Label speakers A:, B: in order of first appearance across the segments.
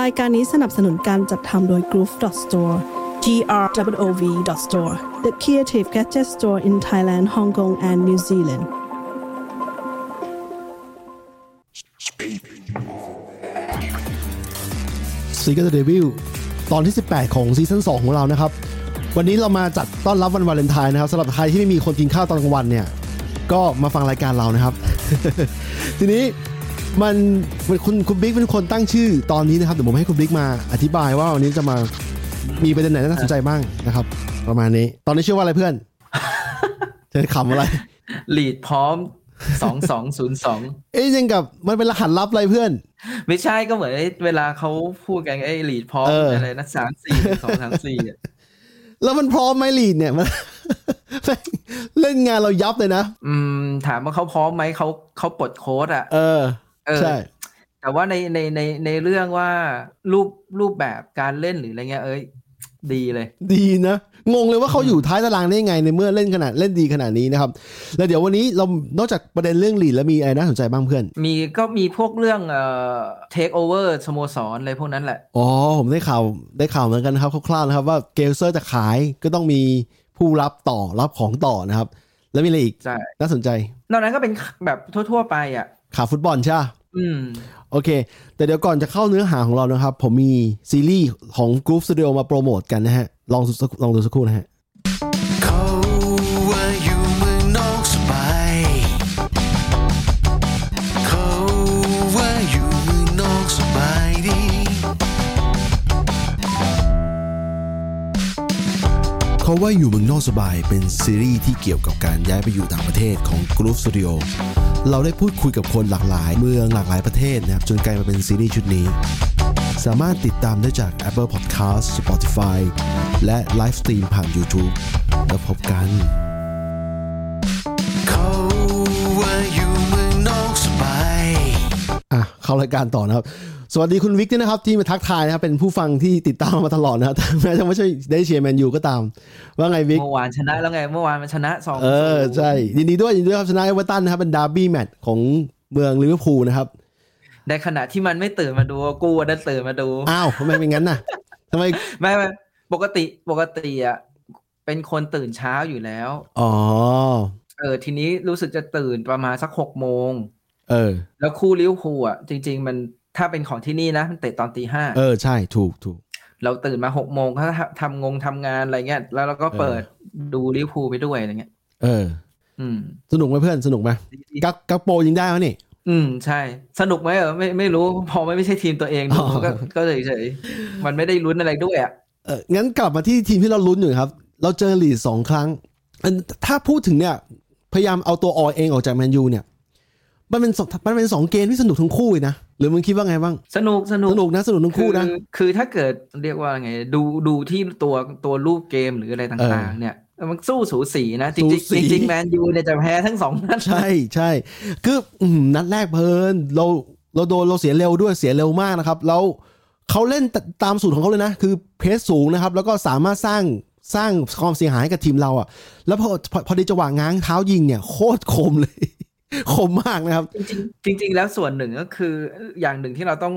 A: รายการนี้สนับสนุนการจัดทำโดย Groove Store grwov store the creative gadget store in Thailand Hong Kong and New Zealand
B: ซีก e เดวิลตอนที่ 18 ของซีซั่น2ของเรานะครับ วันนี้เรามาจัดต้อนรับวันวาเลนไทน์นะครับสำหรับใครที่ไม่มีคนกินข้าวตอนกลางวันเนี่ย ก็มาฟังรายการเรานะครับ ทีนี้มันคุณคุณบิ๊กเป็นคนตั้งชื่อตอนนี้นะครับเดี๋ยวผมให้คุณบิ๊กมาอธิบายว่าวันนี้จะมามีประเด็นไหนน่าสนใจบ้างนะครับ ประมาณนี้ ตอนนี้ชื่อว่าอะไรเพื่อน เธอขำอะไร
C: หลีดพร้อมสองสองศูนย์ สอง
B: เอ้ยยังกับมันเป็นรหัสลับอะไรเพื่อน
C: ไม่ใช่ก็เหมือนไอ้เวลาเขาพูดกันไอ้หลีดพร้อม
B: เอออ
C: อะไรนะสามสี่สองสามสี่อะ
B: แล้วมันพร้อมไหมลีดเนี่ย มัน เล่นงานเรายับเลยนะ
C: อืม ถามว่าเขาพร้อมไหมเขาเขาปลดโค้ดอ่ะ
B: เออ
C: เออ
B: ใช่
C: แต่ว่าในในในในเรื่องว่ารูปรูปแบบการเล่นหรืออะไรเงี้ยเอ้ย ดีเลย
B: ดีนะ งงเลยว่าเขาอยู่ท้ายตารางได้ยังไงในเมื่อเล่นขนาดเล่นดีขนาดนี้นะครับ แล้วเดี๋ยววันนี้เรานอกจากประเด็นเรื่องลีดแล้วมีอะไรน่าสนใจบ้างเพื่อน
C: มีก็มีพวกเรื่องเอ่อ take over สโมสรอะไรพวกนั้นแหละ
B: อ๋อ ผมได้ข่าวได้ข่าวเหมือนกันนะครับคร่าวๆนะครับว่าเกลเซอร์จะขายก็ต้องมีผู้รับต่อรับของต่อนะครับ แล้วมีอะไรอีก
C: ใช่
B: น่าสนใจ
C: นอกนั้นก็เป็นแบบทั่ว ๆ ไปอ่ะ
B: ข่าวฟุตบอลใช่ปะ
C: อืม
B: โอเค แต่เดี๋ยวก่อนจะเข้าเนื้อหาของเรานะครับ ผมมีซีรีส์ของ Group Studio มาโปรโมทกันนะฮะ ลองสักลองดูสักครู่นะฮะ
D: เขาว่าอยู่เมืองนอกสบายเขาว่าอยู่เมืองนอกสบายดี
E: เขาว่าอยู่เมืองนอกสบายเป็นซีรีส์ที่เกี่ยวกับการย้ายไปอยู่ต่างประเทศของ Group Studio เราได้พูดคุยกับคนหลากหลาย เมืองหลากหลายประเทศนะครับจนกลายมาเป็นซีรีส์ชุดนี้ สามารถติดตามได้จาก Apple Podcast Spotify และไลฟ์สตรีมผ่าน YouTube แล้วพบกัน
D: เขาว่าอยู่เมืองนอกสบาย
B: อ่ะ เข้ารายการต่อนะครับ สวัสดีคุณวิกด้วยนะครับ ที่มาทักทายนะครับ เป็นผู้ฟังที่ติดตามมาตลอดนะครับ แต่แม้จะไม่ใช่ได้เชียร์แมนยูก็ตาม ว่าไงวิก
C: เมื่อวานชนะแล้วไง เมื่อวานมันชนะสอง
B: เออ ใช่ ยินดีด้วยยินดีด้วยครับชนะเอเวอเรตันนะครับ เป็นดาร์บี้แมตช์ของเมืองลิเวอร์พูลนะครับ
C: ในขณะที่มันไม่ตื่นมาดูกูอะได้ตื่นมาดู
B: อ้าวทำไมเป็นงั้นน่ะทำไม
C: ไม่ไม่ปกติปกติอ่ะเป็นคนตื่นเช้าอยู่แล้ว
B: อ๋อ
C: เออ ทีนี้รู้สึกจะตื่นประมาณสักหกโมง
B: เออ
C: แล้วคู่ลิเวอร์พูลอ่ะจริง ๆ มันถ้าเป็นของที่นี่นะ มันเตะตอนตีห้า
B: เออ ใช่ ถูกถูก
C: เราตื่นมาหกโมงเขาทำงงทำงานอะไรเงี้ยแล้วเราก็เปิดดูลิเวอร์พูลไปด้วยอะไรเงี้ย
B: เออ
C: อืม
B: สนุกไหมเพื่อน สนุกไหมกักกักโปยิงได้ไหมนี่
C: อืมใช่ สนุกไหมเออไม่ไม่รู้พอไม่ใช่ทีมตัวเองดู
B: อ๋อ
C: ก็ก็เฉยเฉยๆมันไม่ได้ลุ้นอะไรด้วยอ่ะ
B: เอองั้นกลับมาที่ทีมที่เราลุ้นอยู่ครับ เราเจอลีดสองครั้งอันถ้าพูดถึงเนี่ย พยายามเอาตัวออยเองออกจากแมนยูเนี่ย มันเป็นสองมันเป็นสองเกมที่สนุกทั้งคู่เลยนะ หรือมึงคิดว่าไงบ้าง
C: สนุกสนุก
B: สนุกนะ สนุกทั้งคู่นะ
C: อคือถ้าเกิดเรียกว่าไง ดูดูที่ตัวตัวรูปเกมหรืออะไร
B: เอ
C: ต่าง
B: อ
C: ๆ เนี่ยมันสู้สูสีนะจ
B: สู
C: ริง
B: สี
C: ๆจริงๆแมนยูเนี่ยจะแพ้ทั้งสองนัด
B: ใช่ใช่คืออืมนัดแรกเพลินเราเราโดนเราเสียเร็วด้วยเสียเร็วมากนะครับ แล้วเขาเล่นตตามสูตรของเขาเลยนะ คือเพสสูงนะครับ แล้วก็สามารถสร้างสร้างความเสียหายให้กับทีมเราอะ่ะ แล้วพอพอพอดีจังหวะง้างเท้ายิงเนี่ยโคตรคมเลย คมมากนะครับ
C: จริง ๆ แล้วส่วนหนึ่งก็คืออย่างหนึ่งที่เราต้อง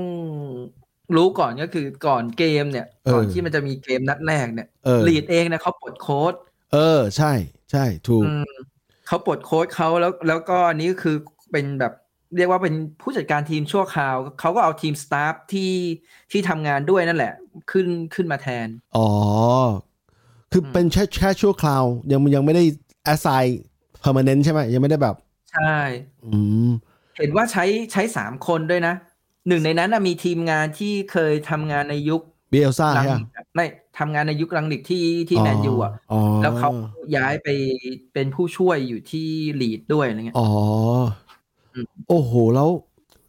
C: รู้ก่อนก็คือก่อนเกมเนี่ย
B: เออ
C: ก่อนที่มันจะมีเกมนัดแรกเนี่ย
B: เออ
C: ลีดเองนะเขาปลดโค้ด
B: เออ ใช่ใช่ถูก
C: อืมเขาปลดโค้ดเขาแล้วแล้วก็อันนี้ก็คือเป็นแบบเรียกว่าเป็นผู้จัดการทีมชั่วคราวเขาก็เอาทีมสตาฟที่ที่ทำงานด้วยนั่นแหละ ขึ้นขึ้นมาแทน
B: อ๋อ คืออ
C: ม
B: เป็นแค่แค่ชั่วคราว ยังยังไม่ได้ assign permanent ใช่ไหมยังไม่ได้แบบ
C: ใช่
B: อืม
C: เห็นว่าใช้ใช้สามคนด้วยนะหนึ่งในนั้นน่ะมีทีมงานที่เคยทำงานในยุค
B: เบลซ่า
C: ลัง
B: ใช่ปะ
C: ลิกอะไม่ทำงานในยุคลังลิกที่ที่แมนยูอ่ะแล้วเขาย้ายไปเป็นผู้ช่วยอยู่ที่ลีดด้วยอะไรเงี้ย
B: อ๋อ
C: อืม
B: โอ้โห แล้ว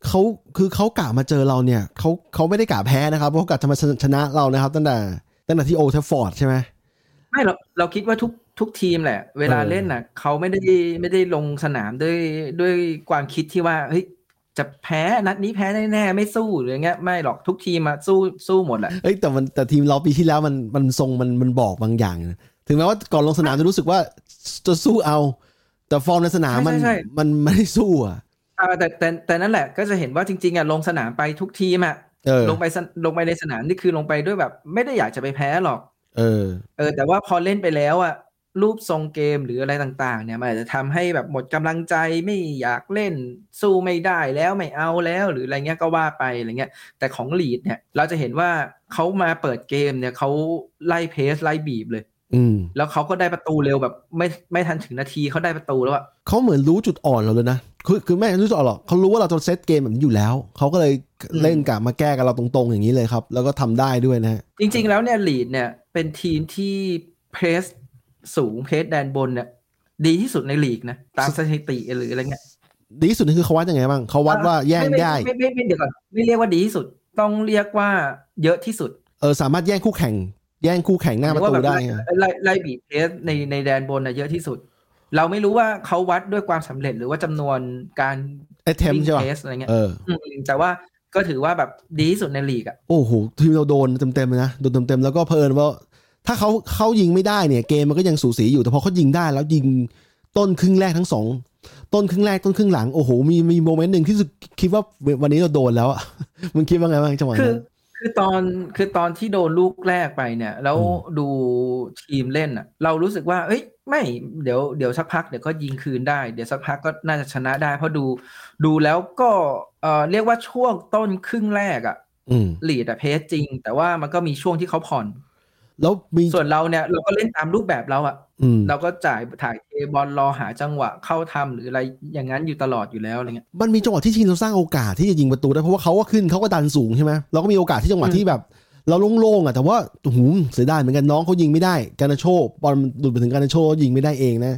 B: เขาคือเขากะมาเจอเราเนี่ย เขาเขาไม่ได้กะแพ้นะครับเพราะเขากะจะมาชนะชนะเรานะครับ ตั้งแต่ตั้งแต่ที่โอเทฟฟอร์ดใช่ไหม
C: ไม่เราเราคิดว่าทุกทุกทีมแหละ เวลา
B: เออ
C: เล่นน่ะเขาไม่ได้ไม่ได้ลงสนามด้วยด้วยความคิดที่ว่าเฮ้ยจะแพ้นัดนี้แพ้แน่ๆไม่สู้หรืออย่างเงี้ยไม่หรอกทุกทีมมาสู้สู้หมดแหละ
B: เอ้ยแต่มันแต่ทีมเราปีที่แล้วมันมันทรงมันมันบอกบางอย่างนะถึงแม้ว่าก่อนลงสนามจะรู้สึกว่าจะสู้เอา แต่ฟอร์มในสนามมัน
C: ใช่ใช่ใช่
B: มันมันไม่ได้สู้อ่ะ
C: อ่าแต่แต่แต่นั่นแหละก็จะเห็นว่าจริงๆอ่ะลงสนามไปทุกทีมอ่ะ
B: เออ
C: ลงไปสนลงไปในสนามนี่คือลงไปด้วยแบบ ไม่ได้อยากจะไปแพ้หรอก
B: เออ
C: เออแต่ว่าพอเล่นไปแล้วอะรูปทรงเกมหรืออะไรต่างๆ เนี่ยมันอาจจะทำให้แบบหมดกำลังใจไม่อยากเล่นสู้ไม่ได้แล้วไม่เอาแล้วหรืออะไรเงี้ยก็ว่าไปอะไรเงี้ยแต่ของลีดเนี่ยเราจะเห็นว่าเขามาเปิดเกมเนี่ยเขาไล่เพสไล่บีบเลย
B: อืม
C: แล้วเขาก็ได้ประตูเร็วแบบไม่ไม่ทันถึงนาทีเขาได้ประตูแล้วอะ
B: เขาเหมือนรู้จุดอ่อนเราเลยนะ คือคือไม่รู้จุดอ่อนหรอกเขารู้ว่าเราจะเซตเกมแบบนี้อยู่แล้ว เขาก็เลยเล่นกลับมาแก้กับเราตรงๆอย่างนี้เลยครับ แล้วก็ทำได้ด้วยนะฮะ
C: จริงๆแล้วเนี่ยลีดเนี่ยเป็นทีมที่เพสสูงเพสแดนบนเนี่ยดีที่สุดในลีกนะตามสถิติหรืออะไรเงี้ย
B: ดีที่สุดนี่คือเขาวัดยังไงบ้างเขาวัดว่าแย่งได้
C: ไม่ไม่ไม่ไม่เดี๋ยวก่อนไม่เรียกว่าดีที่สุด ต้องเรียกว่าเยอะที่สุด
B: เออสามารถแย่งคู่แข่ง แย่งคู่แข่งหน้าประตู
C: เรียกว่แบบ
B: ได้ไง
C: ไล่ไล่ไล่บีบเพสในในแดนบนน่ะเยอะที่สุด เราไม่รู้ว่าเขาวัดด้วยความสำเร็จหรือว่าจำนวนการ
B: ไอเทม
C: วิ่ง
B: ใช่ป่ะ
C: เพสอะไรเงี้ย
B: เออ
C: มแต่ว่าก็ถือว่าแบบดีที่สุดในลีกอ่ะ
B: โอ้โหทีมเราโดนเต็มๆเลยนะโดนเต็มๆแล้วก็เพลินว่า ถ้าเขาเขายิงไม่ได้เนี่ย เกมมันก็ยังสูสีอยู่แต่พอเขายิงได้แล้วยิงต้นครึ่งแรกทั้งสองต้นครึ่งแรกต้นครึ่งหลังโอ้โหมีมีโมเมนต์หนึ่งที่รู้สึกคิดว่าวันนี้เราโดนแล้วอ่ะ มึงคิดว่าไงบ้างจังหวะ
C: คือ
B: นั้น
C: คือตอนคือตอนที่โดนลูกแรกไปเนี่ย แล้ว
B: อื
C: ดูทีมเล่นอ่ะ เรารู้สึกว่า เอ้ยไม่เดี๋ยวเดี๋ยวสักพักเดี๋ยวก็ยิงคืนได้ เดี๋ยวสักพักก็น่าจะชนะได้ เพราะดูดูแล้วก็เอ่อเรียกว่าช่วงต้นครึ่งแรกอ่ะ
B: อืม
C: ลีดอะเพสจริง แต่ว่ามันก็มีช่วงที่เขาผ่อน
B: แล้วมี
C: ส่วนเราเนี่ยเราก็เล่นตามรูปแบบเราอ่ะ
B: อืม
C: เราก็จ่ายถ่ายเทบอลรอหาจังหวะเข้าทำหรืออะไรอย่างนั้นอยู่ตลอดอยู่แล้วอะไรเงี้ย
B: มันมีจังหวะที่ทีมเราสร้างโอกาสที่จะยิงประตูได้เพราะว่าเขาก็ขึ้นเขาก็ดันสูงใช่ไหมเราก็มีโอกาสที่จังหวะ
C: อืม
B: ที่แบบ เราโล่งๆอ่ะแต่ว่าโอ้โหเสียดายเหมือนกันน้องเขายิงไม่ได้การนาโชบอลมันหลุดไปถึงการนาโชยิงไม่ได้เองนะ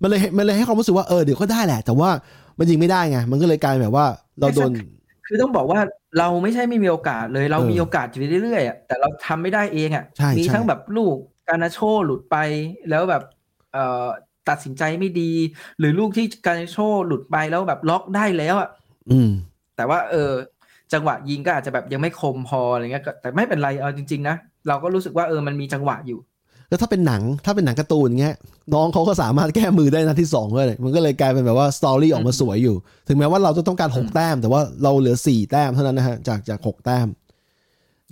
B: มันเลยมันเลยให้ความรู้สึกว่าเออเดี๋ยวก็ได้แหละ แต่ว่ามันยิงไม่ได้ไงมันก็เลยกลายแบบว่าเราโดน
C: คือต้องบอกว่าเราไม่ใช่ไม่มีโอกาสเลยเรา
B: เออ
C: มีโอกาสอยู่เรื่อยๆอะแต่เราทำไม่ได้เองอ่ะ
B: ใช่
C: มี
B: ใช่
C: ทั้งแบบลูกการนาโชหลุดไปแล้วแบบเอ่อตัดสินใจไม่ดี หรือลูกที่การนาโชหลุดไปแล้วแบบล็อกได้แล้วอ่ะ
B: อืม
C: แต่ว่าเออจังหวะยิงก็อาจจะแบบยังไม่คมพออะไรเงี้ยก็แต่ไม่เป็นไรเอาจริงๆนะเราก็รู้สึกว่าเออมันมีจังหวะอยู่
B: แล้วถ้าเป็นหนังถ้าเป็นหนังการ์ตูนเงี้ยน้องเขาก็สามารถแก้มือได้นัดที่สองด้วยมันก็เลยกลายเป็นแบบว่าสตอรี่ออกมาสวยอยู่ ถึงแม้ว่าเราจะต้องการหกแต้ม แต่ว่าเราเหลือสี่แต้มเท่านั้นนะฮะจากจากหกแต้ม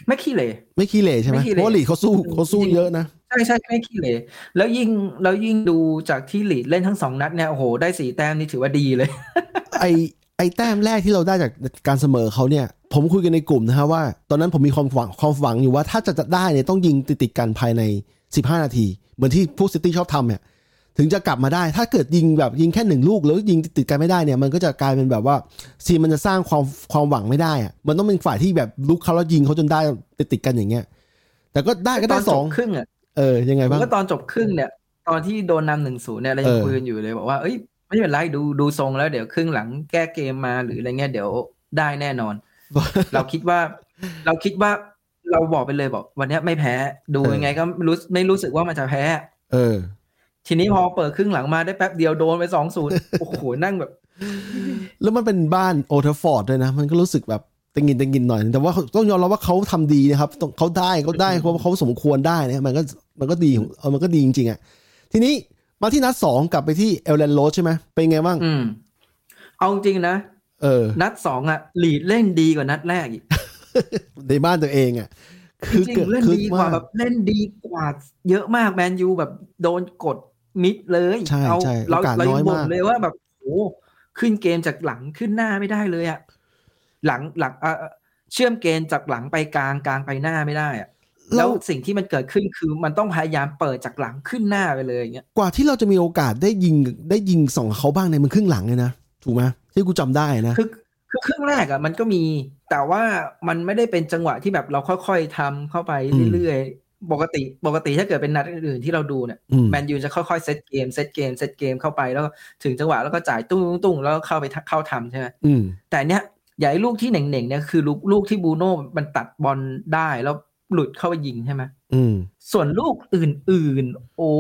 C: ไม่ขี้เหร่
B: ไม่ขี้เหร่ใช่ไหม
C: ไม่ขี้เหร่
B: เพราะว่าลีดเขาสู้
C: อืม
B: เขาสู้
C: จริง
B: เยอะนะ
C: ใช่ใช่ไม่ขี้เหร่แล้วยิ่งแล้วยิ่งดูจากที่ลีดเล่นทั้งสองนัดเนี่ยโอ้โหได้สี่แต้มนี่ถือว่าดีเลย
B: ไอไอแต้มแรกที่เราได้จากการเสมอเขาเนี่ย ผมคุยกันในกลุ่มนะฮะว่า ตอนนั้นผมมีความหวังความหวังอยู่ว่าถ้าจะจะได้เนี่ยต้องยิงติดติดๆกันภายใน 15 นาที เหมือนที่พวกซิตี้ชอบทำเนี่ยถึงจะกลับมาได้ถ้าเกิดยิงแบบยิงแค่หนึ่งลูกแล้วยิงติดๆกันไม่ได้เนี่ยมันก็จะกลายเป็นแบบว่าทีมมันจะสร้างความความหวังไม่ได้อะมันต้องเป็นฝ่ายที่แบบลุกเขาแล้วยิงเขาจนได้ติดติดๆกันอย่างเงี้ยแต่ก็ได้ก็
C: ต
B: ได้
C: อน
B: ส
C: จ
B: อบ ง
C: ครึ่งอ่ะ
B: เออยังไง
C: ผม
B: บ้าง
C: ก็ตอนจบครึ่งเนี่ยตอนที่โดนนำหนึ่งศูนย์เนี่ยเรายัง
B: เออ
C: คุยกันอยู่เลยบอกว่าเอ้ยไม่เป็นไรดูดูทรงแล้วเดี๋ยวครึ่งหลังแก้เกมมาหรืออะไรเงี้ยเดี๋ยวได้แน่ นอน เราคิดว่า เราคิดว่าเราบอกไปเลยบอก วันเนี้ยไม่แพ้ดูยังไงก็รู้ไม่รู้สึกว่ามันจะแพ้
B: เออ
C: ทีนี้พอเปิดครึ่งหลังมาได้แป๊บเดียวโดนไปสองศูนย์โอ้โหนั่งแบบ
B: แล้วมันเป็นบ้านโอเทอร์ฟอร์ดด้วยนะ มันก็รู้สึกแบบตึงกินตึงกินหน่อย แต่ว่าต้องยอมรับว่าเขาทำดีนะครับต้องเขาได้เขาได้เพราะว่าเขาสมควรได้นะมันก็มันก็ดีของเออมันก็ดีจริงๆอ่ะทีนี้มาที่นัดสองกลับไปที่เอลแลนโรสใช่ไหมเป็นไงบ้าง
C: อืม เอาจริงๆนะ
B: เออ
C: นัดสองอะลีดเล่นดีกว่านัดแรกอีก
B: ในบ้านตัวเองอ่ะ
C: จริงๆเล่น
B: คึก
C: ดีกว่า
B: มา
C: แบบเล่นดีกว่าเยอะมากแมนยูแบบโดนกดมิดเลย
B: ใช่
C: เอา
B: ใช่
C: เรา
B: โอกาส
C: เรา
B: น้
C: ยั
B: อย
C: งบ่น
B: มาก
C: เลยว่าแบบโอ้ขึ้นเกมจากหลังขึ้นหน้าไม่ได้เลยอะหลังหลังเอ่อเชื่อมเกมจากหลังไปกลางกลางไปหน้าไม่ได้อะ
B: แล้
C: แล้ว วสิ่งที่มันเกิดขึ้นคือมันต้องพยายามเปิดจากหลังขึ้นหน้าไปเลยอย่างเงี้ย
B: กว่าที่เราจะมีโอกาสได้ยิงได้ยิงส่งเขาบ้างในยมันครึ่งหลังเลยนะถูกไหมที่กูจำได้นะ
C: คือคือครึ่งแรกอะมันก็มี แต่ว่ามันไม่ได้เป็นจังหวะที่แบบเราค่อยๆทำเข้าไป
B: อืม
C: เรื่อยๆปกติปกติถ้าเกิดเป็นนัดอื่นๆที่เราดูเนี่ย
B: อืม
C: แมนยูจะค่อยๆ เซตเกม เซตเกม เซตเกมเข้าไปแล้วก็ถึงจังหวะแล้วก็จ่ายตุ้งตุ้งๆๆแล้วก็เข้าไปเข้าทำใช่ไหม
B: อืม
C: แต่เนี้ยอย่าใหญ่ลูกที่เหน่งๆเนี่ยคือลูกลูกที่บรูโน่มันตัดบอลได้แล้วหลุดเข้าไปยิงใช่ไหม
B: อืม
C: ส่วนลูกอื่นๆ โอ้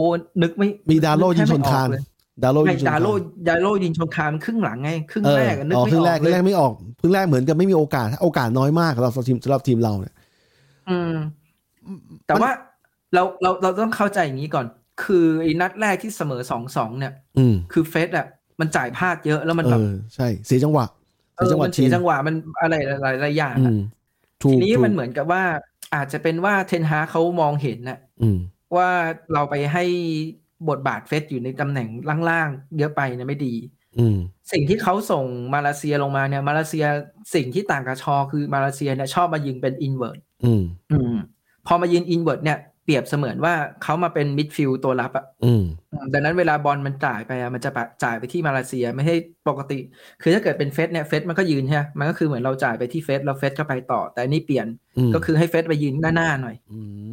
C: นึกไม่
B: มีดาโลยิงชนคานดาโล
C: ไม่
B: ยิงชน
C: ดา
B: คาน
C: โลดาโลยิงชนคานครึ่งหลังไงครึ่ง
B: เออ
C: แรกอะนึก
B: อ๋อ
C: ไม่
B: ครึ่ง
C: อ
B: แร
C: อก ก
B: ครึ่
C: เล
B: งแร
C: ย
B: กไม่ออกครึ่งแรกเหมือนกับไม่มีโอกาส โอกาสน้อยมากสำหรับทีมสำหรับทีมเราเนี่ย
C: อืมแต่ว่าเราเราเราต้องเข้าใจอย่างนี้ก่อน คือไอ้นัดแรกที่เสมอสองสองเนี่ย
B: อืม
C: คือเฟสอะมันจ่ายพลาดเยอะแล้วมัน
B: เอ
C: แบบ
B: อใช่เสียจังหวะ
C: เอ
B: เสียจั
C: อ
B: งหวะ
C: มัน
B: ที
C: เสีย
B: ม
C: จังหวะมันอะไรหลายหลายอย่าง
B: อื
C: อะ
B: ม ถู
C: ที
B: ก
C: นี้
B: ถูก
C: มันเหมือนกับว่า อาจจะเป็นว่าเทนฮาร์เขามองเห็นนะ
B: อืม
C: ว่าเราไปให้บทบาทเฟสอยู่ในตำแหน่งล่างๆเยอะไปนะไม่ดี
B: อืม
C: สิ่งที่เขาส่งมาเลเซียลงมาเนี่ยมาเลเซียสิ่งที่ต่างกับชอคือมาเลเซียเนี่ยชอบมายิงเป็นอินเวอร์ต
B: อืม
C: พอมายิงอินเวอร์ตเนี่ยเปรียบเสมือนว่าเขามาเป็นมิดฟิลด์ตัวรับอะ
B: อืม
C: อืมดังนั้นเวลาบอลมันจ่ายไปอะมันจะปะจ่ายไปที่มาเลเซียไม่ให้ปกติ คือถ้าเกิดเป็นเฟสเนี่ยเฟสมันก็ยืนใช่ไหมมันก็คือเหมือนเราจ่ายไปที่เฟสแล้วเฟสก็ไปต่อ แต่อันนี่เปลี่ยน
B: อืม
C: ก็คือให้เฟสไปยืนหน้าๆหน่อย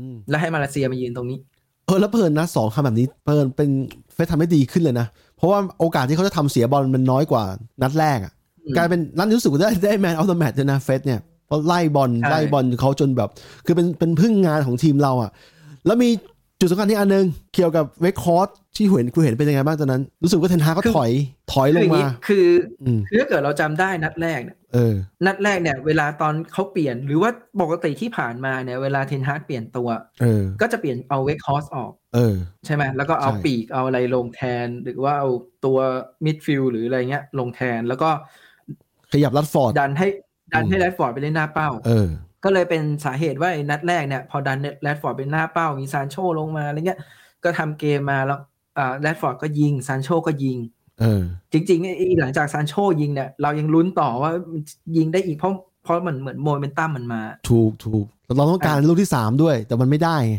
B: ม
C: แล้วให้มาเลเซียมายืนตรงนี้
B: เออแล้วเพลินนะสองคำแบบนี้เพลินเป็นเฟซทำให้ดีขึ้นเลยนะ เพราะว่าโอกาสที่เขาจะทำเสียบอลมันน้อยกว่านัดแรกอะ
C: อืม
B: กลายเป็นนัดนี้รู้สึกว่าได้ ได้แมนเอาต์แมตช์ด้วยนะเฟซเนี่ยเพราะไล่บอล
C: ใช่
B: ไล่บอลเขาจนแบบ คือเป็นเป็นพึ่งงานของทีมเราอะแล้วมีจุดสำคัญที่อันหนึงเกี่ยวกับเวคคอร์สที่เห็นกูเห็นเป็นยังไงบ้างตอนนั้น รู้สึกว่าเทนฮากก็ถอยถอย
C: คื
B: ล
C: อง อย่าง
B: มา
C: นี้คือ
B: อืม
C: คือถ้าเกิดเราจำได้นัดแรกเนี่ย
B: เออ
C: นัดแรกเนี่ยเวลาตอนเขาเปลี่ยนหรือว่าปกติที่ผ่านมาเนี่ยเวลาเทนฮาร์ดเปลี่ยนตัว
B: เออ
C: ก็จะเปลี่ยนเอาเวคฮอสออก
B: เออ
C: ใช่ไหมแล้วก็เอา
B: ใช่
C: ปีกเอาอะไรลงแทน หรือว่าเอาตัวมิดฟิลด์หรืออะไรเงี้ยลงแทนแล้วก็
B: ขยับรัดฟอร์ด
C: ดันให้ดัน
B: อืม
C: ให้แรดฟอร์ดไปเล่นหน้าเป้า
B: เออ
C: ก็เลยเป็นสาเหตุว่าไอ้นัดแรกเนี่ย พอดันแรดฟอร์ดเป็นหน้าเป้า มีซานโชลงมาอะไรเงี้ยก็ทำเกมมาแล้วอ่าแรดฟอร์ดก็ยิงซานโชก็ยิง
B: เออ
C: จริงๆไอ้หลังจากซานโชยิงเนี่ย เรายังลุ้นต่อว่ายิงได้อีกเพราะเพราะมันเหมือนโมเมนตัมมันมา
B: ถูกถูกเราต้องการลูกที่สามด้วย แต่มันไม่ได้ไง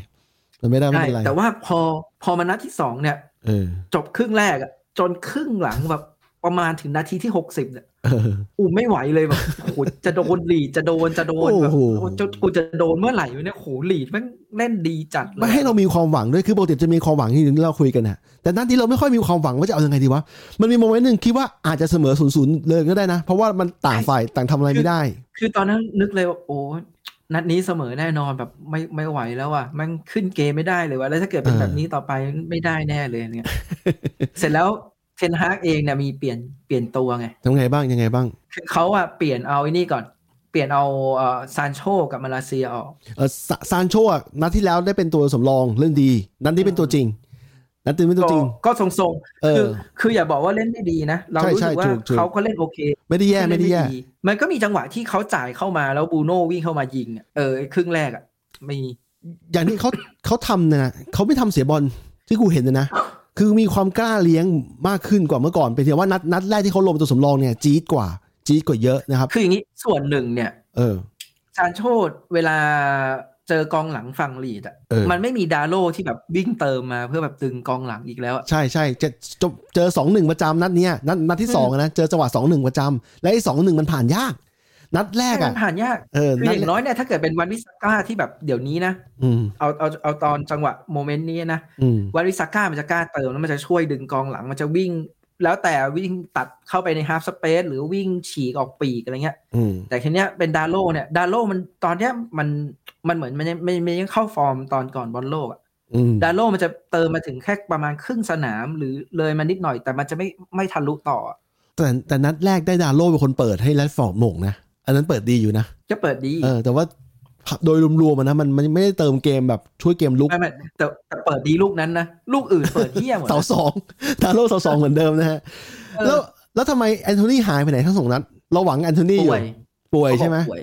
B: มันไม่ได้ไม่
C: ใช่
B: เป็นไร
C: แต่ว่าพอพอมานัดที่สองเนี่ย
B: เออ
C: จบครึ่งแรกอะจนครึ่งหลังแบบประมาณถึงนาทีที่หกสิบเนี่ย
B: เออ
C: อูไม่ไหวเลยแบบ โอ้โหจะโดนหลีดจะโดนจะโดนแบบ
B: โอ้โห
C: โอ้จะกูจะโดนเมื่อไหร่วะเนี่ยโอ้โหหลีดแมันเล่นดีจัดเลย
B: ไม่ให้เรามีความหวังด้วยคือปกติจะมีความหวังที่เราคุยกันนะแต่นัดที่เราไม่ค่อยมีความหวังว่าจะเอายังไงดีวะมันมีโมเมนต์หนึ่งคิดว่าอาจจะเสมอศูนย์ศูนย์เลยก็ได้นะ เพราะว่ามันต่างฝ่ายต่างทำอะไรไม่ได้
C: คือตอนนั้นนึกเลยว่าโอ้นัดนี้เสมอแน่นอนแบบไม่ไม่ไหวแล้วอ่ะแมันขึ้นเกมไม่ได้เลยว่ะแล้วถ้าเกิดเป็น
B: อ่า
C: แบบนี้ต่อไปไม่ได้แน่เลยเนี่ย เสร็จแล้วเทนฮากเองเนี่ยมีเปลี่ยนเปลี่ยนตัวไง
B: ทำไงบ้างยังไงบ้าง
C: คือเขาอ่ะเปลี่ยนเอาไอ้นี่ก่อน เปลี่ยนเอาเอ่อซานโชกับมาเลเซียออก
B: เออซาซานโชอะนัดที่แล้วได้เป็นตัวสำรองเรื่องดี นัดนี้เป็นตัวจริงนัดนี้เป็นตัว
C: ก็
B: จริง
C: ก็ทรง
B: เอ
C: ๆคือ
B: อ
C: คืออย่าบอกว่าเล่นไม่ดีนะเรา
B: ใช่
C: รู้
B: ใช่
C: สึกว่า
B: ถูกถูก
C: เขาก็เล่นโอเค
B: ไม่ได้แย่ไม่ได้แย่
C: มันก็มีจังหวะที่เขาจ่ายเข้ามาแล้วบรูโน่วิ่งเข้ามายิงอะเออครึ่งแรกอ่ะมี
B: อย่างที่เขา เขาทำเนี่ยนะเขาไม่ทำเสียบอลที่กูเห็นนะนะคือมีความกล้าเลี้ยงมากขึ้นกว่าเมื่อก่อนเป็นเพียงว่านัดนัดแรกที่เขาลงเป็นตัวสำรองเนี่ยจี๊ดกว่าจี๊ดกว่าเยอะนะครับ
C: คืออย่างนี้ส่วนหนึ่งเนี่ย
B: เออ
C: ซานโชดเวลาเจอกองหลังฝั่งลีดอ่ะ
B: เออ
C: มันไม่มีดาโลที่แบบวิ่งเติมมาเพื่อแบบดึงกองหลังอีกแล้วอะ
B: ใช่ใช่เจอเจอเจอสองหนึ่งประจำนัดเนี้ยนัดนัดที่สองอะนะเจอจังหวะสองหนึ่งประจำและไอ้สองหนึ่งมันผ่านยาก นัดแรก
C: มั
B: อ่ะ
C: นผ่านยาก
B: เออ
C: คือ
B: นั
C: อ
B: ด
C: ย่างน้อยเนี่ยถ้าเกิดเป็นวันวิสาก้าที่แบบเดี๋ยวนี้นะ
B: อืม
C: เอาเอาเอาตอนจังหวะโมเมนต์นี้นะ
B: อืม
C: วันวิสาก้ามันจะกล้าเติมแล้วมันจะช่วยดึงกองหลังมันจะวิ่ง แล้วแต่วิ่งตัดเข้าไปในฮาล์ฟสเปซหรือวิ่งฉีกออกปีกอะไรเงี้ย
B: อืม
C: แต่ทีเนี้ยเป็นดาโลเนี่ยดาโลมันตอนเนี้ยมันมันเหมือนมันยังไม่ไม่ยังเข้าฟอร์มตอนก่อนบอลโลกอะ
B: อืม
C: ดาโลมันจะเติมมาถึงแค่ประมาณครึ่งสนามหรือเลยมานิดหน่อย แต่มันจะไม่ไม่ทะลุต่ออะ
B: แต่แต่นัดแรกได้ดาโลเป็นคนเปิดให้แรดฟอร์ดหม่งนะอันนั้นเปิดดีอยู่นะ
C: จะเปิดดี
B: เออแต่ว่าโดยรวมๆอะนะมันมันไม่ได้เติมเกมแบบช่วยเกมลุก
C: ไม่ไม่แต่แต่เปิดดีลูกนั้นนะ ลูกอื่นเปิดเที่ยหมด
B: เสาสองทาโร่เสาสองเหมือนเดิมนะฮะ
C: เออ
B: แล้วแล้วทำไมแอนโทนีหายไปไหนทั้งสองนัดเราหวังแอนโทนีอยู่
C: ป่วย
B: ป่วยใช่ไหม
C: ป่วย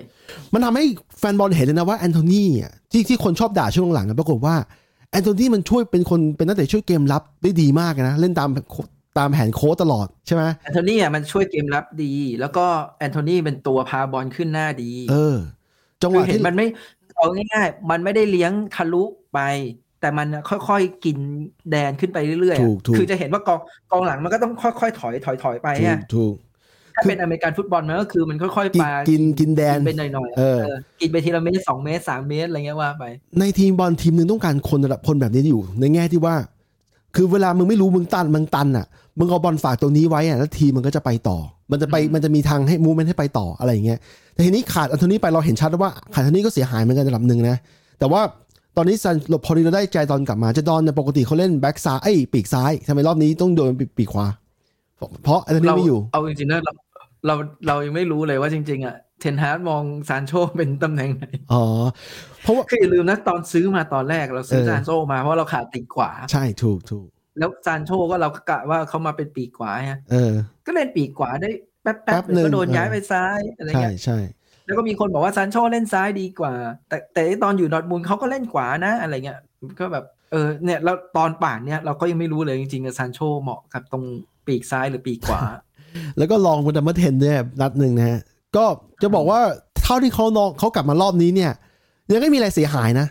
B: มันทำให้แฟนบอลเห็นเลยนะว่าแอนโทนีอ่ะที่ที่คนชอบด่าช่วงหลังอะปรากฏว่าแอนโทนีมันช่วยเป็นคนเป็นนักเตะช่วยเกมรับได้ดีมากนะ เล่นตามตามแผนโค้ชตลอดใช่ไหม
C: แอนโทนี่อ่ะมันช่วยเกมรับดี แล้วก็แอนโทนี่เป็นตัวพาบอลขึ้นหน้าดี
B: เออ จังห
C: คื
B: วะ
C: อเห็น
B: ที่
C: มันไม่เอาง่ายๆ มันไม่ได้เลี้ยงทะลุไป แต่มันค่อยๆกินแดนขึ้นไปเรื่อยๆอะ
B: ถูกถูก
C: คือจะเห็นว่ากองกองหลังมันก็ต้องค่อยๆ ถอยถอยถอยไป
B: ถู
C: อะ
B: กถูก
C: ถ้าเป็นอเมริกันฟุตบอลมันก็คือมันค่อยๆ
B: กิ
C: ไป
B: นกินกินแดน
C: ไปหน่อยๆ
B: เออ
C: เออกินไปทีละเมตรสองเมตรสามเมตรอะไรเงี้ยว่าไป
B: ในทีมบอลทีมหนึ่งต้องการคนระดับคนแบบนี้อยู่ ในแง่ที่ว่า คือเวลามึงไม่รู้มึงตันมึงตันอ่ะมึงเอาบอลฝากตรงนี้ไว้อ่ะแล้วทีมมันก็จะไปต่อ มันจะไป
C: อืม
B: มันจะมีทางให้มูเมนต์ให้ไปต่ออะไรอย่างเงี้ยแต่ทีนี้ขาดอันโทนี่ไปเราเห็นชัดแล้วว่าขาดอันโทนี่ก็เสียหายเหมือนกันระดับหนึ่งนะแต่ว่าตอนนี้ซันหลบพอดีเราได้ใจตอนกลับมาเจะดอนเนี่ยปกติเขาเล่นแบ็กซ้ายไอ้ยปีกซ้ายทำไมรอบนี้ต้องโดนปีกปีกขวาเพราะเพราะอันโทนี่
C: เรา
B: ไม่อยู่
C: เอาจริงๆนะเราเราเรายังไม่รู้เลยว่าจริงๆอ่ะเทนฮาร์ดมองซานโชเป็นตำแหน่งไหน
B: อ๋อเพราะว่า
C: คืออย่าลืมนะตอนซื้อมาตอนแรกเราซื้อ
B: เออ
C: ซานโชมาเพราะเราขาดปีกขวา
B: ใช่ถูกถูก
C: แล้วซานโชก็เราก็กะว่าเขามาเป็นปีกขวาฮะ
B: เออ
C: ก็เล่นปีกขวาได้แป๊บ
B: แป๊บ
C: ๆหนึ่
B: หนึ่
C: งก็
B: ง
C: โดน
B: เออ
C: ย้ายไปซ้ายอะไร
B: ใช่
C: เงี้ย
B: ใช่
C: แล้วก็มีคนบอกว่าซานโชเล่นซ้ายดีกว่า แต่แต่ตอนอยู่ดอร์ทมุนด์เขาก็เล่นขวานะอะไรเงี้ยก็แบบเออเนี่ยแล้วตอนป่านเนี่ยเราก็ยังไม่รู้เลยจริงๆกับซานโชเหมาะกับตรงปีกซ้ายหรือปีก ขวา
B: แล้วก็ลองวันดัมเบลเทนด้วยนัดหนึ่งนะฮะ ก็จะบอกว่าเท่าที่เขาลองเขากลับมารอบนี้เนี่ย ยังไม่มีอะไรเสียหายนะ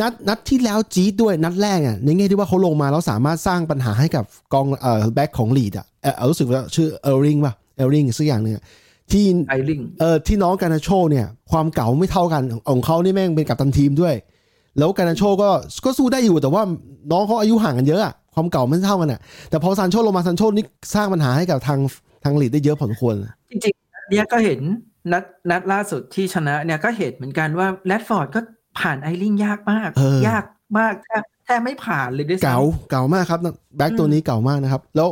B: นัดนัดที่แล้วจี๊ดด้วยนัดแรกเนี่ยในแง่ที่ว่าเขาลงมาแล้วสามารถสร้างปัญหาให้กับกองเอ่อแบ็คของลีดอ่ะเอ่อเอ่อรู้สึกว่าชื่อเอลริงป่ะเอลริงสักอย่างหนึ่งอะที่
C: ไอริง
B: เออที่น้องการนาโชเนี่ยความเก่าไม่เท่ากันของเขานี่แม่งเป็นกัปตันทีมด้วย แล้วการนาโชก็ก็สู้ได้อยู่แต่ว่าน้องเขาอายุห่างกันเยอะอะความเก่าไม่เท่ากันอ่ะแต่พอซานโชลงมาซานโชนี่สร้างปัญหาให้กับทางทางลีดได้เยอะพอสมควร
C: จริงๆนัดเนี่ยก็เห็นนัดนัดล่าสุดที่ชนะเนี่ยก็เห็นเหมือนกันว่าแรดฟอร์ดก็ผ่านไอริงยากมาก ยากมากแทบแทบไม่ผ่านเลยด้วยซ้ำ
B: เก่าเก่ามากครับแบ็ก
C: อืม
B: ตัวนี้เก่ามากนะครับ แล้ว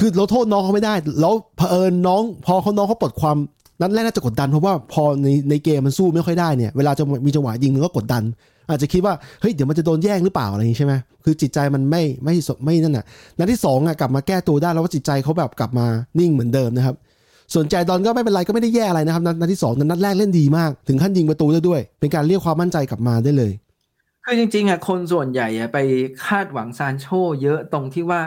B: คือเราโทษน้องเขาไม่ได้ แล้วเผอิญน้อง พอเขาน้องเขาปลดความนัดแรกน่าจะกดดันเพราะว่าพอในในเกมมันสู้ไม่ค่อยได้เนี่ยเวลาจะมีจังหวะยิงมันก็กดดัน อาจจะคิดว่าเฮ้ยเดี๋ยวมันจะโดนแย่งหรือเปล่าอะไรอย่างนี้ใช่ไหมคือจิตใจมันไม่ไม่สไม่นั่นน่ะนัดที่สองอ่ะกลับมาแก้ตัวได้แล้วว่าจิตใจเขาแบบกลับมานิ่งเหมือนเดิมนะครับ ส่วนใจดอนก็ไม่เป็นไรก็ไม่ได้แย่อะไรนะครับนัดนัดที่สองนัดแรกเล่นดีมาก ถึงขั้นยิงประตูได้ด้วย เป็นการเรียกความมั่นใจกลับมาได้เลย
C: คือจริงๆอ่ะคนส่วนใหญ่อ่ะไปคาดหวังซานโชเยอะตรงที่ว่า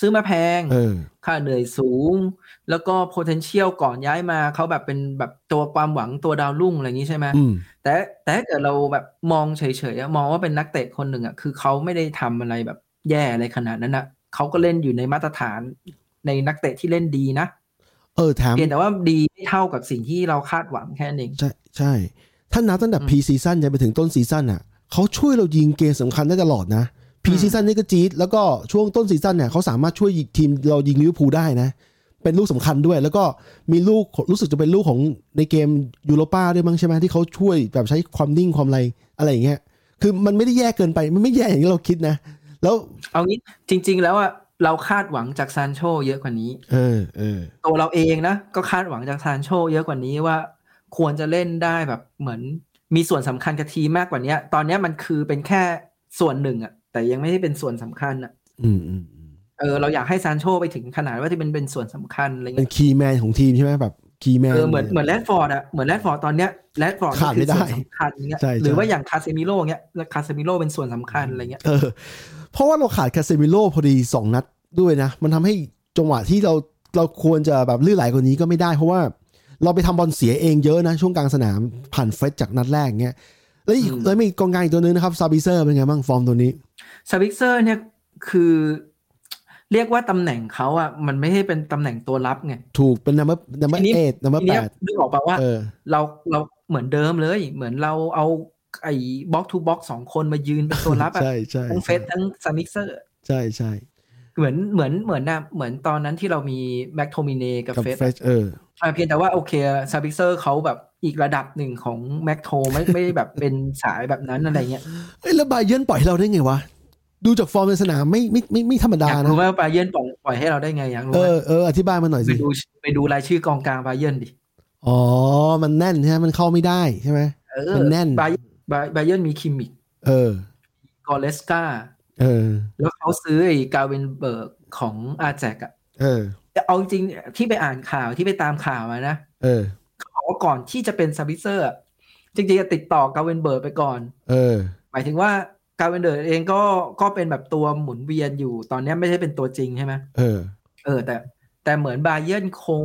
C: ซื้อมาแพง
B: เออ
C: ค่าเหนื่อยสูง แล้วก็ potential ก่อนย้ายมาเขาแบบเป็นแบบตัวความหวังตัวดาวรุ่งอะไรอย่างนี้ใช่ไหม
B: อืม
C: แต่แต่ถ้าเกิดเราแบบมองเฉยๆอะมองว่าเป็นนักเตะคนหนึ่งอ่ะคือเขาไม่ได้ทำอะไรแบบแย่อะไรขนาดนั้นนะเขาก็เล่นอยู่ในมาตรฐานในนักเตะที่เล่นดีนะ
B: เออแถม
C: เพียงแต่ว่าดีไม่เท่ากับสิ่งที่เราคาดหวังแค่นั้นเอง
B: ใช่ใช่ถ้านับตั้งแต่
C: อืม
B: พีซีซั่นยันไปถึงต้นซีซั่นอ่ะเขาช่วยเรายิงเกมสำคัญได้ตลอดนะพี
C: อืม
B: ซีซั่นนี่ก็จี๊ดแล้วก็ช่วงต้นซีซั่นเนี่ยเขาสามารถช่วยทีมเรายิงลิเวอร์พูลได้นะ เป็นลูกสำคัญด้วย แล้วก็มีลูกรู้สึกจะเป็นลูกของในเกมยูโรป้าด้วยมั้งใช่ไหมที่เขาช่วยแบบใช้ความนิ่งความอะไรอะไรอย่างเงี้ยคือมันไม่ได้แย่เกินไปมันไม่แย่อย่างที่เราคิดนะ แล้ว
C: เอางี้จริง ๆ แล้วอ่ะเราคาดหวังจากซานโชเยอะกว่านี้
B: เออเออ
C: ตัวเราเองนะก็คาดหวังจากซานโชเยอะกว่านี้ว่าควรจะเล่นได้แบบเหมือนมีส่วนสำคัญกับทีมมากกว่านี้ตอนเนี้ยมันคือเป็นแค่ส่วนหนึ่งอะแต่ยังไม่ได้เป็นส่วนสำคัญอะ
B: อืมอืม
C: เออเราอยากให้ซานโชไปถึงขนาดว่าที่เป็นเป็นส่วนสำคัญอะไร
B: เป็น
C: เงี้ย
B: คีย์แมนของทีมใช่ไหมแบบคีย์แมน
C: เออเหมือนเหมือนแรดฟอร์ดอะเหมือนแรดฟอร์ดตอนเนี้ยแรดฟอร์ด
B: ขาดไม่ได้
C: คือส่วนสำคัญอย่างเงี้ย
B: ใช่ใช่
C: หรือว่าอย่างคาเซมิโร่เงี้ยแล้วคาเซมิโร่เป็นส่วนสำคัญอะไรเงี้ย
B: เออเพราะว่าเราขาดคาเซมิโร่พอดี 2 นัดด้วยนะ มันทำให้จังหวะที่เราเราควรจะแบบลื่นไหลกว่านี้ก็ไม่ได้ เพราะว่าเราไปทำบอลเสียเองเยอะนะ ช่วงกลางสนามผ่านเฟสจากนัดแรกเงี้ยแล้วอีกแล้วมีกองกลางอีกตัวนึงนะครับซาบิเซอร์เป็นไงบ้างฟอร์มตัวนี้
C: ซาวิกเซอร์เนี่ยคือเรียกว่าตำแหน่งเขาอะมันไม่ให้เป็นตำแหน่งตัวรับไง
B: ถูกเป็นนัมเบอร์นัมเบอ
C: ทีนี้
B: ร์เอ็ดนัมเบอร์แป
C: ทีเนี้ย
B: ด
C: นึกออกปะว่า
B: เออ
C: เราเราเหมือนเดิมเลย เหมือนเราเอาไอ้บล็อกทูบล็อกสองคนมายืนเป็นตัวรับอะ
B: ใช่ใช่
C: ทั้งเฟสทั้งซามิกเซอร์
B: ใช่ใช่
C: เหมือนเหมือนเหมือนนะเหมือนตอนนั้นที่เรามีแม็กโทมิเนกับ
B: กับ
C: เฟส
B: เฟสเออ
C: อ่ะเพียงแต่ว่าโอเคซามิกเซอร์เขาแบบอีกระดับหนึ่งของแม็กโทไม่ไม่ได้แบบเป็นสายแบบนั้นอะไรเงี้ย
B: เอ้ยแล้วบาเยิร์นปล่อยให้เราได้ไงวะ ดูจากฟอร์มในสนามไม่ไม่ไม่ไม่ธรรมดา
C: อยาก
B: นะ
C: รู้ว่าบาเยิร์นปล่อยปล่อยให้เราได้ไงอยากรู้
B: เอ
C: ไหม
B: อเอออธิบายมาหน่อย
C: ไป
B: สิ
C: ดูไปดูรายชื่อกองกลางบาเยิร์นดิ
B: อ๋อ มันแน่นใช่ไหมมันเข้าไม่ได้ใช่ไหม
C: เออ
B: มันแน่น
C: บาบาบาเยิร์นมีคิมมิก
B: เออ
C: กอเลสกา
B: เออ
C: แล้วเขาซื้อไอ้กาเวนเบิร์กของอาแจกอะ
B: เออ
C: แต่เอาจริงๆที่ไปอ่านข่าวที่ไปตามข่าวมานะ
B: เออ
C: เขาบอกว่าก่อนที่จะเป็นซับมิเซอร์อะจริงๆอะติดต่อกาเวนเบิร์ดไปก่อน
B: เออ
C: หมายถึงว่ากาเวนเบิร์ดเองก็ก็เป็นแบบตัวหมุนเวียนอยู่ ตอนเนี้ยไม่ใช่เป็นตัวจริงใช่ไหม
B: เออ
C: เออ แต่แต่เหมือนบาเยิร์นคง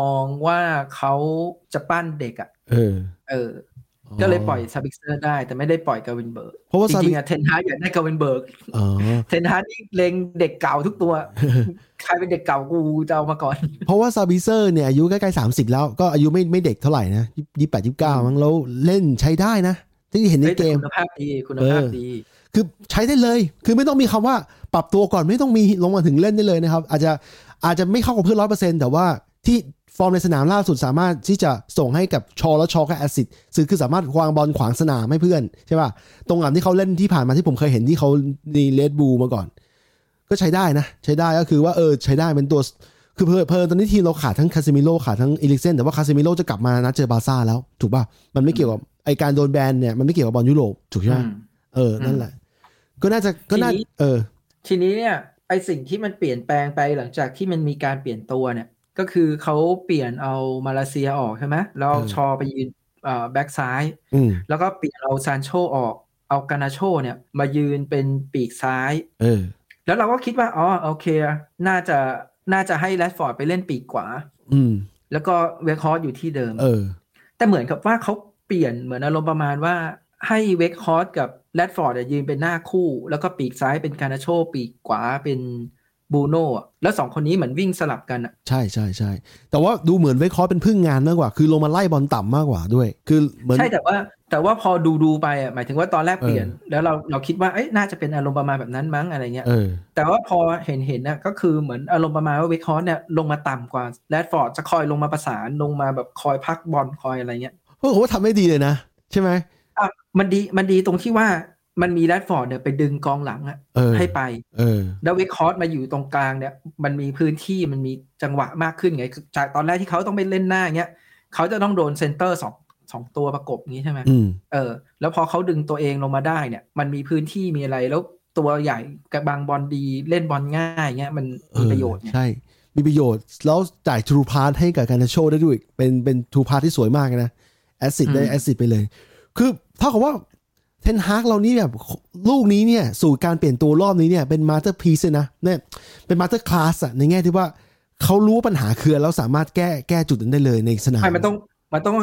C: มองว่าเขาจะปั้นเด็กอะ่ะ
B: เออ
C: เออ ก็เลยปล่อยซับมิเซอร์ได้ แต่ไม่ได้ปล่อยกาเวนเบิร์ด
B: เพราะว่า
C: จ
B: ซา
C: ริ
B: บิ
C: งๆอะเทนฮาร์กอยากได้กาเวนเบิร์ก
B: อ๋อ
C: เทนฮาร์กนี่เลงเด็กเก่าทุก ตัว ใครเป็นเด็กเก่ากูจะเอามาก่อน
B: เพราะว่าซาบิเซอร์เนี่ยอายุใกล้ๆสามสิบแล้วก็อายุไม่ไม่เด็กเท่าไหร่นะยี่แปดยี่เก้ามั้งแล้วเล่นใช้ได้นะ ที่เห็นใน
C: ฮ้ย
B: เก
C: แต่
B: ม
C: คุณภาพดีคุณภาพ
B: เออ
C: ดี
B: คือใช้ได้เลย คือไม่ต้องมีคำว่าปรับตัวก่อนไม่ต้องมีลงมาถึงเล่นได้เลยนะครับ อาจจะอาจจะไม่เข้ากับเพื่อนร้อยเปอร์เซ็นต์แต่ว่าที่ฟอร์มในสนามล่าสุดสามารถที่จะส่งให้กับชอและชอกับแอสซิดซึ่งคือสามารถวางบอลขวางสนามให้เพื่อนใช่ป่ะ ตรงกับที่เขาเล่นที่ผ่านมาที่ผมเคยเห็นที่เขาดีเลดบูมาก่อน ก็ใช้ได้นะ ใช้ได้ก็คือว่าเออใช้ได้เป็นตัว คือเพอเพอตอนนี้ทีมเราขาดทั้งคาซิมิโลขาดทั้งเอลิกเซนแต่ว่าคาซิมิโลจะกลับมานะเจอบาร์ซ่าแล้วถูกป่ะ มันไม่เกี่ยวกับไอการโดนแบนเนี่ยมันไม่เกี่ยวกับบอลยุโรปถูกใช่ไหม เออ นั่นแหละ ก็น่าจะก็น่า
C: ทีนี้
B: เออ
C: ทีนี้เนี่ยไอสิ่งที่มันเปลี่ยนแปลงไปหลังจากที่มันมีการเปลี่ยนตัวเนี่ย ก็คือเขาเปลี่ยนเอามาเลเซียออกใช่ไหมแล้วเอา
B: เออ
C: ชอไปยืนไป เอ่อแบ็กซ้าย
B: อืม
C: แล้วก็เปลี่ยนเอาซานโชออกเอากานาโชเนี่ยมายืนเป็นปีกซ้าย
B: เออ
C: แล้วเราก็คิดว่าอ๋อโอเค น่าจะน่าจะให้แรชฟอร์ดไปเล่นปีกขวา
B: อืม
C: แล้วก็เวคฮอร์สอยู่ที่เดิม
B: เออ
C: แต่เหมือนกับว่าเขาเปลี่ยนเหมือนอารมณ์ประมาณว่าให้เวคฮอร์สกับแรดฟอร์ดอะยืนเป็นหน้าคู่ แล้วก็ปีกซ้ายเป็นการนาโช ปีกขวาเป็นบูโน่อะแล้วสองคนนี้เหมือนวิ่งสลับกันอะ
B: ใช่ใช่ใช่แต่ว่าดูเหมือนเวคคอร์เป็นพึ่งงานมากกว่า คือลงมาไล่บอลต่ำมากกว่าด้วย คือเหมือน
C: ใช่แต่ว่าแต่ว่าพอดูดูไปอะหมายถึงว่าตอนแรก
B: เออ
C: เปลี่ยน แล้วเราเราคิดว่าเอ้ยน่าจะเป็นอารมณ์ประมาณแบบนั้นมั้งอะไรเงี้ย
B: เออ
C: แต่ว่าพอเห็นเห็นนะก็คือเหมือนอารมณ์ประมาณว่าเวคฮอร์สเนี่ยลงมาต่ำกว่าแรดฟอร์ดจะคอยลงมาประสานลงมาแบบคอยพักบอลคอยอะไรเงี้ย
B: เพราะผมว่าทำไม่ดีเลยนะ ใช่ไหม
C: มันดีมันดีตรงที่ว่ามันมีแรดฟอร์ดเนี่ยไปดึงกองหลังอะ
B: เออ
C: ให้ไป
B: เออ
C: แล้วเวคคอร์สมาอยู่ตรงกลางเนี่ย มันมีพื้นที่มันมีจังหวะมากขึ้นไงคือจากตอนแรกที่เขาต้องไปเล่นหน้าอย่างเงี้ยเขาจะต้องโดนเซนเตอร์สองสองตัวประกบอย่างงี้ใช่ไหม
B: อืม
C: เออ แล้วพอเขาดึงตัวเองลงมาได้เนี่ย มันมีพื้นที่มีอะไรแล้วตัวใหญ่กับบางบอลดีเล่นบอลง่ายเงี้ยมัน
B: เอ
C: มี
B: อ
C: ประโยชน์ไง
B: ใช่ มีประโยชน์ แล้วจ่ายทรูพาร์ทให้กับการนาโชได้ด้วย เป็นเป็นทรูพาร์ทที่สวยมากนะ แอสซิดได้แอสซิดไปเลย คือเท่ากับว่าเทนฮากเรานี่แบบลูกนี้เนี่ย สู่การเปลี่ยนตัวรอบนี้เนี่ย เป็นมาสเตอร์พีซนะเนี่ยเป็นมาสเตอร์คลาสอะในแง่ที่ว่าเขารู้ว่าปัญหาคืออะไรแล้วสามารถแก้แก้จุดนั้นได้เลยในสนาม
C: ใช่มันต้องมันต้อง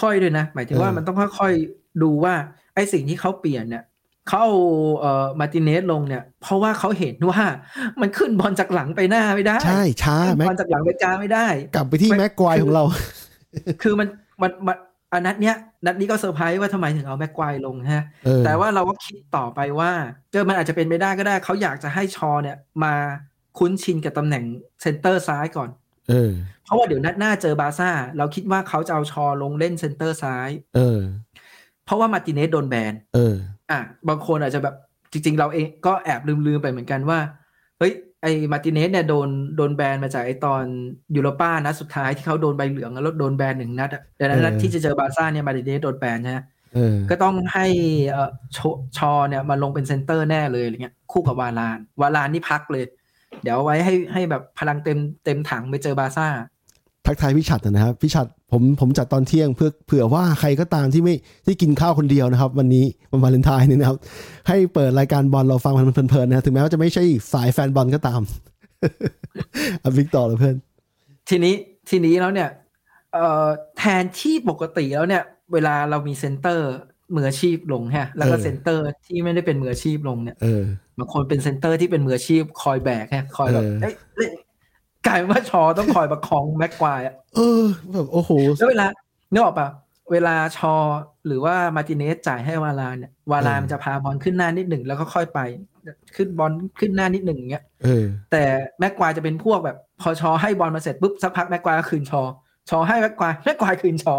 C: ค่อยๆด้วยนะ หมายถึงว่า
B: เออ
C: มันต้องค่อยๆดูว่าไอ้สิ่งที่เขาเปลี่ยนเนี่ยเขาเอาเอ่อมาร์ติเนสลงเนี่ย เพราะว่าเขาเห็นว่า มันขึ้นบอลจากหลังไปหน้าไม่ได้
B: ใช่ช้า
C: ขึ้น
B: แม็ก
C: บอลจากหลังไปกลางไม่ ได้
B: กลับไปที่แม็กควายของเรา
C: คือมันมันมันอันนัดเนี้ยนัดนี้ก็เซอร์ไพรส์ว่าทำไมถึงเอาแม็กควายลงฮะ
B: เออ
C: แต่ว่าเราก็คิดต่อไปว่าเจอมันอาจจะเป็นไปได้ก็ได้ เขาอยากจะให้ชอเนี่ยมาคุ้นชินกับตำแหน่งเซนเตอร์ซ้ายก่อน
B: เออ
C: เพราะว่าเดี๋ยวนัดหน้าเจอบาร์ซ่า เราคิดว่าเขาจะเอาชอลงเล่นเซนเตอร์ซ้าย
B: เออ
C: เพราะว่ามาร์ติเนสโดนแบน
B: เออ
C: อ่ะบางคนอาจจะแบบจริง ๆ เราเองก็แอบลืมๆไปเหมือนกันว่าเฮ้ยไอ้มาร์ติเนสเนี่ยโดนโดนแบนมาจากไอ้ตอนยูโรป้านัดสุดท้ายที่เขาโดนใบเหลืองแล้วโดนแบนหนึ่งนัดอะแต่นั้น
B: เออ
C: นัดที่จะเจอบาร์ซ่าเนี่ยมาร์ติเนสโดนแบนใช่ไหม
B: เออ
C: ก็ต้องให้เอ่อชอชอเนี่ยมาลงเป็นเซนเตอร์แน่เลยอะไรเงี้ยคู่กับวาลาน วาลานนี่พักเลย เดี๋ยวเอาไว้ให้ให้แบบพลังเต็มเต็มถังไปเจอบาร์ซ่า
B: ทักทายพี่ฉัดนะครับพี่ฉัดผมผมจัดตอนเที่ยงเพื่อเผื่อว่าใครก็ตามที่ไม่ที่กินข้าวคนเดียวนะครับ วันนี้วันวาเลนไทน์เนี่ยนะครับ ให้เปิดรายการบอลเราฟังมันเพลินๆนะถึงแม้ว่าจะไม่ใช่สายแฟนบอลก็ตาม อ่ะวิกต่อเลยเพื่อน
C: ทีนี้ทีนี้แล้วเนี่ยเอ่อแทนที่ปกติแล้วเนี่ย เวลาเรามีเซนเตอร์มืออาชีพลงฮะแล้วก็
B: เออ
C: เซนเตอร์ที่ไม่ได้เป็นมืออาชีพลงเนี่ย
B: เออ
C: บางคนเป็นเซนเตอร์ที่เป็นมืออาชีพคอยแบกฮะคอยแบบ
B: เออ
C: เอ้ยเอ้ยกลายเป็นว่าชอต้องคอยประคองแม็กควายอะ
B: เออแบบโอ้โห
C: แล้วเวลานึกออกปะเวลาชอหรือว่ามาร์ติเนสจ่ายให้วาลาเนี่ยวาลา
B: เออ
C: มันจะพาบอลขึ้นหน้านิดหนึ่งแล้วก็ค่อยไป ขึ้นบอลขึ้นหน้านิดหนึ่งอย่างเงี้ย
B: เออ
C: แต่แม็กควายจะเป็นพวกแบบ พอชอให้บอลมาเสร็จปุ๊บสักพักแม็กควายก็คืนชอ ชอให้แม็ก ควายแม็กควายคืนชอ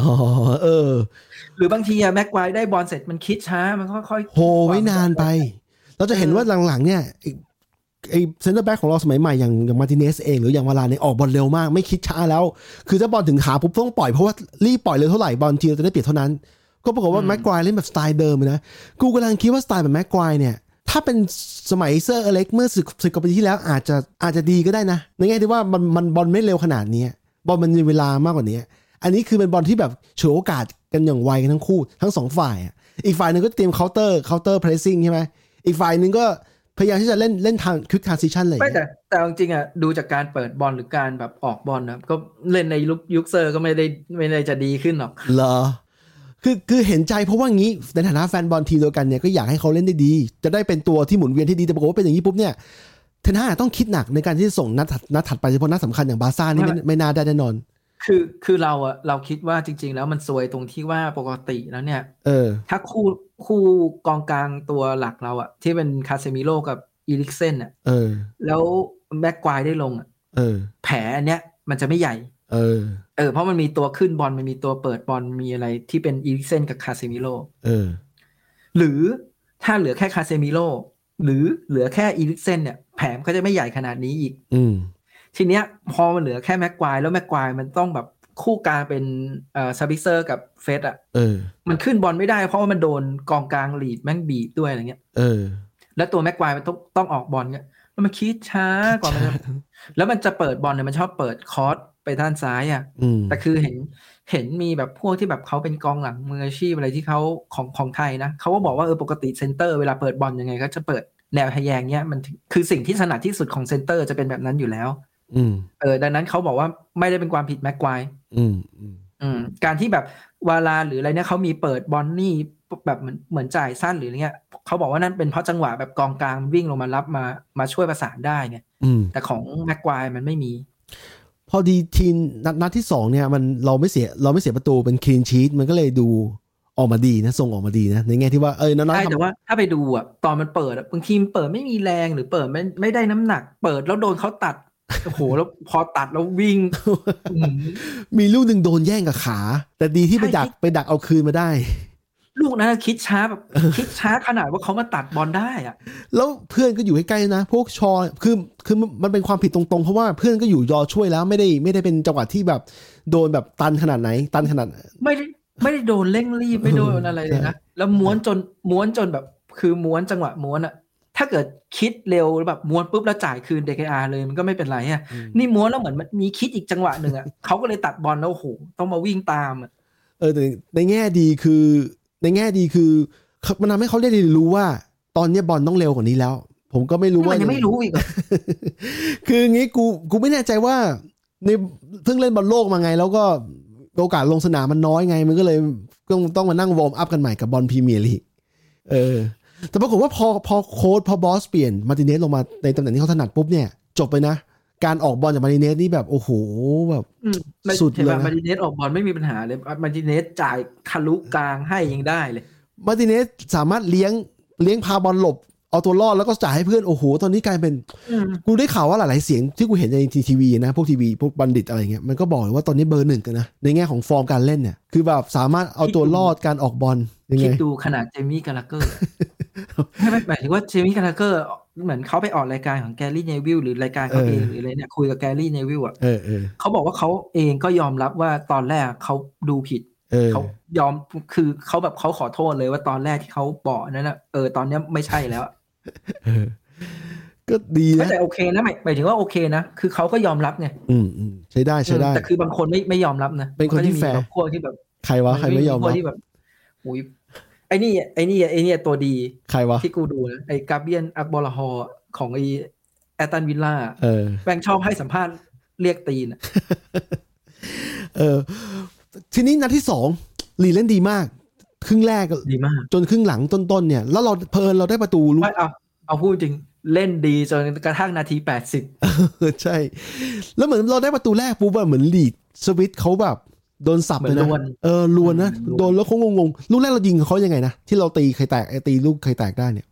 B: อ๋อเออ
C: หรือบางทีอะแม็กควายได้บอลเสร็จมันคิดช้ามันค่อยๆ
B: โหไว้นานไป เราจะเห็นว่าหลังๆ เนี่ยไอ้ไอเซนเตอร์แบ็กของเราสมัยใหม่อย่างอย่างมาร์ติเนสเอง หรืออย่างวาลานเนี่ยออกบอลเร็วมากไม่คิดช้าแล้ว คือถ้าบอลถึงขาปุ๊บต้องปล่อยเพราะว่ารีบปล่อยเร็วเท่าไหร่บอลทีเราจะได้เปรียบเท่านั้น ก็ปรากฏว่าแม็กควายเล่นแบบสไตล์เดิมเลยนะ กูกำลังคิดว่าสไตล์แบบแม็กควายเนี่ย ถ้าเป็นสมัยเซอร์อเล็กเมื่อสิบสิบกว่าปีที่แล้วอาจจะอาจจะดีก็ได้นะในแง่ที่ว่ามันมันบอลไม่เร็วขนาดนี้บอลมันมีเวลามากกว่านี้ อันนี้คือเป็นบอลที่แบบฉวยโอกาสกันอย่างไวกันทั้งคู่ทั้งสองฝ่ายอะอีกฝ่ายหนึ่งก็เตรียมเคาน์เตอร์เคาน์เตอร์เพรสซิ่งใช่ไหมอีกฝ่ายหนึ่งก็พยายามที่จะเล่นเล่นทางควิกทรานซิชันเลย
C: ไม่แต่แต่เอาจริงๆอะดูจากการเปิดบอลหรือการแบบออกบอลนะก็เล่นในยุคยุคเซอร์ก็ไม่ได้ไม่ได้จะดีขึ้นหรอก
B: เหรอคือคือเห็นใจเพราะว่างี้ในฐานะแฟนบอลทีมเดียวกันเนี่ยก็อยากให้เขาเล่นได้ดี จะได้เป็นตัวที่หมุนเวียนที่ดีแต่ปรากฏว่าเป็นอย่างนี้ปุ๊บเนี่ยเทนฮาต้องคิดหนักในการที่จะส่งนัดถัดนัดถัดไปเฉพาะนัดสำคัญอย่างบาร์ซ่านี่ไม่ไม่น่าได้แน่นอน
C: คือคือเราอะเราคิดว่าจริง ๆ แล้วมันซวยตรงที่ว่าปกติแล้วเนี่ย
B: เออ
C: ถ้าคู่คู่กองกลางตัวหลักเราอะที่เป็นคาเซมิโร่กับอีลิกเซนอะ
B: เออ
C: แล้วแม็กควายได้ลงอะ
B: เออ
C: แผลอันเนี้ยมันจะไม่ใหญ่
B: เออ
C: เออ เพราะมันมีตัวขึ้นบอล มันมีตัวเปิดบอล มีอะไรที่เป็นอีริกเซนกับคาเซมิโล
B: เออ
C: หรือถ้าเหลือแค่คาเซมิโล หรือเหลือแค่อีริกเซนเนี่ย แผลมันก็จะไม่ใหญ่ขนาดนี้อีก
B: อืม
C: ทีเนี้ยพอมันเหลือแค่แม็กควาย แล้วแม็กควายมันต้องแบบคู่กลางเป็นเอ่อซาบิเซอร์กับเฟสอะ
B: เออ
C: มันขึ้นบอลไม่ได้เพราะว่ามันโดนกองกลางหลีดแม่งบีบด้วยอะไรเงี้ย
B: เออ
C: แล้วตัวแม็กควายมันต้องต้องออกบอลเนี่ยแล้วมันคิดช้ากว่ามันจะแล้วมันจะเปิดบอลเนี่ยมันชอบเปิดคอร์สไปด้านซ้ายอะ
B: อืม
C: แต่คือเห็น เห็นมีแบบพวกที่แบบเขาเป็นกองหลังมืออาชีพอะไรที่เขาของของไทยนะเขาก็บอกว่าเออปกติเซนเตอร์เวลาเปิดบอลยังไงก็จะเปิดแนวทะแยงเนี้ยมันถึงคือสิ่งที่ถนัดที่สุดของเซนเตอร์จะเป็นแบบนั้นอยู่แล้ว
B: อืม
C: เออดังนั้นเขาบอกว่าไม่ได้เป็นความผิดแม็กควาย
B: อืมอืม
C: อืมการที่แบบวาลาหรืออะไรเนี่ยเขามีเปิดบอนนี่แบบเหมือนเหมือนจ่ายสั้นหรืออะไรเงี้ยเขาบอกว่านั่นเป็นเพราะจังหวะแบบกองกลางวิ่งลงมารับมามาช่วยประสานได้เนี่ย
B: อืม
C: แต่ของแม็กควายมันไม่มี
B: พอดีทีมนัดนัดที่สองเนี่ยมันเราไม่เสียเราไม่เสียประตูเป็นคลีนชีตมันก็เลยดูออกมาดีนะทรงออกมาดีนะ ในแง่ที่ว่าเออนัดนัด
C: ใช่
B: ทำ
C: แต่ว่าถ้าไปดูอ่ะตอนมันเปิดอะบางทีมเปิดไม่มีแรงหรือเปิดไม่ไม่ได้น้ำหนัก เปิดแล้วโดนเขาตัด โอ้โหแล้วพอตัดแล้ว วิ่งอื้อหือ
B: มีลูกหนึ่งโดนแย่งกับขา แต่ดีที่ไป
C: ใช่
B: ดัก
C: ที่
B: ไปดักเอาคืนมาได้
C: ลูกนั้นอะคิดช้า แบบคิดช้าขนาดว่าเขามาตัดบอลได้อ่ะ
B: แล้วเพื่อนก็อยู่ใกล้ๆนะ พวกชอคือคือมันเป็นความผิดตรงๆ เพราะว่าเพื่อนก็อยู่รอช่วยแล้วไม่ได้ไม่ได้เป็นจังหวะที่แบบโดนแบบตันขนาดไหน ตันขนาด
C: ไม่ได้ไม่ได้โดนเร่งรี บไม่โดนอะไรเลยนะแล้วม้วนจนม้วนจนแบบคือม้วนจังหวะม้วนอะถ้าเกิดคิดเร็วแบบม้วนปุ๊บแล้วจ่ายคืน DKR เลยมันก็ไม่เป็นไรอะ
B: อืม
C: นี่ม้วนแล้วเหมือนมันมีคิดอีกจังหวะหนึ่งอะ เขาก็เลยตัดบอลแล้วโอ้โหต้องมาวิ่งตามอะ
B: เออแต่ในแง่ดีคือในแง่ดีคือเขามันทำให้เขาได้เรียนรู้ว่า ตอนเนี้ยบอลต้องเร็วกว่านี้แล้ว ผมก็ไม่รู้
C: นี่มั
B: ว่า
C: นยังไม่รู้อีกเหรอ
B: คืออย่างงี้กูกูไม่แน่ใจว่าในเพิ่งเล่นบอลโลกมาไง แล้วก็โอกาสลงสนามมันน้อยไง มันก็เลยต้องต้องมานั่งวอร์มอัพกันใหม่กับบอลพรีเมียร์ลีกเออ แต่ปรากฏว่าพอพอโค้ดพอบอสเปลี่ยนมาร์ติเนสลงมาในตำแหน่งที่เขาถนัดปุ๊บเนี่ย จบไปนะ การออกบอลจากมาร์ติเนสนี่แบบโอ้โหแบบ
C: อืมไม่
B: สุดเลยนะ
C: เห็นป่ะมาร์ติเนสออกบอลไม่มีปัญหาเลยมาร์ติเนสจ่ายทะลุกลางให้ยังได้เลย
B: มาร์ติเนสสามารถเลี้ยงเลี้ยงพาบอลหลบ เอาตัวรอดแล้วก็จ่ายให้เพื่อนโอ้โห ตอนนี้กลายเป็น
C: อืม
B: กูได้ข่าวว่าหลาย ๆ เสียงที่กูเห็นในทีวีนะ พวกทีวีพวกบัณฑิตอะไรเงี้ยมันก็บอกเลยว่าตอนนี้เบอร์หนึ่งกันนะ ในแง่ของฟอร์มการเล่นเนี่ย คือแบบสามารถเอาตัวรอดการออกบอลยัง
C: คิ
B: ไง
C: ดดูขนาดเจมี่กาลาเกอร์ ไม่ไม่หมายถึงว่าเจมี่กาลาเกอร์เหมือนเขาไปออกรายการของแกรี่เนวิลหรือรายการเขาเอง
B: เออ
C: หรืออะไรเนี่ยคุยกับแกรี่เนวิลอ่ะ
B: เออเออ
C: เขาบอกว่าเขาเองก็ยอมรับว่าตอนแรกเขาดูผิด
B: เออ
C: เขายอมคือเขาแบบเขาขอโทษเลยว่าตอนแรกที่เขาบอกนั้นนะเออตอนเนี้ยไม่ใช่แล้วอะ
B: เออ ก็ดีนะ
C: แต่โอเคนะหมายหมายถึงว่าโอเคนะคือเขาก็ยอมรับไง
B: อืมอืมใช้ได้ใช้ได้
C: แต่คือบางคนไม่ไม่ยอมรับนะ
B: เป็นคนที่
C: มัก็จะมี
B: แฟร์
C: บบพวกที่แบบ
B: ใครวะใครไม่ยอม
C: พว
B: รั
C: ก
B: บ
C: ที่แบบอุ้ยไอ้นี่ไอ้นี่ไอ้นี่ตัวดี
B: ใครวะ
C: ที่กูดูนะไอ้กาเบียนอักบอลฮอของไอ้แอตันวิลล่า
B: เออ
C: แบงชอบให้สัมภาษณ์เรียกตีนอะ
B: เออ ทีนี้นัดที่สองลีเล่นดีมาก ครึ่งแรก
C: ดีมาก
B: จนครึ่งหลังต้น ๆ เนี่ย แล้วเราเพลินเราได้ประตูลูก
C: ไม่เอาเอาพูดจริงเล่นดีจนกระทั่งนาทีแปดสิบ
B: เออ ใช่ แล้วเหมือนเราได้ประตูแรกปุ๊บอะเหมือนลีดสวิตช์เขาแบบโดนสับ
C: เหมื
B: เล
C: อย น
B: นะ
C: ลวน
B: เออลวนนะ
C: อืม
B: โดนแล้วเขางงๆลูกแรกเรายิงเขายังไงนะที่เราตีใครแตกไอตีลูกใครแตกได้เนี่ย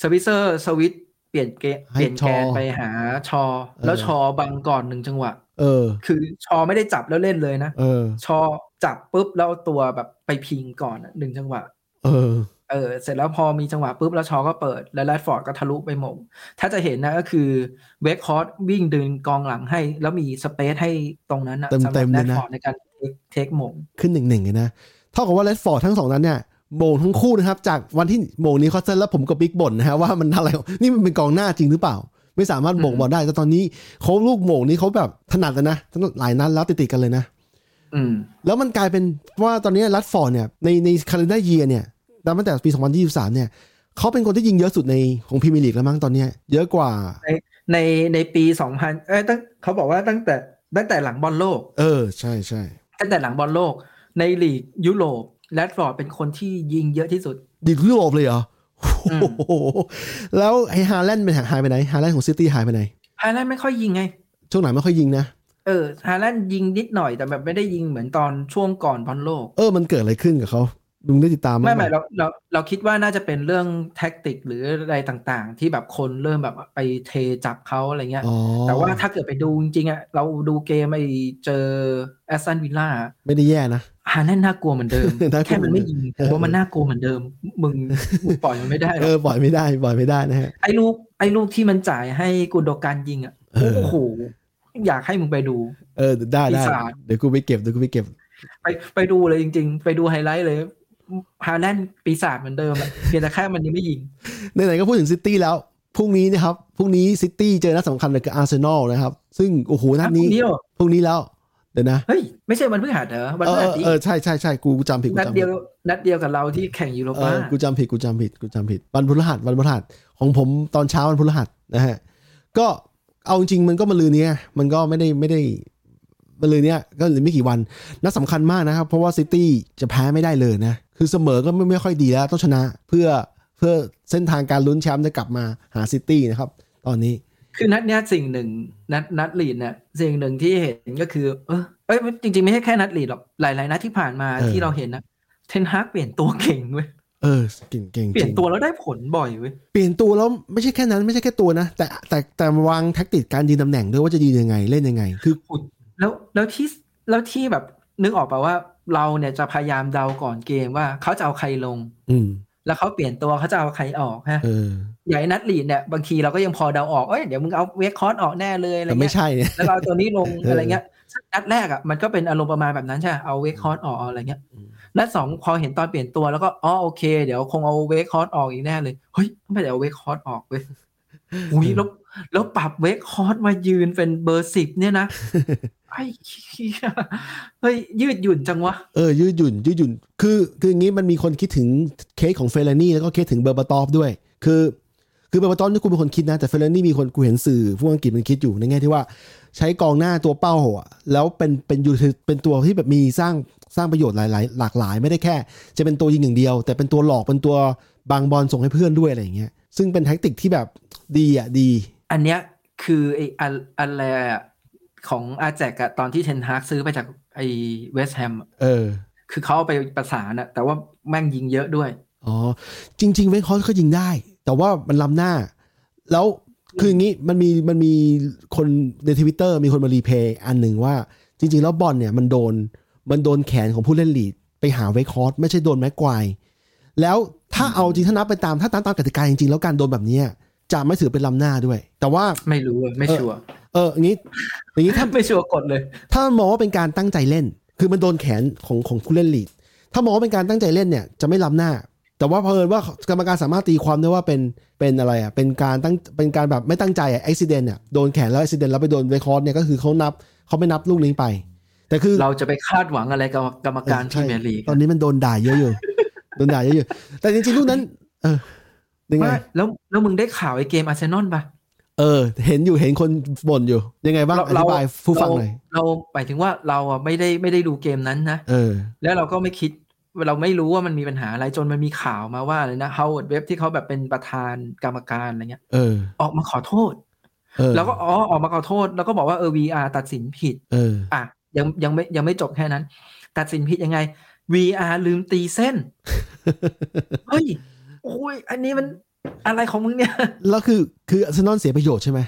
C: สวิตเซอร์สวิตเปลี่ยนเกม
B: ให้
C: เปลี่ยนแกน
B: ชอ
C: ไปหาชอ แล้ว
B: เออ
C: ชอบังก่อนหนึ่งจังหวะ
B: เออ
C: คือชอไม่ได้จับแล้วเล่นเลยนะ
B: เออ
C: ชอจับปุ๊บแล้วเอาตัวแบบไปพิงก่อนอะหนึ่งจังหวะ
B: เออ
C: เออเสร็จแล้วพอมีจังหวะปุ๊บ แล้วชอก็เปิด แล้วแรดฟอร์ดก็ทะลุไปหมงถ้าจะเห็นนะก็คือเวกคอร์สวิ่งดึงกองหลังให้ แล้วมีสเปซให้ตรงนั้นนะ
B: เต็มๆ
C: สำหรับ
B: เลย
C: แรด
B: นะ
C: ฟอร์ดในการเทคหมง
B: ขึ้นหนึ่งหนึ่งเลยนะ เท่ากับว่าเลดฟอร์ดทั้งสองนั้นเนี่ยโมงทั้งคู่นะครับ จากวันที่โมงนี้เขาเซนแล้วผมกับบิ๊กบ่นนะฮะว่ามันอะไรนี่มันเป็นกองหน้าจริงหรือเปล่า ไม่สามารถโมงบอลได้แต่ตอนนี้เขาลูกโมงนี้เขาแบบถนัดแล้วนะหลายนัดแล้วติดๆกันเลยนะ
C: อืม
B: แล้วมันกลายเป็นว่าตอนนี้รัดฟอร์ดเนี่ยในในคาล endar year เนี่ยนับตั้งแต่ปี 2023 เนี่ยเขาเป็นคนที่ยิงเยอะสุดในของพรีเมียร์ลีกแล้วมั้งตอนเนี้ยเยอะกว่า
C: ในในปีสองพันเอ้ยตั้งเขาบอกว่าตั้งแต่ตั้งแต่หลังบอลโลก
B: เออ ใช่ใช่
C: ตั้งแต่หลังบอลโลก ในลีกยุโรปแรดฟอร์ดเป็นคนที่ยิงเยอะที่สุด
B: ดีกว่ายุโรปเลยเหรอโอ้
C: อืม
B: โห แล้วไอ้ฮาแลนด์เป็นหายไปไหน ฮาแลนด์ของซิตี้หายไปไหน
C: ฮาแลนด์ไม่ค่อยยิงไง
B: ช่วงหลังไม่ค่อยยิงนะ
C: เออฮาแลนด์ยิงนิดหน่อยแต่แบบไม่ได้ยิงเหมือนตอนช่วงก่อนบอลโลก
B: เออมันเกิดอะไรขึ้นกับเขาลุงได้ติดตาม
C: ไม่
B: บ้างห
C: ไม่เราเราเราคิดว่าน่าจะเป็นเรื่องแท็กติกหรืออะไรต่างๆ ที่แบบคนเริ่มแบบไปเทจับเขาอะไรเงี้ย
B: อ๋อ
C: แต่ว่าถ้าเกิดไปดูจริงๆอะเราดูเกมไอเจอแอสตันวิลล่า
B: ไม่ได้แย่นะ
C: ฮาแน่นน่ากลัวเหมือนเดิม
B: น่ากลัว
C: แค่มันไม่ยิง
B: เออ
C: แต่ว่ามันน่ากลัวเหมือนเดิม มึงมึงปล่อยมันไม่ได้หร
B: เอ
C: อก
B: อปล่อยไม่ได้ปล่อยไม่ได้นะฮะ
C: ไอ้ลูกไอ้ลูกที่มันจ่ายให้กุนโดการยิงอะ
B: เออ
C: โอ้โหอยากให้มึงไปดู
B: เออได้ได้
C: ปีศาจ
B: เดี๋ยวกูไปเก็บเดี๋ยวกูไปเก็บ
C: ไปไปดูเลยจริง ๆ ไปดูไฮไลท์เลยฮาแลนด์ปีศาจเหมือนเดิมอะเพียงแต่แค่มันยังไม่ยิง
B: ไหนๆก็พูดถึงซิตี้แล้ว พรุ่งนี้นะครับ พรุ่งนี้ซิตี้เจอนัดสำคัญเลยคืออาร์เซนอลนะครับ ซึ่ง โอ้โห นัดนี้
C: พรุ่งนี้เหรอ
B: พรุ่งนี้แล้ว เดี๋ยวนะ
C: เฮ้ย ไม่ใช่วันพฤหัสเหรอวัน
B: เออเออ
C: พฤหัสที่
B: เออใช่ใช่ใช่กูจำผิดกู
C: นัด
B: จำผิ
C: เดี
B: ด
C: ยวนัดเดียวกับเราที่แข่งยูโร
B: เอ
C: ป้า
B: อกูจำผิดกูจำผิดกูจำผิดวันพฤหัสวันพฤหัสของผมตอนเช้าวันพฤหัสนะฮะก็เอาจริงๆมันก็มาลือเนี้ยมันก็ไม่ได้ไม่ได้มาลือเนี้ยก็เหลือไม่กี่วันนัดสำคัญมากนะครับ เพราะว่าซิตี้จะแพ้ไม่ได้เลยนะ คือเสมอก็ไม่ไม่ค่อยดีแล้วต้องชนะเพื่อเพื่อเส้นทางการลุ้นแชมป์จะกลับมาหาซิตี้นะครับ ตอนนี้
C: คือนัดเนี้ยสิ่งหนึ่งนัดนัดลีดเนี่ยสิ่งหนึ่งที่เห็นก็คือ เออเอ้ยจริงๆไม่ใช่แค่นัดลีดหรอกหลายๆนัดที่ผ่านมา
B: เออ
C: ที่เราเห็นนะเทนฮากเปลี่ยนตัวเก่งเว้ย
B: เออเก่งเก่ง
C: เปลี่ย
B: จ
C: น
B: ริง
C: ตัวแล้วได้ผลบ่อยเว้ย
B: เปลี่ยนตัวแล้วไม่ใช่แค่นั้นไม่ใช่แค่ตัวนะ แต่แต่แต่วางแท็กติกการยืนตำแหน่งด้วยว่าจะยืนยังไงเล่นยังไง คือ
C: แล้วแล้วที่แล้วที่แบบนึกออกป่าว่าเราเนี่ยจะพยายามเดาก่อนเกมว่าเขาจะเอาใครลง
B: อืม
C: แล้วเขาเปลี่ยนตัวเขาจะเอาใครออกฮะ
B: เออ
C: ใหญ่างไอ้นัดลีดเนี่ยบางทีเราก็ยังพอเดาออกเอ้ยเดี๋ยวมึงเอาเวคคอร์สออกแน่เลยอะไร
B: แต่ไม่
C: เงี้ย
B: ใช่เนี่ย
C: แล้วเราเอาตัวนี้ ลง
B: เอออ
C: อะไรเงี้ยนัดแรกอ่ะมันก็เป็นอารมณ์ประมาณแบบนั้นใช่ไหมเอาเวคคอร์สออกเอาอะไรเงี้ย
B: อืม
C: นัดสองพอเห็นตอนเปลี่ยนตัวแล้วก็อ๋อโอเค เดี๋ยวคงเอาเวคคอร์สออกอีกแน่เลยเฮ้ยไม่ได้เอาเวคคอร์สออกเว้ยอุ้ยแล้วแล้วปรับเวคคอร์สมายืนเป็นเบอร์สิบเนี่ยนะ ไอ้เหี้ยเฮ้ยยืดหยุ่นจังวะ
B: เออ ยืดหยุ่นยืดหยุ่น คือคืออย่างนี้มันมีคนคิดถึงเคสของเฟลนี่แล้วก็เคสถึงเบอร์บาตอฟด้วย คือคือเบอร์บาตอฟนี่กูเป็นคนคิดนะ แต่เฟลนี่มีคนกูเห็นสื่อผู้อังกฤษมันคิดอยู่ในแง่ที่ว่าใช้กองหน้าตัวเป้าอะแล้วเป็นเป็นยูเป็นตัวที่แบบมีสร้างสร้างประโยชน์หลายหลายหลากหลายไม่ได้แค่ จะเป็นตัวยิงอย่างเดียว แต่เป็นตัวหลอกเป็นตัวบางบอลส่งให้เพื่อนด้วยอะไรอย่างเงี้ยซึ่งเป็นแท็กติกที่แบบดีอ่ะดี
C: อันเนี้ยคือไอ้อันอันแรกของอาแจกอะตอนที่เทนฮากซื้อไปจากไอ้เวสต์แฮมอะ
B: เออ
C: คือเขาเอาไปประสานอะแต่ว่าแม่งยิงเยอะด้วย
B: อ๋อ จริง ๆ เวนคอสก็ยิงได้ แต่ว่ามันล้ำหน้า แล้วคืออย่างนี้มันมีมันมีคนในทวิตเตอร์มีคนมารีเพลย์อันหนึ่งว่า จริง ๆ แล้วบอลเนี่ยมันโดนมันโดนแขนของผู้เล่นลีด ไปหาเวคอสไม่ใช่โดนแม็กควายแล้วถ้าเอาจริงถ้านับไปตามถ้าตามตามกติกาจริง ๆ แล้วการโดนแบบเนี้ยจะไม่ถือเป็นล้ำหน้าด้วย แต่ว่า
C: ไม่รู้อะไม่
B: เออ
C: ชัวร์
B: เอออย่างนี้อย่างนี้ถ้า
C: ไม่ชัวร์กดเลย
B: ถ้ามองว่าเป็นการตั้งใจเล่น คือมันโดนแขนของของผู้เล่นลีด ถ้ามองว่าเป็นการตั้งใจเล่นเนี่ยจะไม่ล้ำหน้า แต่ว่าเผอิญว่ากรรมการสามารถตีความได้ว่าเป็นเป็นอะไรอ่ะ เป็นการตั้งเป็นการแบบไม่ตั้งใจอ่ะอุบิเหตุอ่ะโดนแขนแล้วอุบิเหตุแล้วไปโดนเวคอร์สเนี่ยก็คือเขานับเขาไม่นับลูกนี้ไป แต่คือ
C: เราจะไปคาดหวังอะไรกับกรรมการพรีเมียร์ลีก
B: ตอนนี้มันโดนด่าเยอะอยู่ โดนด่าเยอะอยู่ แต่จริงๆลูกนั้น เออยังไง
C: ว่าแล้วแล้วมึงได้ข่าวไอ้เกมอาร์เซนอลปะ
B: เออ เห็นอยู่เห็นคนบ่นอยู่ ยังไงบ้างอธิบายผู้ฟังหน่อย
C: เราเราหมายถึงว่าเราอะไม่ได้ไม่ได้ดูเกมนั้นนะ
B: เออ
C: แล้วเราก็ไม่คิดเราไม่รู้ว่ามันมีปัญหาอะไรจนมันมีข่าวมาว่าเลยนะฮาวเวิร์ดเว็บที่เขาแบบเป็นประธานกรรมการอะไรเงี้ย
B: เออ
C: ออกมาขอโทษ
B: เออ
C: แล้วก็อ๋อออกมาขอโทษ แล้วก็บอกว่าเออ VR ตัดสินผิด
B: เออ
C: อ่ะยังยังไม่ยังไม่จบแค่นั้น ตัดสินผิดยังไง VR ลืมตีเส้น เฮ้ยโอ้ยอันนี้มันอะไรของมึงเนี่ย
B: แล้วคือคืออาร์เซนอลเสียประโยชน์ใช่ไหม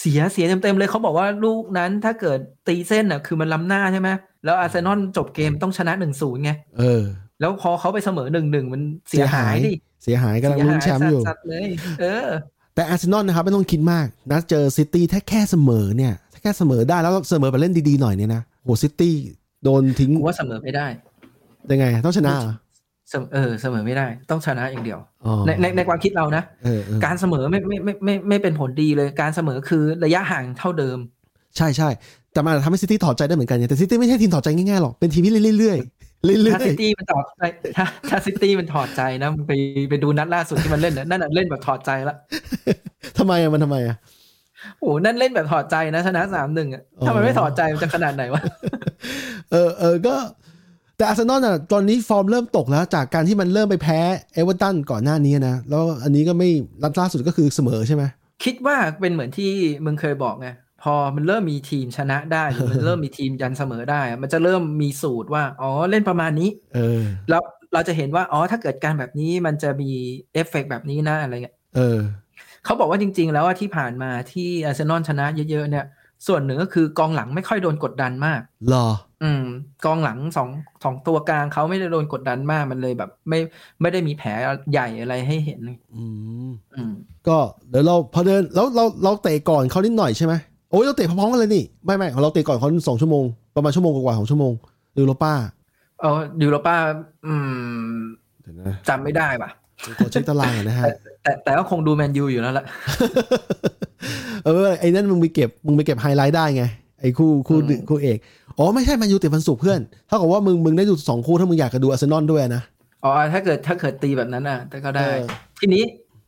C: เสียเสียเต็มๆเลยเขาบอกว่าลูกนั้นถ้าเกิดตีเส้นน่ะคือมันล้ำหน้าใช่ไหมแล้วอาร์เซนอลจบเกมต้องชนะหนึ่งศูนย์ไง
B: เออ
C: แล้วพอเขาไปเสมอหนึ่งหนึ่งมันเสียหายดิ
B: เสียหายกำลังลุ้นแชมป์อยู่
C: เสีหาสัตว์เลย เออ
B: แต่อาร์เซนอลนะครับ ไม่ต้องคิดมากนะเจอซิตี้ถ้าแค่เสมอเนี่ย ถ้าแค่เสมอได้แล้วเสมอแบบเล่นดีๆหน่อยเนี่ยนะโหซิตี้โดนทิ้ง
C: กูว่าเสมอไม่ได้
B: ยังไง ต้องชนะเหรอ
C: เสมอเออ เสมอไม่ได้ ต้องชนะอย่างเดียว
B: อ๋อ
C: ในในในความคิดเรานะ
B: เออเออ
C: การเสมอไม่ไม่ไม่ไม่ไม่เป็นผลดีเลย การเสมอคือระยะห่างเท่าเดิม
B: ใช่ใช่แต่มันอาจจะทำให้ซิตี้ถอดใจได้เหมือนกันไงแต่ซิตี้ไม่ใช่ทีมถอดใจง่ายๆหรอก เป็นทีมที่เล่นเรื่อยๆเรื่อย
C: ถ้าซิตี้มันถอดใจถ้าถ้าซิตี้มันถอดใจนะมึงไปไปดูนัดล่าสุดที่มันเล่นนะนั่นน่ะเล่นแบบถอดใจละ
B: ๆทำไมอะมันทำไมอะ
C: โอ้โหนั่นเล่นแบบถอดใจนะชนะสามหนึ่งอ่ะถ้ามันไม่ถอดใจมันจะขนาดไหนวะ
B: เออเออก็แต่อาร์เซนอลน่ะตอนนี้ฟอร์มเริ่มตกแล้ว จากการที่มันเริ่มไปแพ้เอเวอร์ตันก่อนหน้านี้นะ แล้วอันนี้ก็ไม่รัดล่าสุดก็คือเสมอใช่ไหม
C: คิดว่าเป็นเหมือนที่มึงเคยบอกไงพอมันเริ่มมีทีมชนะได้หรือ มันเริ่มมีทีมยันเสมอได้อะมันจะเริ่มมีสูตรว่า อ๋อเล่นประมาณนี้
B: เออ
C: แล้วเราจะเห็นว่า อ๋อ ถ้าเกิดการแบบนี้มันจะมีเอฟเฟกต์แบบนี้นะอะไรเงี้ย
B: เออ
C: เขาบอกว่าจริง ๆ แล้วอะที่ผ่านมาที่อาร์เซนอลชนะเยอะ ๆ เนี่ย ส่วนหนึ่งก็คือกองหลังไม่ค่อยโดนกดดันมาก
B: รอ
C: อืม กองหลังสองสองตัวกลางเขาไม่ได้โดนกดดันมากมันเลยแบบ ไม่ไม่ได้มีแผลใหญ่อะไรให้เห็น
B: อืม
C: อืม
B: ก็เดี๋ยวเราพอเดินแล้วเราเราเตะก่อนเขานิดหน่อยใช่ไหมโอ้ยเราเตะพร้อมๆกันเลยนี่ ไม่ไม่ของเราเตะก่อนเขาสองชั่วโมง ประมาณชั่วโมงกว่าๆของชั่วโมงยูโรป้า
C: เออยูโรป้าอืม
B: เดี๋ยวนะ
C: จำไม่ได้ป่ะ
B: ผมขอเช็คตารางก่อนนะฮะ
C: แต่แต่ก็คงดูแมนยูอยู่แล้วล่ะ
B: เออไอ้นั่นมึงไปเก็บมึงไปเก็บไฮไลท์ได้ไง ไอ้คู่คู่
C: อืม
B: คู่เอกอ๋อไม่ใช่แมนยูติดวันศุกร์เพื่อนเท่ากับว่ามึงมึงได้ดูสองคู่ถ้ามึงอยากจะดูอาร์เซนอลด้วยนะ
C: อ๋อถ้าเกิดถ้าเกิดตีแบบนั้นอ่ะแต่ก็ได้
B: เออ
C: ทีนี้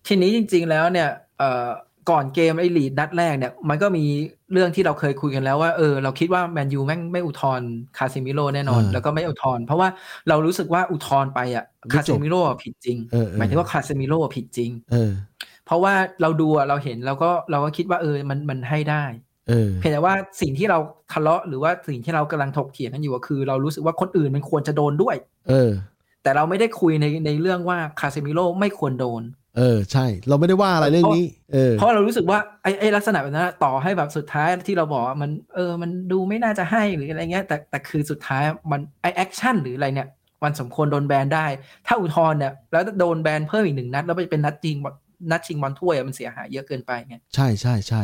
C: ทีนี้จริง ๆแล้วเนี่ยเอ่อก่อนเกมไอ้ลีดนัดแรกเนี่ย มันก็มีเรื่องที่เราเคยคุยกันแล้วว่าเออเราคิดว่าแมนยูแม่งไม่อุทธรณ์คาซิมิโร่แน่นอน
B: เออ
C: แล้วก็ไม่อุทธรณ์เพราะว่าเรารู้สึกว่าอุทธรณ์ไปอ่ะ
B: ไม่จบ
C: คาซิมิโร่อะผิดจริง
B: เออเออ
C: หมายถึงว่าคาซิมิโร่อะผิดจริง
B: เออ
C: เพราะว่าเราดูอะเราเห็นเราก็เราก็คิดว่าเออมันมันให้ได้
B: เออ
C: เพียงแต่ว่าสิ่งที่เราทะเลาะหรือว่าสิ่งที่เรากำลังถกเถียงกันอยู่ก็คือ เรารู้สึกว่าคนอื่นมันควรจะโดนด้วย
B: เออ
C: แต่เราไม่ได้คุยในในเรื่องว่าคาเซมิโร่ไม่ควรโดน
B: เออ ใช่ เราไม่ได้ว่าอะไรเรื่องนี้ เออ
C: เพราะเรารู้สึกว่าไอ้ไอ้ลักษณะแบบนั้นอะต่อให้แบบสุดท้ายที่เราบอกว่ามันเออมันดูไม่น่าจะให้หรืออะไรเงี้ยแต่แต่คือสุดท้ายมันไอแอคชั่นหรืออะไรเนี่ย มันสมควรโดนแบนได้ ถ้าอุทธรณ์เนี่ยแล้วโดนแบนเพิ่มอีกหนึ่งนัดแล้วไปเป็นนัดจริงนัดชิงบอลถ้วยอะมันเสียหายเยอะเกินไปไง
B: ใช่ใช่ใช่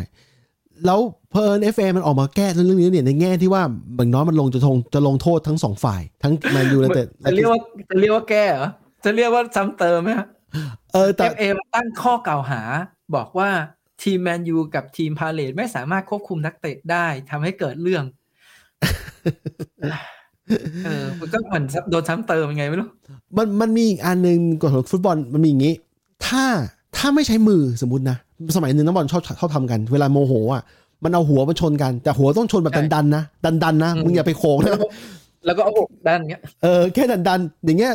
B: แล้วเพลิน FA มันออกมาแก้เรื่องนี้เนี่ยในแง่ที่ว่าบางน้อยมันลงจะทงจะลงโทษทั้งสองฝ่าย ทั้งแมนยูและแต่
C: จะเรียกว่าจะเรียกว่าแก้เหรอ จะเรียกว่าซ้ำเติมไหมฮะ
B: เออแต่
C: FA มาตั้งข้อกล่าวหา บอกว่าทีมแมนยูกับทีมพาเลตไม่สามารถควบคุมนักเตะได้ทำให้เกิดเรื่อง เออมันก็เหมือนโดนซ้ำเติมยังไงไม่รู้
B: มันมันมีอีกอันหนึ่งกฎของฟุตบอลมันมีอย่างนี้ ถ้าถ้าไม่ใช้มือสมมตินะ สมัยหนึ่งนักบอลชอบชอบทำกัน เวลาโมโหอ่ะมันเอาหัวมาชนกัน แต่หัวต้องชนแบบ
C: ใช่
B: ดันๆนะ ดันๆนะ
C: อืม
B: มึงอย่าไปโขงนะ
C: แล้วก็เอาอกด้านเงี้ย
B: เออแค่ดันดันๆอย่างเงี้ย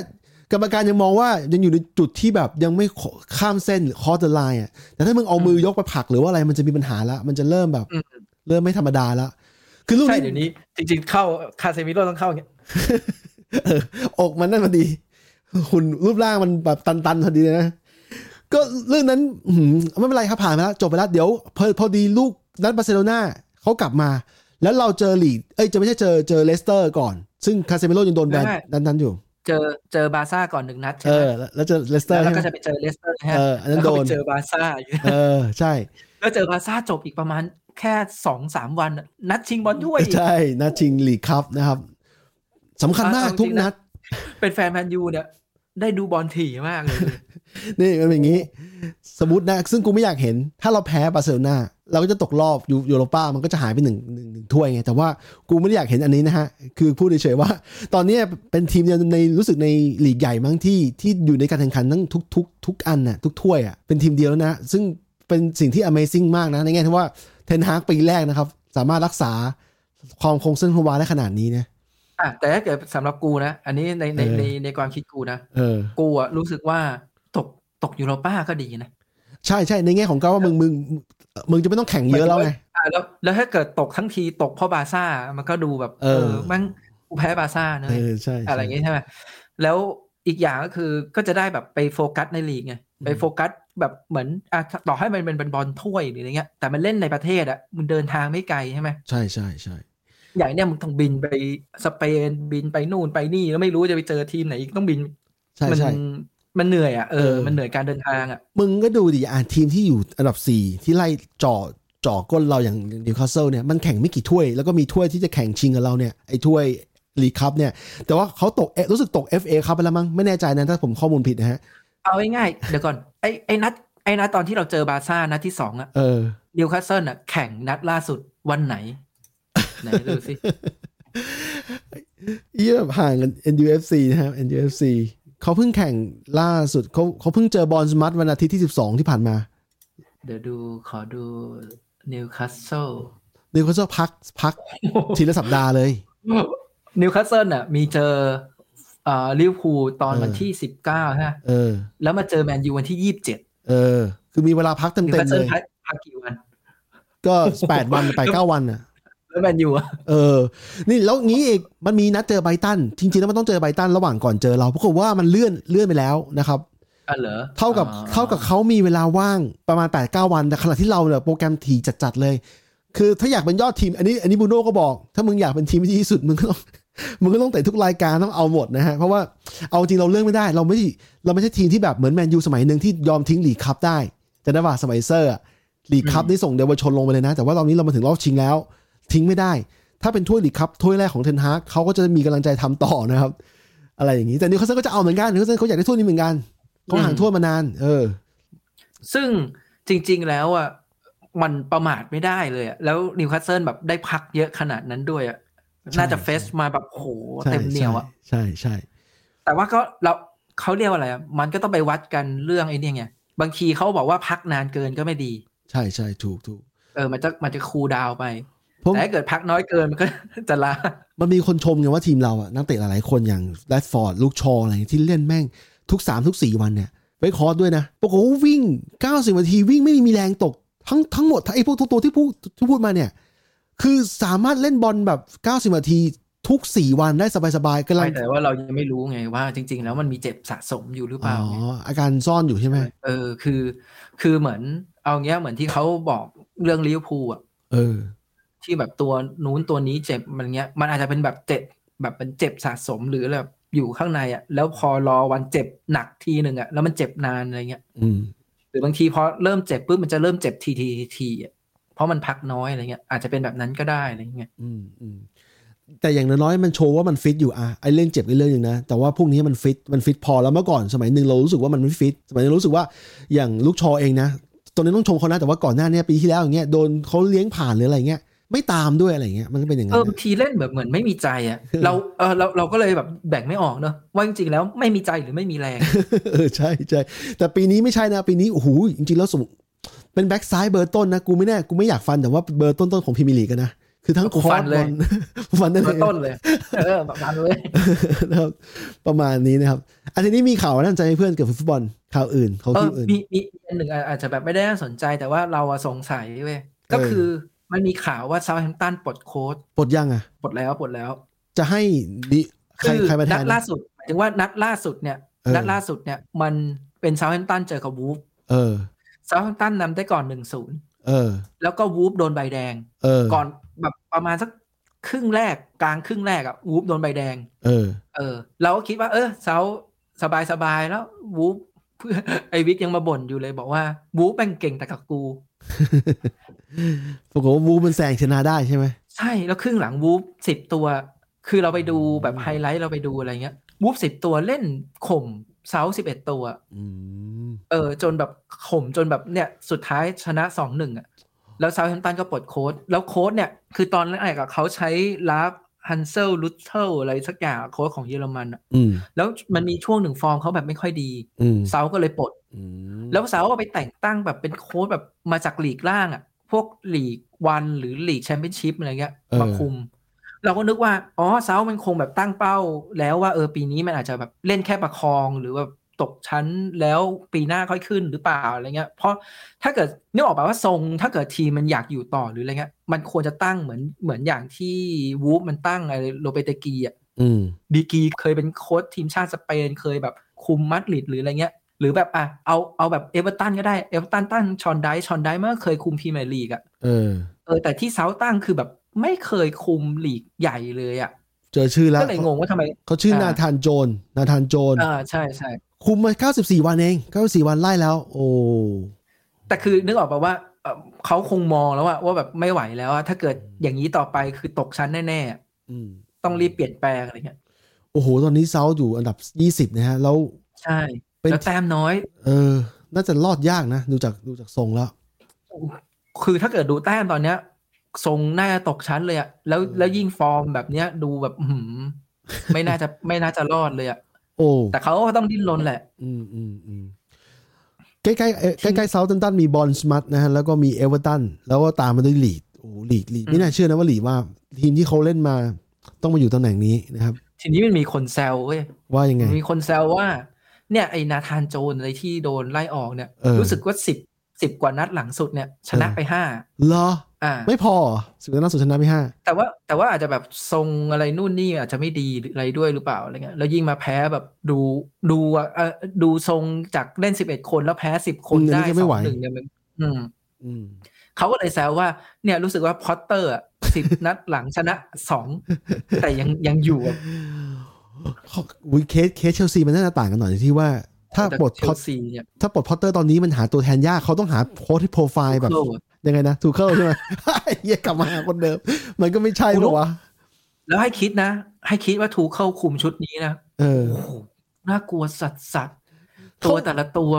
B: กรรมการยังมองว่ายังอยู่ในจุดที่แบบยังไม่ขข้ามเส้นหรือคอร์ดไลน์อ่ะแต่ถ้ามึงเอามือยกไปผลักหรือว่าอะไรมันจะมีปัญหาละมันจะเริ่มแบบ
C: อืม
B: เริ่มไม่ธรรมดาละคือลูก
C: ใช่
B: นี้
C: เดี๋ยวนี้ จริงๆเข้าคาเซมิโร่ต้องเข้าอย่างเงี้ย
B: เอออกมันนั่นพอดีหุ่นรูปร่างมันแบบตันๆพอดีเลยนะ ก็เรื่องนั้นอื้อหือไม่เป็นไรครับผ่านไปแล้วจบไปแล้วเดี๋ยวพอพอดีลูกนัดบาร์เซโลนาเขากลับมา แล้วเราเจอลีดเอ้ยจะไม่ใช่เจอเจอเลสเตอร์ก่อน ซึ่งคาเซเมโรยังโดนแบน
C: ได้
B: นั้นๆอยู่
C: เจอเจอบาร์ซ่าก่อนหนึ่งนัดใช่
B: เออ
C: ไหม
B: แล้วแล้วเจอเลสเตอร์
C: แล้ว
B: ใช่ไหม
C: ก็จะไปเจอเลสเตอร์นะฮะ
B: เอออันนั้น
C: แล้ว
B: โด
C: ก็ไป
B: น
C: เจอบาร์ซ่าอยู่
B: เออ ใช่
C: แล้วเจอบาร์ซ่าจบอีกประมาณแค่สองสามวันน่ะนัดชิงบอลถ้วยอีก
B: ใช่นัดชิงลีกครับนะครับสำคัญมาก
C: เอาจริงๆ
B: ทุก
C: นะ
B: นัด
C: เป็นแฟนแมนยูเนี่ย ได้ดูบอลถี่มากเลย
B: นี่มันเป็นอย่างนี้ สมมตินะ ซึ่งกูไม่อยากเห็น ถ้าเราแพ้บาร์เซโลนาเราก็จะตกรอบยูยูโรป้ามันก็จะหายไปหนึ่งหนึ่งหนึ่งถ้วยไง แต่ว่ากูไม่ได้อยากเห็นอันนี้นะฮะ คือพูดเฉยๆว่า ตอนเนี้ยเป็นทีมเดียวในรู้สึกในลีกใหญ่มั้งที่ที่อยู่ในการแข่งขันทั้งทุกทุกทุกอันน่ะทุกถ้วยอ่ะเป็นทีมเดียวแล้วนะ ซึ่งเป็นสิ่งที่ Amazing มากนะในแง่ที่ว่าเทนฮากปีแรกนะครับ สามารถรักษาความคงเส้นคงวาได้ขนาดนี้นะ
C: อ่ะแต่ถ้าเกิดสำหรับกูนะ อันนี้ในใน
B: เออ
C: ในในความคิดกูนะ
B: เออ
C: กูอะรู้สึกว่าตกตกยูโรป้าก็ดีนะ
B: ใช่ใช่ในแง่ของการว่ามึงมึงมึงจะไม่ต้องแข่งเยอะแล้วไง
C: อ่ะแล้วแล้วถ้าเกิดตกทั้งทีตกเพราะบาร์ซ่า มันก็ดูแบบ
B: เออ
C: มั่งกูแพ้บาร์ซ่าเน
B: เอย อใช่ใช่
C: อะไรอย่างเงี้ยใช่ไหมแล้วอีกอย่างก็คือก็จะได้แบบไปโฟกัสในลีกไงไปโฟกัสแบบเหมือนอ่ะต่อให้มันเป็นบอลถ้วยหรืออะไรเงี้ยแต่มันเล่นในประเทศอะมันเดินทางไม่ไกลใช่ไหม
B: ใช่ใช่ใช่
C: อย่างเนี้ยมึงต้องบินไปสเปนบินไปนู่นไปนี่แล้วไม่รู้จะไปเจอทีมไหนอีกต้องบิน
B: ใช่
C: มั
B: ใช่
C: มันเหนื่อยอ่ะเอ
B: เอ
C: อ
B: อ
C: มันเหนื่อยการเดินทางอ่ะ
B: มึงก็ดูดิอ่ะทีมที่อยู่อันดับสี่ที่ไล่จ่อจ่อก้นเราอย่างนิวคาสเซิลเนี่ยมันแข่งไม่กี่ถ้วย แล้วก็มีถ้วยที่จะแข่งชิงกับเราเนี่ยไอ้ถ้วยลีคัพเนี่ย แต่ว่าเขาตกเอรู้สึกตก FA ครับไปแล้วมั้งไม่แน่ใจนะถ้าผมข้อมูลผิดนะฮะ
C: เอาง่ายๆเดี๋ยวก่อนไอ้ไอ้นัดไอ้นัดตอนที่เราเจอบาร์ซ่านัดที่สองอ่ะ
B: เออ
C: นิวคาสเซิลอ่ะแข่งนัดล่าสุดวันไหน ไหนดูสิ
B: เยี่ยมห่างกัน NUFC นะครับ NUFC เขาเพิ่งแข่งล่าสุดเขาเขาเพิ่งเจอบอลสมัตวันอาทิตย์ที่ 12 ที่ผ่านมา
C: เดี๋ยวดูขอดูนิวคาสเซิ ล
B: นิวคาสเซิลพักพักทีละสัปดาห์เลย
C: นิวคาสเซิลอ่ะมีเจอเอ่อลิเวอร์พูลตอนวันที่สิบเก้าฮะ
B: เออ
C: แล้วมาเจอแมนยูวันที่ยี่สิบเจ็ด
B: เออ คือมีเวลาพักเต็ม
C: นิว
B: เต็
C: คาม ส
B: เล
C: เซิล
B: ย
C: พักกี่วัน
B: ก็แปดวันไปเก้าวันอ่ะ
C: แล้วแมนยูอ่ะ
B: เออ นี่แล้วงี้อีก มันมีนัดเจอไบรตัน จริงๆแล้วมันต้องเจอไบรตันระหว่างก่อนเจอเรา เพราะว่ามันเลื่อนเลื่อนไปแล้วนะครับ
C: อ่ะเหรอ
B: เท่ากับ
C: อ๋อ
B: เท่ากับเขามีเวลาว่างประมาณ8ปดเวัน แต่ขณะที่เราเนี่ยโปรแกรมถี่จัดๆเลย คือถ้าอยากเป็นยอดทีม อันนี้อันนี้บูโน่ก็บอก ถ้ามึงอยากเป็นทีมที่ดีที่สุด มึงก็ ต้อง มึงก็ต้องเตะทุกรายการต้องเอาหมดนะฮะ เพราะว่าเอาจริงเราเลือกไม่ได้เราไม่ได้เราไม่ใช่ทีมที่แบบเหมือนแมนยูสมัยหนึ่งที่ยอมทิ้งลีกคัพได้จะได้ว่าสมัยเซอร์อะลีกคัพนี่ส่งเยาวชนลงไปเลยนะ แต่ว่าตอนนี้เรามาถึงรอบชิงแล้ว ทิ้งไม่ได้ ถ้าเป็นถ้วยลีกคัพถ้วยแรกของเทนฮากเขาก็จะมีกำลังใจทำต่อนะครับ อะไรอย่างนี้แต่นิวคาสเซิลก็จะเอาเหมือนกันนิวคาสเซิลเขาอยากได้ถ้วยนี้เหมือนกันเขาห่างถ้วยมานาน เออ
C: ซึ่งจริง ๆ แล้วอ่ะ มันประมาทไม่ได้เลยอะแล้วนิวคาสเซิลแบบได้พักเยอะขนาดนั้นด้วยอะ
F: ใช่
C: น่าจะเฟสมาแบบโห
F: ใช่
C: เต็มเหนียวอะ
F: ใช่ใช่
C: แต่ว่าก็เราเขาเรียกว่าอะไรอะมันก็ต้องไปวัดกันเรื่องไอ้เนี่ยไงบางทีเขาบอกว่าพักนานเกินก็ไม่ดี
B: ใช่ใช่ถูกถูก
C: เออมันจะมันจะคูลดาวน์ไป
B: เพราะ
C: แต่ถ้าเกิดพักน้อยเกินมันก็ จะลา
B: มันมีคนชมไงว่าทีมเราอะนักเตะหลายๆคนอย่างแรดฟอร์ดลูกชออะไรอย่างเงี้ยที่เล่นแม่งทุกสามทุกสี่วันเนี่ย ไปคอร์สด้วยนะปรากฏว่าวิ่ง 90นาทีวิ่งไม่มีแรงตก ทั้งทั้งหมดไอ้พวกตัวที่พูดที่พูดมาเนี่ย คือสามารถเล่นบอลแบบ 90นาทีทุก 4 วันได้สบายๆกำลัง
C: ไม่แต่ว่าเรายังไม่รู้ไงว่า จริง ๆ แล้วมันมีเจ็บสะสมอยู่หรือเป
B: อ๋
C: ล่าไง
B: ออาการซ่อนอยู่ใช่ไหม
C: เออคือคือเหมือนเอาเงี้ยเหมือนที่เขาบอกเรื่องลิเวอร์พูลอ่ะ
B: เออ
C: ที่แบบตัวนู้นตัวนี้เจ็บมันเงี้ย มันอาจจะเป็นแบบเจ็บแบบมันเจ็บสะสมหรือแบบอยู่ข้างในอ่ะแล้วพอรอวันเจ็บหนักทีหนึ่งอ่ะแล้วมันเจ็บนานอะไรเงี้ย
B: อืม
C: หรือบางทีพอเริ่มเจ็บปุ๊บมันจะเริ่มเจ็บทีทีทีอ่ะเพราะมันพักน้อยอะไรเงี้ยอาจจะเป็นแบบนั้นก็ได้อะไรเงี้ย
B: อืมอืมแต่อย่างน้อยๆมันโชว์ว่ามันฟิตอยู่อะไอเรื่องเจ็บก็เรื่องหนึ่งนะ แต่ว่าพวกนี้มันฟิตมันฟิตพอแล้วเมื่อก่อนสมัยหนึ่งเรารู้สึกว่ามันไม่ฟิต สมัยหนึงเรารู้สึกว่าอย่างลูกชอเองนะตอนนี้ต้องชมเขานะแต่ว่าก่อนหน้าเนี้ยปีที่แล้วอย่างเงี้ยโดนเขาเลี้ยงผ่านหรืออะไรเงี้ยไม่ตามด้วยอะไรเงี้ยมันก็เป็นอย่าง
C: เอ
B: นั้
C: อน บาง
B: นะ
C: ทีเล่นแบบเหมือนไม่มีใจอ่ะเราเออเราเราก็เลยแบบแบ่งไม่ออกเนอะว่าจริงๆแล้วไม่มีใจหรือไม่มีแรง
B: เออใช่ใช่แต่ปีนี้ไม่ใช่นะปีนี้โอ้โหจริงๆแล้วสมมุติเป็นแบ็กซ้ายเบอร์ต้นนะกูไม่แน่กูไม่อยากฟันแต่ว่าเบอร์ต้นๆของพรีเมียร์ลีกอะนะคือทั้ง
C: กูฟั
B: คอ
C: น
B: ร์ส
C: เลย
B: บอลฟัน ได้
C: เบ
B: เล
C: อย ร์ต้นเลยเออแบบนั้นเลย
B: นะครับประมาณนี้นะครับอันทีนี้มีข่าวน่าสนใจให้เพื่อนเกี่ยวกับฟุตบอลข่าวอื่นของ
C: เอ
B: ที
C: อ
B: มอื่น
C: มีมีอันหนึ่งอ่ะอาจจะแบบไม่ได้น่าสนใจแต่ว่าเราอะสงสัยเว้ย ก็
B: เออ
C: คือมันมีข่าวว่าเซา t ฮม p ตันปลดโค้ด
B: ปลดยังอ่ะ
C: ปลดแล้วปลดแล้ว
B: จะให้ดิใคร
C: คือ
B: ใครมาแท
C: นัด
B: น
C: ล่า
B: นะ
C: สุดหมายถึงว่านัดล่าสุดเนี่ย
B: เออ
C: นัดล่าสุดเนี่ย มันเป็นเซา t ฮม p ตันเจอกับวูฟ
B: เออ
C: เซา t ฮม p ตันนำได้ก่อนหนึ่งศูนย์
B: เออ
C: แล้วก็วูฟโดนใบแดง
B: เออ
C: ก่อนแบบประมาณสักครึ่งแรกกลางครึ่งแรกอะวูฟโดนใบแดง
B: เออ
C: เออ เราก็คิดว่า เออเซาสบายสบายๆแล้ววูฟเพื่อ ไอวิกยังมาบ่นอยู่เลยบอกว่าวูฟแม่งเก่งแต่กับกู
B: ปรากฏว่าวูมันแซงชนะได้ใช่ไหม
C: ใช่แล้วครึ่งหลังวูฟสิบตัว คือเราไปดูแบบไฮไลท์เราไปดูอะไรเงี้ยวูฟสิบตัวเล่นข่มเซาสิบเอ็ดตัว
B: อืม
C: เออ จนแบบข่มจนแบบเนี่ยสุดท้ายชนะสองหนึ่งอ่ะแล้วเซาแฮมป์ตันก็ปลดโค้ดแล้วโค้ดเนี่ย คือตอนแรกอะเขาใช้ลาฟฮันเซลลุทเทลอะไรสักอย่างโค้ดของเยอรมันอะ
B: อืม
C: แล้วมันมีช่วงหนึ่งฟอร์มเขาแบบไม่ค่อยดี
B: อืม
C: เซาก็เลยปลด
B: อืม
C: แล้วเซาก็ไปแต่งตั้งแบบเป็นโค้ดแบบมาจากลีกล่างอะ่ะ พวกลีกวันหรือลีกแชมเปี้ยนชิพอะไรเงี้ยมาคุม เราก็นึกว่า อ๋อเซามันคงแบบตั้งเป้า แล้วว่าเออปีนี้มันอาจจะแบบเล่นแค่ประคองหรือว่าตกชั้นแล้วปีหน้าค่อยขึ้นหรือเปล่าอะไรเงี้ย เพราะถ้าเกิดนึกออกป่าว่าทรง ถ้าเกิดทีมมันอยากอยู่ต่อหรืออะไรเงี้ย มันควรจะตั้งเหมือนเหมือนอย่างที่วูฟมันตั้งอะไรโรเปเตกีอ่ะ
B: อืม
C: ดีกรีเคยเป็นโค้ชทีมชาติสเปนเคยแบบคุมมาดริดหรืออะไรเงี้ย หรือแบบอ่ะเอาเอาแบบเอเวอร์ตันก็ได้เอเวอร์ตันตั้งชอนไดชอนไดเมื่อเคยคุมพรีเมียร์ลีกอะ
B: เออ
C: เออแต่ที่เซาตั้งคือแบบไม่เคยคุมลีกใหญ่เลยอะ
B: เจอชื่อแล้ว
C: ก็เลยงงว่าทำไม
B: เขาชื่อ
C: อ่า
B: นาธานโจน นาธานโจน
C: อ่าใช่ใช่
B: คุมมา 94 วันเอง 94 วันไล่แล้ว โอ้
C: แต่คือนึกออกป่าว่าเอ่อเขาคงมองแล้วอะว่าแบบไม่ไหวแล้วอะถ้าเกิดอย่างนี้ต่อไปคือตกชั้นแน่
B: อืม
C: ๆ ต้องรีบเปลี่ยนแปลงอะไรเงี้ย
B: โอ้โห ตอนนี้เซาอยู่อันดับ 20 นะฮะ แล้ว
C: ใช่
B: เป็น
C: แล้วแต้มน้อย
B: เออ น่าจะรอดยากนะ ดูจากดูจากทรงแล้ว
C: คือถ้าเกิดดูแต้มตอนเนี้ย ทรงน่าจะตกชั้นเลยอะแล้วแล้วยิ่งฟอร์มแบบเนี้ยดูแบบอื้อหืมไม่น่าจะ ไม่น่าจะรอดเลยอะ
B: โอ้
C: แต่เขาก็ต้องดิ้นรนแหละ
B: อืมอืมอืมใกล้ใกล้ๆเอ่อใกล้ใกล้เซาท์ตันตันมีบอลสมัตนะฮะ แล้วก็มีเอเวอร์ตัน แล้วก็ตามมาด้วยลีดโอ้ลีดลีด
C: อืม
B: ไม่น่าเชื่อนะว่าลีดว่า ทีมที่เขาเล่นมาต้องมาอยู่ตำแหน่งนี้นะครับ
C: ทีนี้มันมีคนแซวเว้ย
B: ว่ายังไง
C: มีคนแซวว่า เนี่ยไอ้นาธานโจนอะไรที่โดนไล่ออกเนี่ย
B: เออ
C: รู้สึกว่าสิบสิบกว่านัดหลังสุดเนี่ย ชนะ
B: เออ
C: ไปห้า
B: เหรอ
C: อ่า
B: ไม่พอสุดท้ายล่าสุดชนะไปห้า
C: แต่ว่าแต่ว่าอาจจะแบบทรงอะไรนู่นนี่อาจจะไม่ดีหรืออะไรด้วยหรือเปล่าอะไรเงี้ยแล้วยิ่งมาแพ้แบบดูดูอะเออดูทรงจากเล่นสิบเอ็ดคนแล้วแพ้สิบคนได้สองหนึ่งเนี่ยมันอืม
B: อืม
C: เขาก็เลยแซวว่าเนี่ยรู้สึกว่าพอตเตอร์สิบ นัดหลังชนะสองแต่ยังยังอยู่อะ
B: เขาอุ๊ยเคสเคสเชลซีมันน่าจะต่างกันหน่อยที่ว่า ถ้า
C: แต่
B: ปลด
C: เช
B: ค
C: ล
B: อต
C: ซีเนี่ย
B: ถ้าปลดพอตเตอร์ตอนนี้มันหาตัวแทนยากเขาต้องหาโค้ชที่โปรไฟล์แบบ
C: โลด
B: ยังไงนะทูเคิลใช่ไหม เหี้ยกลับมาหาคนเดิม มันก็ไม่ใช่หรอวะ
C: แล้วให้คิดนะ ให้คิดว่าถูกเข้าคุมชุดนี้นะ
B: เออ
C: โอ้โหน่ากลัวสัตว์สัตว์ตัวแต่ละตัว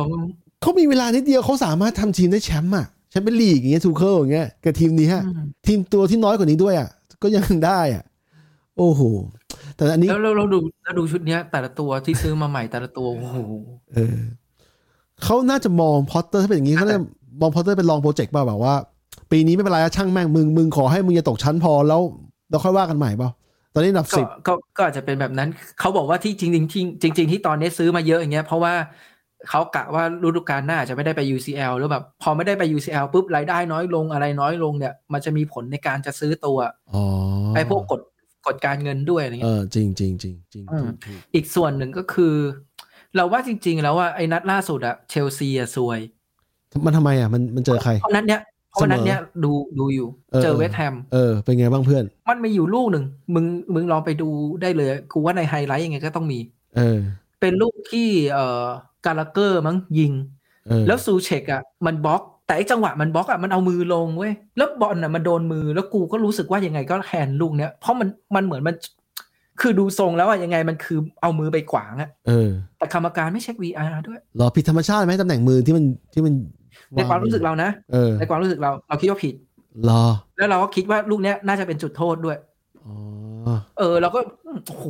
B: เขามีเวลานิดเดียวเขาสามารถทำทีมได้แชมป์อ่ะ แชมเปี้ยนลีกอย่างเงี้ยทูเคิลอย่างเงี้ยกับทีมนี้ฮะ
C: อืม
B: ทีมตัวที่น้อยกว่านี้ด้วยอ่ะก็ยังได้อ่ะ โอ้โหแต่อันนี้
C: แล้วเราเราดูเราดูชุดเนี้ย แต่ละตัวที่ซื้อมาใหม่แต่ละตัวโอ้โห
B: เออเขาน่าจะมองพอตเตอร์ถ้าเป็นอย่างนี้เขาจะมองพอตเตอร์เป็นรองโปรเจกต์เปล่าแบบว่า ปีนี้ไม่เป็นไรอะช่างแม่งมึงมึงขอให้มึงอย่าตกชั้นพอแล้วเราค่อยว่ากันใหม่เปล่าตอนนี้อันดับ
C: ก็
B: สิบ
C: ก็ก็อาจจะเป็นแบบนั้น เขาบอกว่าที่จริงจริงๆจริงๆที่ตอนนี้ซื้อมาเยอะอย่างเงี้ยเพราะว่าเขากะว่าฤดูกาลหน้าจะไม่ได้ไป UCL หรือแบบพอไม่ได้ไป UCL ปุ๊บรายได้น้อยลงอะไรน้อยลงเนี่ย มันจะมีผลในการจะซื้อตัว
B: อ๋อ
C: ไอ้พวกกฎกฎการเงินด้วยอะไร
B: เอ
C: เงี้ย
B: อจริงจริงจริงจริง
C: อืม
B: ถูก
C: อีกส่วนหนึ่งก็คือ เราว่าจริง ๆ แล้วว่าไอ้นัดล่าสุดอะเชลซีอะซวย
B: ถูกมันทำไมอ่ะมันมันเจอใคร
C: เพราะนัดเนี้ยเพราะนัดเนี้ยดูดูอยู่
B: เออ
C: เจอเวสต์แฮม
B: เออ เป็นไงบ้างเพื่อน
C: มันมีอยู่ลูกหนึ่งมึงมึงลองไปดูได้เลยกูว่าในไฮไลท์ยังไงก็ต้องมี
B: เออ
C: เป็นลูกที่เอ่อการาเกอร์มั้งยิง
B: เออ
C: แล้วซูเชกอ่ะมันบล็อก แต่ไอ้จังหวะมันบล็อกอ่ะมันเอามือลงเว้ยแล้วบอลอ่ะมันโดนมือแล้วกูก็รู้สึกว่ายังไงก็แฮนด์ลูกเนี้ยเพราะมันมันเหมือนมัน คือดูทรงแล้วอ่ะยังไงมันคือเอามือไปขวางอ่ะ
B: เออ
C: แต่กรรมการไม่เช็ค VR ด้วย
B: เหรอผิดธรรมชาติไหมตำแหน่งมือที่มันที่มัน
C: ในความรู้สึกเรานะ
B: เออ
C: ในความรู้สึกเราเราคิดว่าผิด
B: เหรอ
C: แล้วเราก็คิดว่าลูกเนี้ยน่าจะเป็นจุดโทษด้วย
B: อ๋อ
C: เออเราก็อืมโอ้โห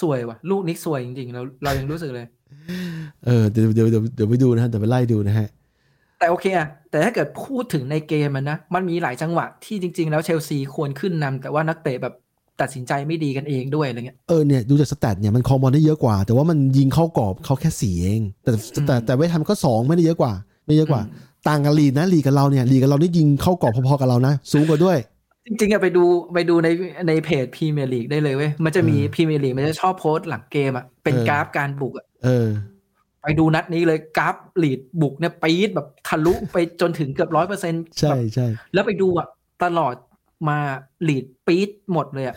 C: สวยว่ะ ลูกนี้สวยจริงๆเราเรายังรู้สึกเลย
B: เออเดี๋ยวเดี๋ยวเดี๋ยวเดี๋ยวไปดูนะฮะเดี๋ยวไปไล่ดูนะฮะ
C: แต่โอเคอะแต่ถ้าเกิดพูดถึงในเกมมันนะ มันมีหลายจังหวะที่จริง ๆ แล้วเชลซีควรขึ้นนำแต่ว่านักเตะแบบตัดสินใจไม่ดีกันเองด้วยอะไรเงี้ย
B: เออเนี่ยดูจากสแตทเนี่ยมันครองบอลได้เยอะกว่า แต่ว่ามันยิงเข้ากรอบเขาแค่สี่เอง แต่แต่แต่แต่เวทแฮมก็สองไม่ได้เยอะกว่า ไม่เยอะกว่า
C: อืม
B: ต่างกันลีดนะลีดกับเราเนี่ยลีดกับเรานี่ยิงเข้ากรอบพอๆกับเรานะ สูงกว่าด้วย
C: จริงๆอะไปดูไปดูในในเพจพรีเมียร์ลีกได้เลยเว้ย มันจะมี
B: เออ
C: พรีเมียร์ลีกมันจะชอบโพสต์หลังเกมอะเป็น
B: เออ
C: กราฟการบุกอะ
B: เออ
C: ไปดูนัดนี้เลยกราฟลีดบุกเนี่ยปี๊ดแบบทะลุ ไปจนถึงเกือบร้อยเปอร์เซ็นต์
B: ใช่ใช่
C: แล้วไปดูอะตลอดมาลีดปี๊ดหมดเลยอะ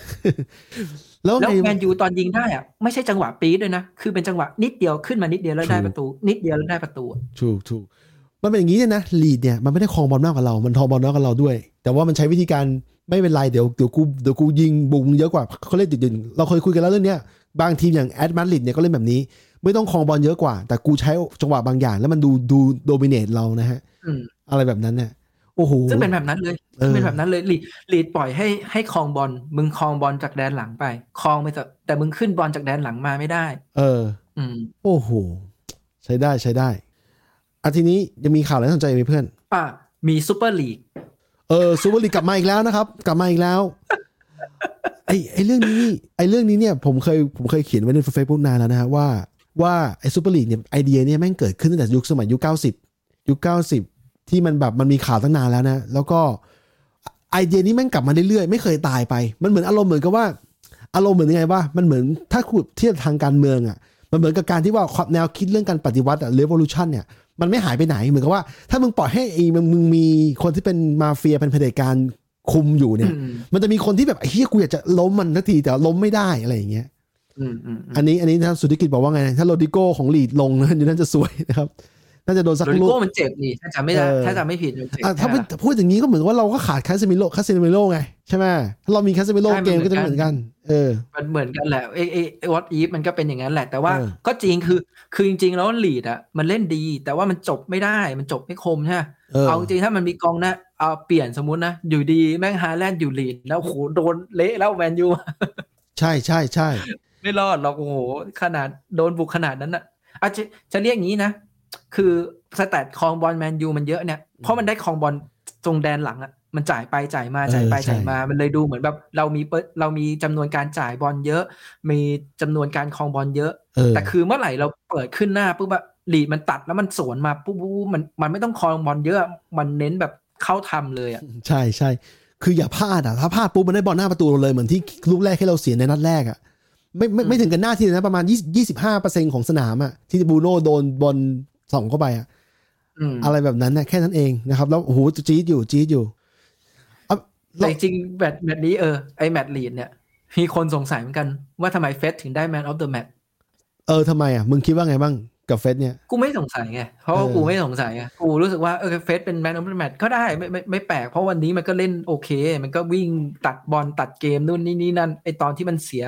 B: แล้ว
C: แล้ว
B: ใน
C: แมนยูตอนยิงได้อะไม่ใช่จังหวะปี๊ดด้วยนะ คือเป็นจังหวะนิดเดียวขึ้นมานิดเดียวแล้วได้ประตู นิดเดียวแล้วได้ประตูอะ
B: ถูกถูกมันเป็นอย่างนี้เนี่ยนะลีดเนี่ยมันไม่ได้ครองบอลมากกว่าเรา มันทองบอลน้อยกว่าเราด้วย แต่ว่ามันใช้วิธีการไม่เป็นไรเดี๋ยวเดี๋ยวกูเดี๋ยวกูยิงบุงเยอะกว่าเขาเล่นติดดินเราเคยคุยกันแล้วเรื่องเนี้ยบางทีมอย่างแอดมาริดเนี่ยก็เล่นแบบนี้ ไม่ต้องครองบอลเยอะกว่า แต่กูใช้จังหวะบางอย่าง แล้วมันดูดูโดมิเนตเรานะฮะ
C: อืม
B: อะไรแบบนั้นเนี่ยโอ้โห
C: ซึ่งเป็นแบบนั้นเลย
B: เออ
C: เป็นแบบนั้นเลยลีดลีดปล่อยให้ให้คลองบอลมึงคลองบอลจากแดนหลังไปคลองไปเถอะแต่มึงขึ้นบอลจากแดนหลังมาไม่ได้
B: เออ
C: อืม
B: โอ้โห ใช้ได้ใช้ได้อาทีนี้ยังมีข่าวอะไรน่าสนใจไหมเพื่อน
C: ป่ะมีซูเปอร์ลีก
B: เออซูเปอร์ลีกกลับมาอีกแล้วนะครับ กลับมาอีกแล้ว ไอไอเรื่องนี้นี่ไอเรื่องนี้เนี่ย ผมเคยผมเคยเขียนไว้ในเฟซบุ๊กนานแล้วนะฮะว่า ว่าไอซูเปอร์ลีกเนี่ยไอเดียเนี่ยแม่งเกิดขึ้นตั้งแต่ยุคสมัยยุคเก้าสิบยุคเก้าสิบที่มันแบบมันมีข่าวตั้งนานแล้วนะ แล้วก็ไอเดียนี้แม่งกลับมาเรื่อยๆไม่เคยตายไป มันเหมือนอารมณ์เหมือนกับว่า อารมณ์เหมือนยังไงว่ามันเหมือนถ้าคุณเทียบทางการเมืองอ่ะ มันเหมือนกับการที่ว่าความแนวคิดเรื่องการปฏิวัติอะเรวอลูชันเนี่ย มันไม่หายไปไหนเหมือนกับว่า ถ้ามึงปล่อยให้ไอ้มึงมึงมีคนที่เป็นมาเฟียเป็นเผด็จการคุมอยู่เนี่ย
C: อืม
B: มันจะมีคนที่แบบไอ้เฮียกูอยากจะล้มมันทักทีแต่ล้มไม่ได้อะไรอย่างเงี้ย
C: อืมอืมอืม
B: อันนี้อันนี้ท่านสุทธิกิจบอกว่าไง ถ้าโรดิโก้ของลีดลงนะอยู่นั่นจะสวยนะครับ น่าจะโดนสัก
C: โรดิ
B: ลูก
C: โก้มันเจ็บนี่ถ้าจำไม่ได้
B: เออ
C: ถ้าจำไม่ผิดมันเจ็บ
B: อ่ะถ้าพูด
C: ใช่ไหมล่ะ
B: พูดอย่างนี้ก็เหมือนว่าเราก็ขาดคาเซมิโลคาเซมิโลไงใช่ไหมถ้าเรามีคาเซมิโล
C: ใช่มัน
B: เกมก็จะไม่
C: เห
B: เห
C: มื
B: มื
C: อ
B: อน นกั
C: กั
B: น น เออ
C: มันเหมือนกันแหละไอ้ไอ้ไอ้วอตอีฟมันก็เป็นอย่างนั้นแหละ แต่ว่า
B: เออ
C: ก็จริงคือคือจริงๆแล้วลีดอะมันเล่นดี แต่ว่ามันจบไม่ได้มันจบไม่คมใช่ไหม
B: เออ
C: เอาจริงๆถ้ามันมีกองหนะเอาเปลี่ยนสมมุตินะ อยู่ดีแม่งฮาแลนด์อยู่ลีดแล้วโอ้โหโดนเละแล้วแมนยู
B: ใช่ใช่ใช่
C: ไม่รอดหรอกโอ้โหขนาดโดนบุกขนาดนั้นอ่ะอาจจะจะเรียกงี้นะ คือสแตทคลองบอลแมนยูมันเยอะเนี่ย เพราะมันได้คลองบอลตรงแดนหลังอ่ะมันจ่ายไปจ่ายมาจ่ายไป
B: เออใช่
C: จ่ายมามันเลยดูเหมือนแบบเรามีเปอร์เรามีจำนวนการจ่ายบอลเยอะ มีจำนวนการคลองบอลเยอะ
B: เออ
C: แต่คือเมื่อไหร่เราเปิดขึ้นหน้าปุ๊บอะลีดมันตัดแล้วมันสวนมาปุ๊บปุ๊บปุ๊บมันมันไม่ต้องคลองบอลเยอะ มันเน้นแบบเข้าทำเลยอะ
B: ใช่ใช่ คืออย่าพลาดอ่ะ ถ้าพลาดปุ๊บมันได้บอลหน้าประตูเราเลยเหมือนที่ลูกแรกที่เราเสียในนัดแรกอ่ะ ไม่ไม่ไม่ถึงกันหน้าที่เลยนะ ประมาณ20 25%ของสนามอ่ะ ที่บรูโน่โดนบอลส่องเข้าไปอ่ะ
C: อืม
B: อะไรแบบนั้นนะแค่นั้นเองนะครับ แล้วโอ้โหจี๊ดอยู่จี๊ดอยู่
C: แต่จริงๆแมตช์แมตช์นี้เออไอแมตช์ลีดเนี่ยมีคนสงสัยเหมือนกันว่าทำไมเฟสถึงได้แมนออฟเดอะแมตช์
B: เออทำไมอ่ะ มึงคิดว่าไงบ้างกับเฟสเนี่ย
C: กูไม่สงสัยไง เพราะว่า
B: เออ
C: กูไม่สงสัยไงกูรู้สึกว่าเออเฟสเป็นแมนออฟเดอะแมตช์ก็ได้ไม่ไม่ไม่แปลกเพราะวันนี้มันก็เล่นโอเค มันก็วิ่งตัดบอลตัดเกมนู่นนี่นี่นั่นไอตอนที่มันเสีย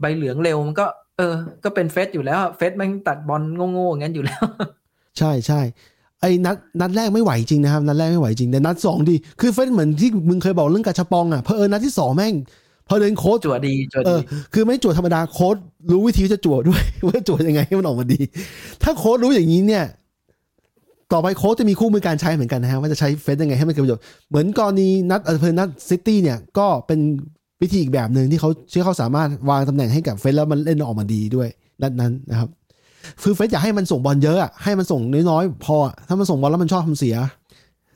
C: ใบเหลืองเร็วมันก็ เออ ก็เป็นเฟสอยู่แล้วเฟสมันตัดบอลโง่ๆอย่างนั้นอยู่แล้ว
B: ใช่ใช่ไอ ไอ้นัดนัดแรกไม่ไหวจริงนะครับ นัดแรกไม่ไหวจริงแต่นัดสองดีคือเฟ้นเหมือนที่มึงเคยบอกเรื่องกาชาปองอ่ะเพอเอิญนัดที่สองแม่งเพอเดินโค้ด
C: จั่วดีจั่ว
B: เอ
C: ดี
B: อคือไม่จั่วธรรมดาโค้ดรู้วิธีว่าจะจั่วด้วย ว่าจั่วยังไงให้มันออกมาดี ถ้าโค้ดรู้อย่างนี้เนี่ย ต่อไปโค้ดจะมีคู่มือการใช้เหมือนกันนะฮะว่าจะใช้เฟซยังไงให้มันเกิดประโยชน์เหมือนกรณีนัดเออเพอนัดซิตี้เนี่ยก็เป็นวิธีอีกแบบหนึ่งที่เขาเชื่อเขาสามารถวางตำแหน่งให้กับเฟซแล้วมันเล่นออกมาดีด้วยนัดนั้นนะครับคือเฟซอยากให้มันส่งบอลเยอะอะให้มันส่งน้อยๆพออะถ้ามันส่งบอลแล้วมันชอบทำเสีย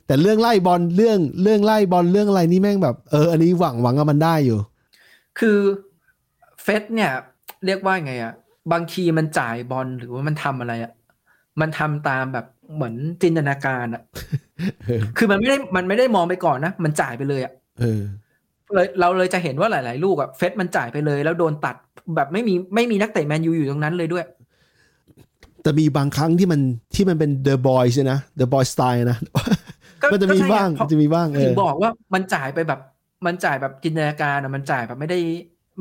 B: แต่เรื่องไล่บอลเรื่องเรื่องไล่บอลเรื่องอะไรนี่แม่งแบบเอออันนี้หวังหวังกับมันได้อยู่
C: คือเฟสเนี่ย เรียกว่าไงอะบางทีมันจ่ายบอลหรือว่ามันทำอะไรอะมันทำตามแบบเหมือนจินตนาการอะคือมันไม่ได้มันไม่ได้มองไปก่อนนะ มันจ่ายไปเลยอะ
B: เออ
C: เลยเราเลยจะเห็นว่าหลาย ๆ ลูกอะเฟสมันจ่ายไปเลย แล้วโดนตัดแบบไม่มีไม่มีนักเตะแมนยูอยู่ตรงนั้นเลยด้วย
B: แต่มีบางครั้งที่มันที่มันเป็น The Boys เนี่ยนะ The Boys Style นะ
C: ก็
B: มันจะ
C: ก็
B: มี
C: ใช่ไ
B: บ้าง
C: เพ
B: มั
C: ระ
B: นจะมีบ้างเอ
C: ถึง
B: อ
C: บอกว่ามันจ่ายไปแบบมันจ่ายแบบจินตนาการอะมันจ่ายแบบไม่ได้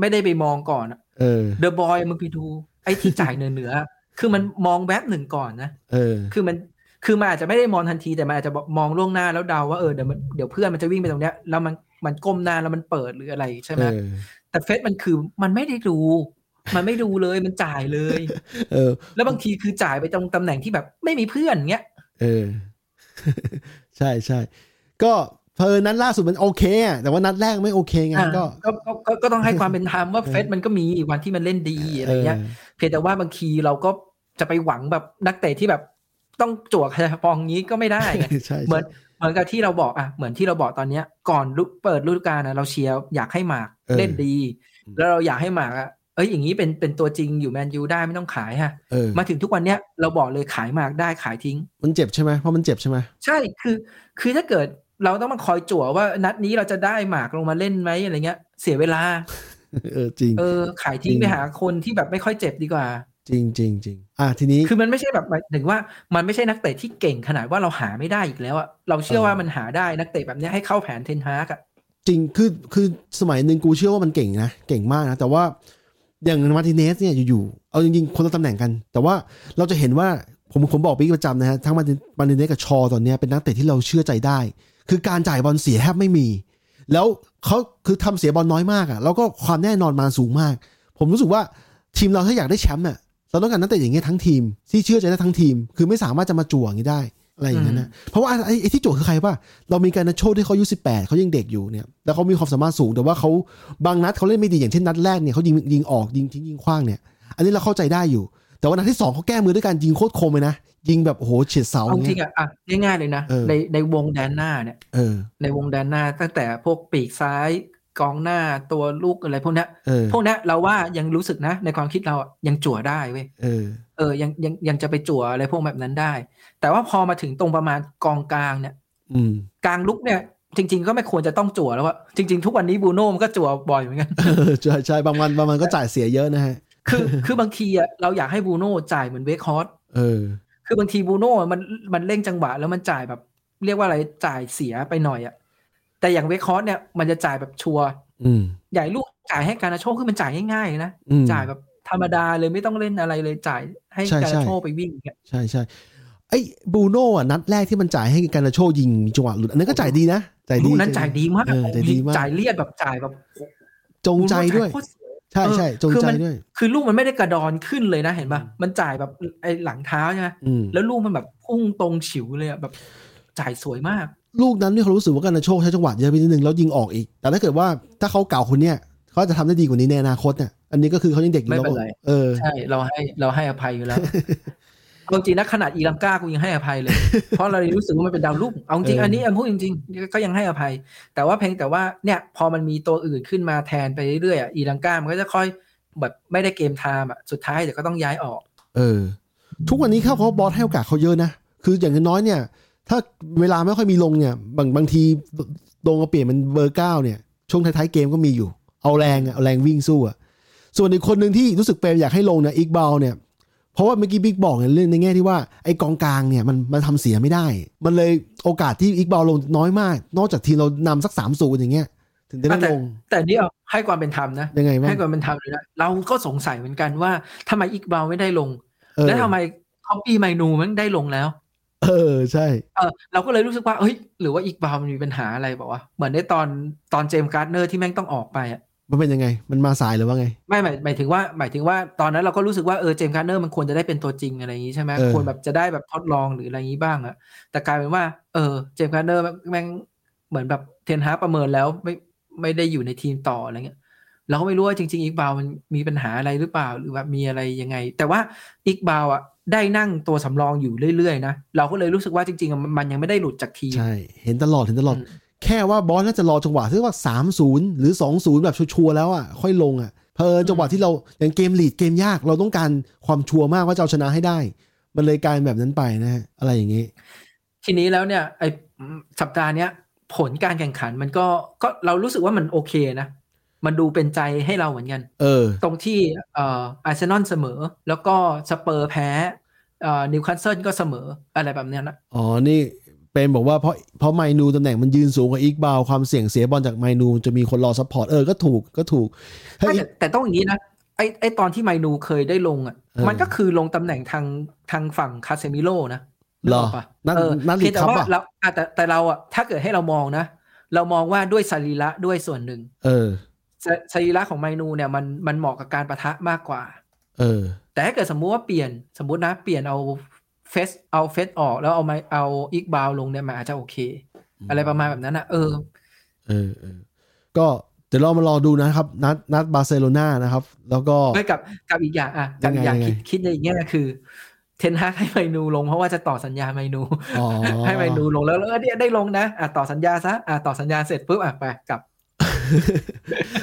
C: ไม่ได้ไปมองก่อน
B: เออ
C: เดอะบอยมึงไปดู ไอ้ที่จ่ายเหนือเหนือๆคือมันมองแวบหนึ่งก่อนนะ
B: เออ
C: คือมันคือมันอาจจะไม่ได้มองทันทีแต่มันอาจจะมองล่วงหน้าแล้วเดาว่าเออเดี๋ยวมันเดี๋ยวเพื่อนมันจะวิ่งไปตรงเนี้ยแล้วมันมันก้มหน้าแล้วมันเปิดหรืออะไรใช่ไหม
B: เออ
C: แต่เฟซมันคือมันไม่ได้ดู มันไม่ดูเลยมันจ่ายเลย
B: เออ
C: แล้วบางทีคือจ่ายไปตรงตำแหน่งที่แบบไม่มีเพื่อนเงี้ย
B: เออ ใช่ใช่ก็เพอญนัดล่าสุดมันโอเคอะแต่ว่านัดแรกไม่โอเคไง
C: อ่ะ
B: ก็
C: ก็ก็ก็ก็ต้องให้ความเป็นธรรมว่าเฟสมันก็มีวันที่มันเล่นดีอะไรเงี้ย เพียงแต่ว่าบางทีเราก็จะไปหวังแบบนักเตะที่แบบต้องจั่วคาราฟองนี้ก็ ไม่ได้ไง
B: ใช่ใช่
C: เหมือนเหมือนกับที่เราบอกอ่ะเหมือนที่เราบอกตอนเนี้ย ก่อนลุเปิดฤดูกาลนะเราเชียร์อยากให้หมากเล่นดี แล้วเราอยากให้หมากอ่ะเอ้ยอย่างนี้เป็นเป็นตัวจริงอยู่แมนยูได้ไม่ต้องขายฮะ
B: เออ
C: มาถึงทุกวันเนี้ยเราบอกเลยขายหมากได้ขายทิ้ง
B: มันเจ็บใช่ไหมเพราะมันเจ็บใช่ไหม
C: ใช่คือ คือถ้าเกิดเราต้องมาคอยจั่วว่านัดนี้เราจะได้หมากลงมาเล่นไหมอะไรเงี้ย เสียเวลา
B: เออจริง
C: เออขายทิ้ง
B: จริง
C: ไปหาคนที่แบบไม่ค่อยเจ็บดีกว่า
B: จริงจริงจริงอ่ะทีนี้
C: คือมันไม่ใช่แบบหมายถึงว่ามันไม่ใช่นักเตะที่เก่งขนาดว่าเราหาไม่ได้อีกแล้วอะเราเชื่อ
B: เออ
C: ว่ามันหาได้นักเตะแบบเนี้ยให้เข้าแผนเทนฮากอะ
B: จริงคือคือสมัยหนึ่งกูเชื่อว่ามันเก่งนะเก่งมากนะ แต่ว่าอย่างมาร์ติเนสเนี่ยอยู่ๆเอาจริงๆ คนละตำแหน่งกัน แต่ว่าเราจะเห็นว่าผมผมบอกปีประจำนะฮะทั้งมาร์ติมาร์ติเนสกับชอตอนเนี้ยเป็นนักเตะที่เราเชื่อใจได้ คือการจ่ายบอลเสียแทบไม่มี แล้วเขาคือทำเสียบอลน้อยมากอะ่ะแล้วก็ความแน่นอนมาสูงมาก ผมรู้สึกว่าทีมเราถ้าอยากได้แชมป์น่ะเราต้องการนักเตะอย่างเงี้ยทั้งทีม ที่เชื่อใจได้ทั้งทีม คือไม่สามารถจะมาจั่วอย่างนี้ได้อะไรอย่างเงี้ยนะเพราะว่าไอ้ไอ้ที่จั่วคือใครป่ะ เรามีการนัดโชคที่เขาอายุสิบแปดเขายังเด็กอยู่เนี่ยแล้วเขามีความสามารถสูงแต่ว่าเขาบางนัดเขาเล่นไม่ดีอย่างเช่นนัดแรกเนี่ยเขายิงยิงออกยิงทิ้งยิงขว้างเนี่ย อันนี้เราเข้าใจได้อยู่ แต่ว่านัดที่สองเขาแก้มือด้วยการยิงโคตรคมเลยนะยิงแบบโอ้โหเฉียดเสา
C: เอาจริ
B: เนี่ย
C: งอะอะง่ายๆเลยนะ
B: เออ
C: ในในวงแดนหน้าเนี่ย
B: เออ
C: ในวงแดนหน้า ตั้งแต่พวกปีกซ้ายกองหน้าตัวลูกอะไรพวกเนี้ย
B: เออ
C: พวกเนี้ยเราว่ายังรู้สึกนะ ในความคิดเราอะยังจั่วได้เว้ย
B: เออ
C: เออยังยังยังจะไปจั่วอะไรพวกแบบนั้นได้ แต่ว่าพอมาถึงตรงประมาณกองกลางเนี่ย
B: อืม
C: กลางลุกเนี่ย จริง ๆ ก็ไม่ควรจะต้องจั่วแล้วว่าจริง ๆ ทุกวันนี้บรูโน่มันก็จั่วบ่อยเหมือนกัน
B: เออใช่ใช่บางวันบางวันก็จ่ายเสียเยอะนะฮะ
C: คือคือบางทีอะเราอยากให้บรูโน่จ่ายเหมือนเวคฮอร์ส
B: เออ
C: คือบางทีบรูโน่มันมันเร่งจังหวะแล้วมันจ่ายแบบ เรียกว่าอะไรจ่ายเสียไปหน่อยอะแต่อย่างเวคฮอร์สเนี่ยมันจะจ่ายแบบชัวร์
B: อืม
C: ใหญ่ลูกจ่ายให้การนาโชคคือมันจ่ายง่ายๆนะ
B: อืม
C: จ่ายแบบธรรมดาเลยไม่ต้องเล่นอะไรเลยจ่ายให้
B: ใช่ใช่
C: การนาโชคไปวิ่งอย่างเงี้ย
B: ใช่ใช่ไอ้บรูโน่อะนัดแรกที่มันจ่ายให้การนาโชยิงจังหวะหลุดอันนั้นก็จ่ายดีนะจ่ายดี
C: ลูกนั้นจ่ายดีมาก
B: เออจ่ายดีมาก
C: จ่ายเลียดแบบจ่ายแบบ
B: จงใจด้วย
C: โอ้โหจ่าโคตรสวย
B: ใช่ใช่
C: เออ
B: จง
C: คือ
B: ใจ
C: มัน
B: ด้วย
C: คือลูกมันไม่ได้กระดอนขึ้นเลยนะเห็นป่ะมันจ่ายแบบไอ้หลังเท้าใช่ไหม
B: อืม
C: แล้วลูกมันแบบพุ่งตรงฉิวเลยอะแบบจ่ายสวยมาก
B: ลูกนั้นที่เขารู้สึกว่ากันนาโชคใช้จังหวะเยอะไปนิดนึงแล้วยิงออกอีก แต่ถ้าเกิดว่าถ้าเขาเก่าคนเนี้ยเขาจะทำได้ดีกว่านี้ในอนาคตเนี่ยอันนี้ก็คือเขายังเด็กอยู่
C: ไม่
B: แล้ว
C: เป็นไร
B: เออ
C: ใช่ เราให้เราให้อภัยอ ยู่แล้วเอาจริงนะขนาดอีลังกากูยังให้อภัยเลย เพราะเรารู้สึกว่ามันเป็นดาวรุ่งเอาจริง
B: เอออั
C: อันนี้อันพูดจริงๆก็ยังให้อภัย แต่ว่าเพลงแต่ว่าเนี่ยพอมันมีตัวอื่นขึ้นมาแทนไปเรื่อยๆอ่ะอีลังกามันก็จะค่อยแบบไม่ได้เกมไทม์อ่ะสุดท้ายเดี๋ยวก็ต้องย้ายออก
B: เออ ทุกวันนี้เขาเขาบอสให้โอกาสเขาเยอะนะ คืออย่างน้อยเนี่ย ถ้าเวลาไม่ค่อยมีลงเนี่ย บางบางทีลงมาเปลี่ยนเป็นเบอร์เก้าเนี่ย ช่วงท้ายๆเกมก็มีอยู่ เอาแรงอะเอาแรงวิ่งสู้อะส่วนอีกคนหนึ่งที่รู้สึกเปรมอยากให้ลงเนี่ยอีกเบาเนี่ย เพราะว่าเมื่อกี้บิ๊กบอกเนี่ยเรื่องในแง่ที่ว่าไอ้กองกลางเนี่ยมันมันทำเสียไม่ได้ มันเลยโอกาสที่อีกเบาลงน้อยมาก นอกจากทีมเรานำสักสามศูนย์อย่างเงี้ย ถึงจะได้ลง
C: แต่นี่เอาให้ความเป็นธรรมนะ
B: ยังไงบ้าง
C: ให้ความเป็นธรรมเลยนะเราก็สงสัยเหมือนกันว่าทำไมอีกบาวไม่ได้ลง
B: เออ
C: และทำไมคอปปี้ไมนูมันได้ลงแล้ว
B: เอ เออใช่
C: เออเราก็เลยรู้สึกว่าเฮ้ยหรือว่าอีกบาวมันมีปัญหาอะไรบอกว่าวะเหมือนในตอนตอนเจมส์การ์ดเนอร์ที่แม่งต้องออกไปอะ
B: มันเป็นยังไง มันมาสายหรือว่าไง
C: ไม่หมายหมายถึงว่าหมายถึงว่าตอนนั้นเราก็รู้สึกว่าเออเจมส์การ์ดเนอร์มันควรจะได้เป็นตัวจริงอะไรอย่างนี้ใช่ไหม
B: เออ
C: ควรแบบจะได้แบบทดลองหรืออะไรอย่างนี้บ้างอะแต่กลายเป็นว่า เออเจมส์การ์ดเนอร์แม่งเหมือนแบบเทนฮาร์ประเมินแล้วไม่ไม่ได้อยู่ในทีมต่ออะไรเงี้ยเราก็ไม่รู้ว่าจริง ๆ อีกบาวมันมีปัญหาอะไรหรือเปล่าหรือว่ามีอะไรยังไง แต่ว่าอีกบาวอะได้นั่งตัวสำรองอยู่เรื่อยๆนะเราก็เลยรู้สึกว่าจริงๆอะมันยังไม่ได้หลุดจากทีม
B: ใช่ เห็นตลอดเห็นตลอด
C: อืม
B: แค่ว่าบอสน่าจะรอจังหวะซึ่งว่า 3 0 หรือ 2 0 แบบชัวร์ๆแล้วอ่ะ ค่อยลงอ่ะ เพอญจังหวะที่เราอย่างเกมลีดเกมยากเราต้องการความชัวร์มากว่าจะเอาชนะให้ได้ มันเลยกลายเป็นแบบนั้นไปนะฮะอะไรอย่างงี้
C: ทีนี้แล้วเนี่ยไอสัปดาห์เนี้ยผลการแข่งขันมันก็ก็เรารู้สึกว่ามันโอเคนะ มันดูเป็นใจให้เราเหมือนกัน
B: เออ
C: ตรงที่เอ่ออาร์เซนอลเสมอ แล้วก็สเปอร์แพ้เอ่อนิวคาสเซิลก็เสมออะไรแบบเนี้ยนะ
B: อ๋อ นี่เป็นบอกว่าเพราะเพราะไมนูตำแหน่งมันยืนสูงกว่าอีกบาวความเสี่ยงเสียบอลจากไมนูจะมีคนรอซัพพอร์ตเออก็ถูกก็ถูกเฮ้ย
C: แต่แต่ต้องอย่างนี้นะไอไอตอนที่ไมนูเคยได้ลงอ่ะ
B: เออ
C: มันก็คือลงตำแหน่งทางทางฝั่งคาเซมิโลนะ
B: เหรอ
C: นึกกปะ
B: นัด
C: เออ
B: นัดลี
C: เพีย
B: ก
C: งแต่
B: ครับ
C: ว่า
B: อ่ะ
C: เราอ่ะแต่แต่เราอ่ะถ้าเกิดให้เรามองนะ เรามองว่าด้วยสรีระด้วยส่วนหนึ่ง
B: เออ
C: สสรีระของไมนูเนี่ยมันมันเหมาะกับการประทะมากกว่า
B: เออ
C: แต่ถ้าเกิดสมมุติว่าเปลี่ยนสมมุตินะเปลี่ยนเอาเฟสเอาเฟสออกแล้วเอาไมเอาอีกบาวลงเนี่ยมันอาจจะโอเค อะไรประมาณแบบนั้นนะเออ
B: เออเออก็เดี๋ยวเรามารอดูนะครับ นัดนัดบาร์เซโลนานะครับ แล้วก็
C: ด้วยกับกับอีกอย่างอ่ะ
B: ยั
C: กับ
B: งไง
C: อีกอย่าง
B: ยังไง
C: คิดคิดในอีกแง่คือ เทนฮากให้ไมนูลงเพราะว่าจะต่อสัญญาไมนู
B: อ๋อ
C: ให้ไมนูลงแล้วแล้วเออเนี่ยได้ลงนะอ่ะต่อสัญญาซะอ่ะต่อสัญญาเสร็จปุ๊บอ่ะไปกลับ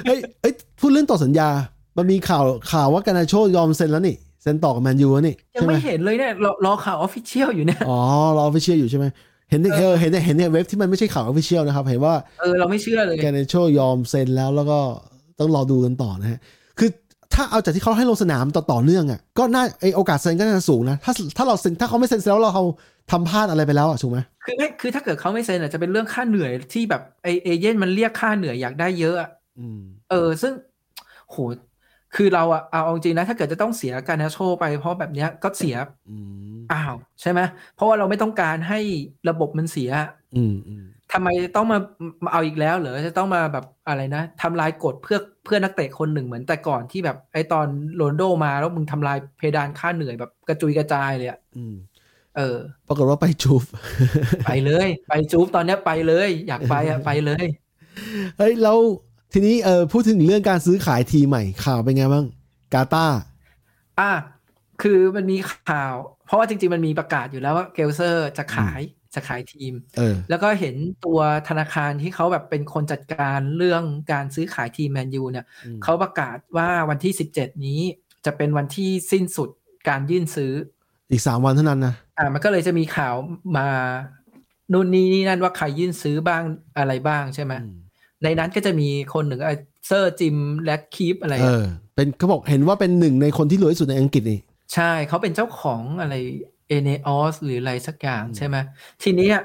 B: เฮ้ยเอ้ยพูดเรื่องต่อสัญญา มันมีข่าวข่าวว่ากานาโชยอมเซ็นแล้วนี่ เซ็นต่อกับแมนยูแล้วนี่
C: ยัง
B: ใช่ไหม
C: ไม่เห็นเลยเนี่ยรอรอข่าวออฟฟิเชียลอยู่เนี่ย
B: อ๋อรอไปเชียร์อยู่ใช่ไหมเห็นในเออเห็นในเห็นในเว็บที่มันไม่ใช่ข่าวออฟฟิเชียลนะครับ เห็นว่า
C: เออเราไม่เชื่อเลย
B: แกเนโชยอมเซ็นแล้วแล้วก็ต้องรอดูกันต่อนะฮะ คือถ้าเอาจากที่เขาให้ลงสนามต่อต่อเนื่องอ่ะ ก็น่าไอโอกาสเซ็นก็น่าจะสูงนะ ถ้าถ้าเราเซ็นถ้าเขาไม่เซ็นแล้วเราเขาทำพลาดอะไรไปแล้วอ่ะถูกไหม
C: คือไม่คือถ้าเกิดเขาไม่เซ็นอาจจะเป็นเรื่องค่าเหนื่อยที่แบบไอเอเย่นมันเรียกค่าเหนื่อยอยากได้เยอะอะ
B: อืม
C: เออ ซึ่งโหคือเราอะเอาจริงนะ ถ้าเกิดจะต้องเสียการนาโชไปเพราะแบบเนี้ยก็เสีย
B: อืม
C: อ้าวใช่ไหมเพราะว่าเราไม่ต้องการให้ระบบมันเสีย
B: อืมอืม
C: ทำไมต้องมามาเอาอีกแล้วเหรอจะต้องมาแบบอะไรนะทำลายกฎเพื่อเพื่อนักเตะคนหนึ่งเหมือนแต่ก่อนที่แบบไอตอนโรนลโดมาแล้วมึงทำลายเพดานค่าเหนื่อยแบบกระจุยกระจายเลยอะ
B: อืม
C: เออ
B: ปรากฏว่าไปจูบ
C: ไปเลย ไปจูบตอนเนี้ยไปเลย อยากไปอะไปเลย
B: เฮ้ยแล้วทีนี้เออพูดถึงเรื่องการซื้อขายทีมใหม่ข่าวเป็นไงบ้าง กาตาร์
C: อ่ะคือมันมีข่าว เพราะว่าจริงๆ มันมีประกาศอยู่แล้วว่าเกลเซอร์จะขายจะขายทีม
B: เออ
C: แล้วก็เห็นตัวธนาคารที่เขาแบบเป็นคนจัดการเรื่องการซื้อขายทีมแมนยูเนี่ย
B: อืม
C: เขาประกาศว่าวันที่ 17 นี้จะเป็นวันที่สิ้นสุดการยื่นซื้อ
B: อีกสามวันเท่านั้นนะ
C: อ่ามันก็เลยจะมีข่าวมานู่นนี่นี่นั่นว่าใครยื่นซื้อบ้างอะไรบ้างใช่ไหม
B: อืม
C: ในนั้นก็จะมีคนหนึ่งไอ้เซอร์จิมและคีปอะไร
B: เอ
C: อะ
B: อ เป็นเขาบอกเห็นว่าเป็นหนึ่งในคนที่รวยที่สุดในอังกฤษนี่
C: ใช่เขาเป็นเจ้าของอะไรเอเนอสหรืออะไรสักอย่างใช่ไหมทีเนี้ย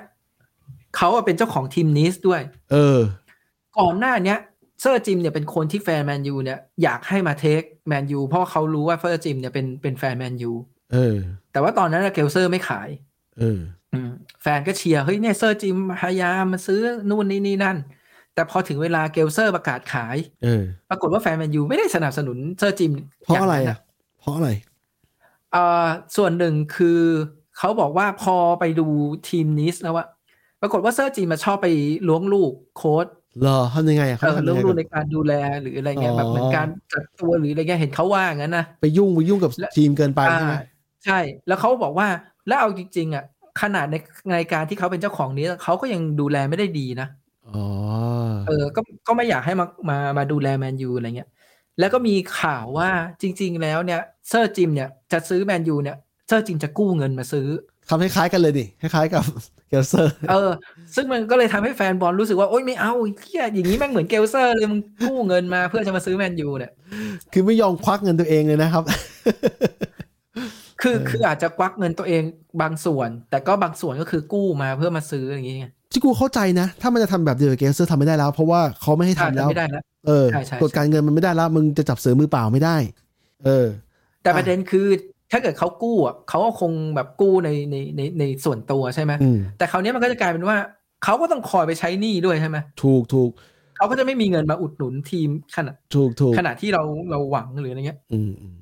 C: เขาอะเป็นเจ้าของทีมนิสด้วย
B: เออ
C: ก่อนหน้าเนี้ยเซอร์จิมเนี่ยเป็นคนที่แฟนแมนยูเนี่ยอยากให้มาเทคแมนยูเพราะเขารู้ว่าเซอร์จิมเนี่ยเป็นเป็นแฟนแมนยู
B: เออ
C: แต่ว่าตอนนั้นน่ะเกลเซอร์ไม่ขาย
B: เออ
C: อืมแฟนก็เชียร์เฮ้ยเนี่ยเซอร์จิมพยายามมาซื้อนู่นนี่นี่นั่น แต่พอถึงเวลาเกลเซอร์ประกาศขาย
B: เออ
C: ปรากฏว่าแฟนแมนยูไม่ได้สนับสนุนเซอร์จิม
B: เพราะ
C: ย่ง
B: อะไร
C: นั้น
B: อ่ะ เพราะอะไร
C: เอ่อส่วนหนึ่งคือเขาบอกว่าพอไปดูทีมนิสแล้วว่าปรากฏว่าเซอร์จีนมาชอบไปล้วงลูกโค้ด
B: เหรอทำยังไงอ่ะ
C: เอ
B: เขา
C: อ
B: ทำยั
C: ล้ว
B: ง
C: ง
B: ไง
C: ลูก
B: กั
C: ใน
B: บ
C: การดูแลหรืออะไรเงี้
B: อ๋
C: ย
B: อ
C: แบบเหมือนการจัดตัวหรืออะไรเงี้ยเห็นเขาว่างั้นนะ
B: ไปยุ่งไปยุ่งกับทีมเกินไปใช่ไหม
C: อ่าใช่แล้วเขาบอกว่าแล้วเอาจริงๆอ่ะขนาดในในการที่เขาเป็นเจ้าของนี้เขาก็ยังดูแลไม่ได้ดีนะ
B: อ๋อ
C: เออ ก็ ก็ไม่อยากให้มา มา มาดูแลแมนยูอะไรเงี้ย แล้วก็มีข่าวว่าจริง ๆ แล้วเนี่ยเซอร์จิมเนี่ยจะซื้อแมนยูเนี่ยเซอร์จิมจะกู้เงินมาซื้อ
B: ทำคล้ายๆกันเลยดิคล้ายๆกับเกลเซอร์
C: เออ ซึ่งมันก็เลยทำให้แฟนบอลรู้สึกว่า โอ๊ยไม่เอาไอ้เฮียอย่างนี้แม่งเหมือนเกลเซอร์เลยมึงกู้เงินมาเพื่อจะมาซื้อแมนยูเนี่ย
B: คือไม่ยอมควักเงินตัวเองเลยนะครับ
C: คือ คืออาจจะควักเงินตัวเองบางส่วน แต่ก็บางส่วนก็คือกู้มาเพื่อมาซื้ออย่างนี้ไง
B: ที่กูเข้าใจนะ ถ้ามันจะทำแบบเดียวกับเกลเซอร์ทำไม่ได้แล้ว เพราะว่าเขาไม่ให้
C: อ่า
B: ทำแล้ว
C: ไม่ได้แล้ว
B: เออ
C: ใช่ใช่
B: กฎการเงินมันไม่ได้แล้ว มึงจะจับเสือมือเปล่าไม่ได้ เออ
C: แต่ประเด็นคือ ถ้าเกิดเขากู้อ่ะเขาก็คงแบบกู้ในในในในส่วนตัวใช่ไหม
E: อืม
C: แต่คราวนี้มันก็จะกลายเป็นว่าเขาก็ต้องคอยไปใช้หนี้ด้วยใช่ไหม
E: ถูกถูก
C: เขาก็จะไม่มีเงินมาอุดหนุนทีมขนาด
E: ถูกถูก
C: ขนาดที่เราเราหวังหรืออะไรเงี้ย
E: อืมอืม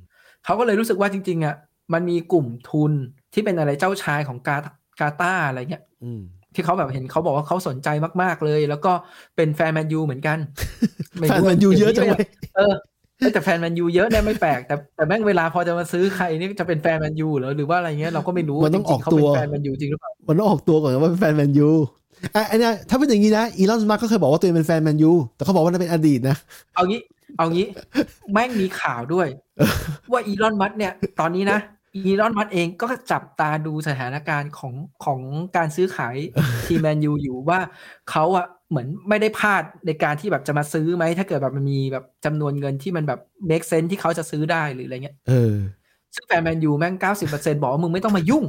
C: เขาก็เลยรู้สึกว่าจริงๆอ่ะมันมีกลุ่มทุนที่เป็นอะไรเจ้าชายของกากาตาร์อะไรเงี้ย
E: อืม
C: ที่เขาแบบเห็นเขาบอกว่าเขาสนใจมากๆเลย แล้วก็เป็นแฟนแมนยูเหมือนกัน
E: แฟนแมันยูเยอะจังเลย
C: เออแต่แฟนแมนยูเยอะเนี่ยไม่แปลกแต่แต่แม่งเวลาพอจะมาซื้อใครนี่จะเป็นแฟนแมนยูเหรอหรือว่าอะไรเงี้ยเราก็ไม่รู้
B: มันต้องออก
C: จริๆเขาเป็
B: ตัว
C: นแฟนแมนยูจริงหรือเปล่า
B: มันต้องออกตัวก่อนว่าเป็นแฟนแมนยูอ่ะอันเนี้ยถ้าเป็นอย่างนี้นะอีลอนมัสก์ก็เคยบอกว่าตัวเองเป็นแฟนแมนยูแต่เขาบอกว่านั่นเป็นอดีตนะ
C: เอางี้ เอางี้แม่งมีข่าวด้วย ว่าอีลอนมัสก์เนี่ย ตอนนี้นะอีลอนมัสก์เองก็จับตาดูสถานการณ์ของของการซื้อขายทีมแมนยูอยู่ว่าเขาอะเหมือนไม่ได้พลาดในการที่แบบจะมาซื้อไหมถ้าเกิดแบบมันมีแบบจำนวนเงินที่มันแบบ make sense ที่เขาจะซื้อได้หรืออะไรเงี้ย
E: เออ
C: ซึ่งแฟนแมนยูแม่ง 90%บอกว่ามึงไม่ต้องมายุ่ง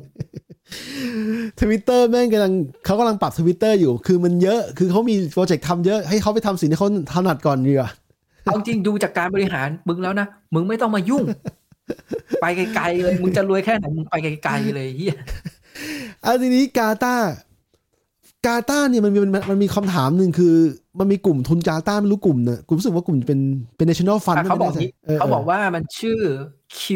B: ทวิตเตอร์แม่งกำลังเขากำลังปรับทวิตเตอร์อยู่ คือมันเยอะคือเขามีโปรเจกต์ทำเยอะให้เขาไปทำสิ่งที่เขาถนัดก่อนดีกว่า
C: เอาจริงดูจากการบริหารมึงแล้วนะ มึงไม่ต้องมายุ่ง ไปไกลๆเลย มึงจะรวยแค่ไหนมึงไปไกลๆเลยเฮีย
B: อ่ะทีนี้กาตากาตาเนี่ยมันมีมันมันมีคำถามหนึ่งคือ มันมีกลุ่มทุนกาตาไม่รู้กลุ่มเนี่ยกลุ่มรู้สึกว่ากลุ่มเป็นเป็น national fund
C: อ่ะเขาบอก
B: ไม่
C: นี้
B: แน่ใจ
C: เขาบอกว่ามันชื่อ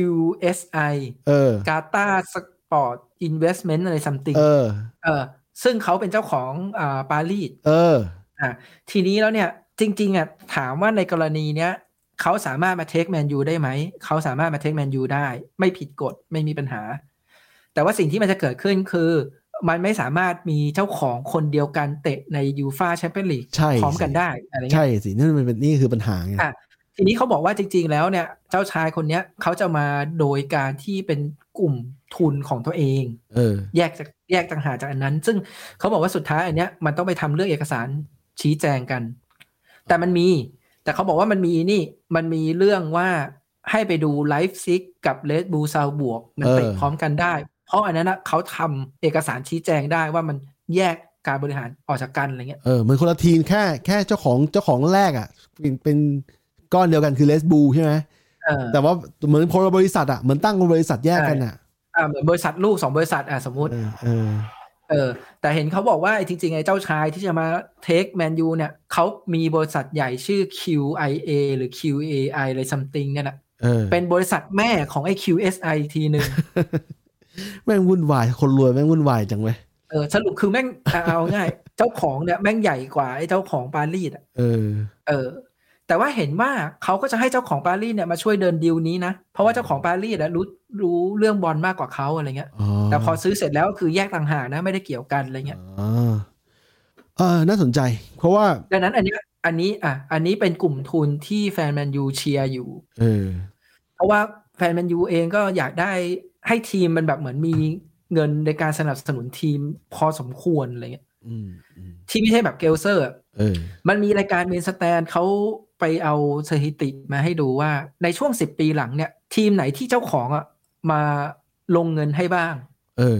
C: QSI
B: เออ
C: Gata Sport Investment อะไร something
B: เออ
C: เออซึ่งเขาเป็นเจ้าของอ่าปารีส
B: เออ
C: อ่ะทีนี้แล้วเนี่ย จริงๆอ่ะถามว่าในกรณีเนี้ยเขาสามารถมาเทคแมนยูได้ไหม เขาสามารถมาเทคแมนยูได้ ไม่ผิดกฎไม่มีปัญหา แต่ว่าสิ่งที่มันจะเกิดขึ้นคือ มันไม่สามารถมีเจ้าของคนเดียวกันเตะในยูฟาแชมเปี้ยนลีก
B: ใช่
C: พร้อมกันได้อะไรเงี้ย
B: ใช่สินั่นมันเป็นนี่คือปัญหาไง
C: อ่ะ ทีนี้เขาบอกว่าจริง ๆ แล้วเนี่ยเจ้าชายคนเนี้ยเขาจะมาโดยการที่เป็นกลุ่มทุนของตัวเอง
B: เออ
C: แยกจากแยกต่างหากจากอันนั้น ซึ่งเขาบอกว่าสุดท้ายอันเนี้ยมันต้องไปทำเรื่องเอกสารชี้แจงกัน แต่มันมี แต่เขาบอกว่ามันมีนี่ มันมีเรื่องว่าให้ไปดูไลฟ์ซิกกับเลดบูซาวบวก มัน
B: เออ
C: เตะพร้อมกันได้ เพราะอันนั้นนะเขาทำเอกสารชี้แจงได้ว่ามันแยกการบริหารออกจากกันอะไรเงี้ย
B: เออเหมือนคนละทีมแค่แค่เจ้าของเจ้าของแรกอ่ะเป็นเป็นก้อนเดียวกันคือเลสบูใช่ไหม
C: เออ
B: แต่ว่าเหมือนคนละบริษัทอ่ะเหมือนตั้งบริษัทแยกกันอ่ะ
C: อ่าเหมือนบริษัทลูกสองบริษัทอ่ะสมมติ
B: เออเออ
C: เออแต่เห็นเขาบอกว่าไอ้จริงๆไอ้เจ้าชายที่จะมาเทคแมนยูเนี่ยเขามีบริษัทใหญ่ชื่อ QIA หรือ QAI อะไร something เนี่ยนะ
B: เออ
C: เป็นบริษัทแม่ของไอ้ QSI ทีหนึ่ง
B: แม่งวุ่นวาย คนรวยแม่งวุ่นวายจังเว้ย
C: เออสรุปคือแม่ง อ่ะเอาง่าย เจ้าของเนี่ยแม่งใหญ่กว่าไอ้เจ้าของปารีสอ่ะ
B: เออ
C: เออ แต่ว่าเห็นว่าเขาก็จะให้เจ้าของปารีสเนี่ยมาช่วยเดินดีลนี้นะ เพราะว่าเจ้าของปารีสอะรู้รู้เรื่องบอลมากกว่าเขาอะไรเงี้ย
B: อ๋อ
C: แต่พอซื้อเสร็จแล้วก็คือแยกต่างหากนะไม่ได้เกี่ยวกันอะไรเงี้ย
B: อ๋อเออน่าสนใจ เพราะว่า
C: ดังนั้นอันเนี้ยอันนี้อ่ะอันนี้เป็นกลุ่มทุนที่แฟนแมนยูเชียร์อยู่
B: เออ
C: เพราะว่าแฟนแมนยูเองก็อยากได้ให้ทีมมันแบบเหมือนมีเงินในการสนับสนุนทีมพอสมควรอะไรเงี้ย
B: อืมอืม
C: ที่ไม่ใช่แบบเกลเซอร์อ่ะ
B: เออ
C: มันมีรายการเมนสแตนเขาไปเอาสถิติมาให้ดูว่าในช่วง 10 ปีหลังเนี่ย ทีมไหนที่เจ้าของอ่ะมาลงเงินให้บ้าง
B: เออ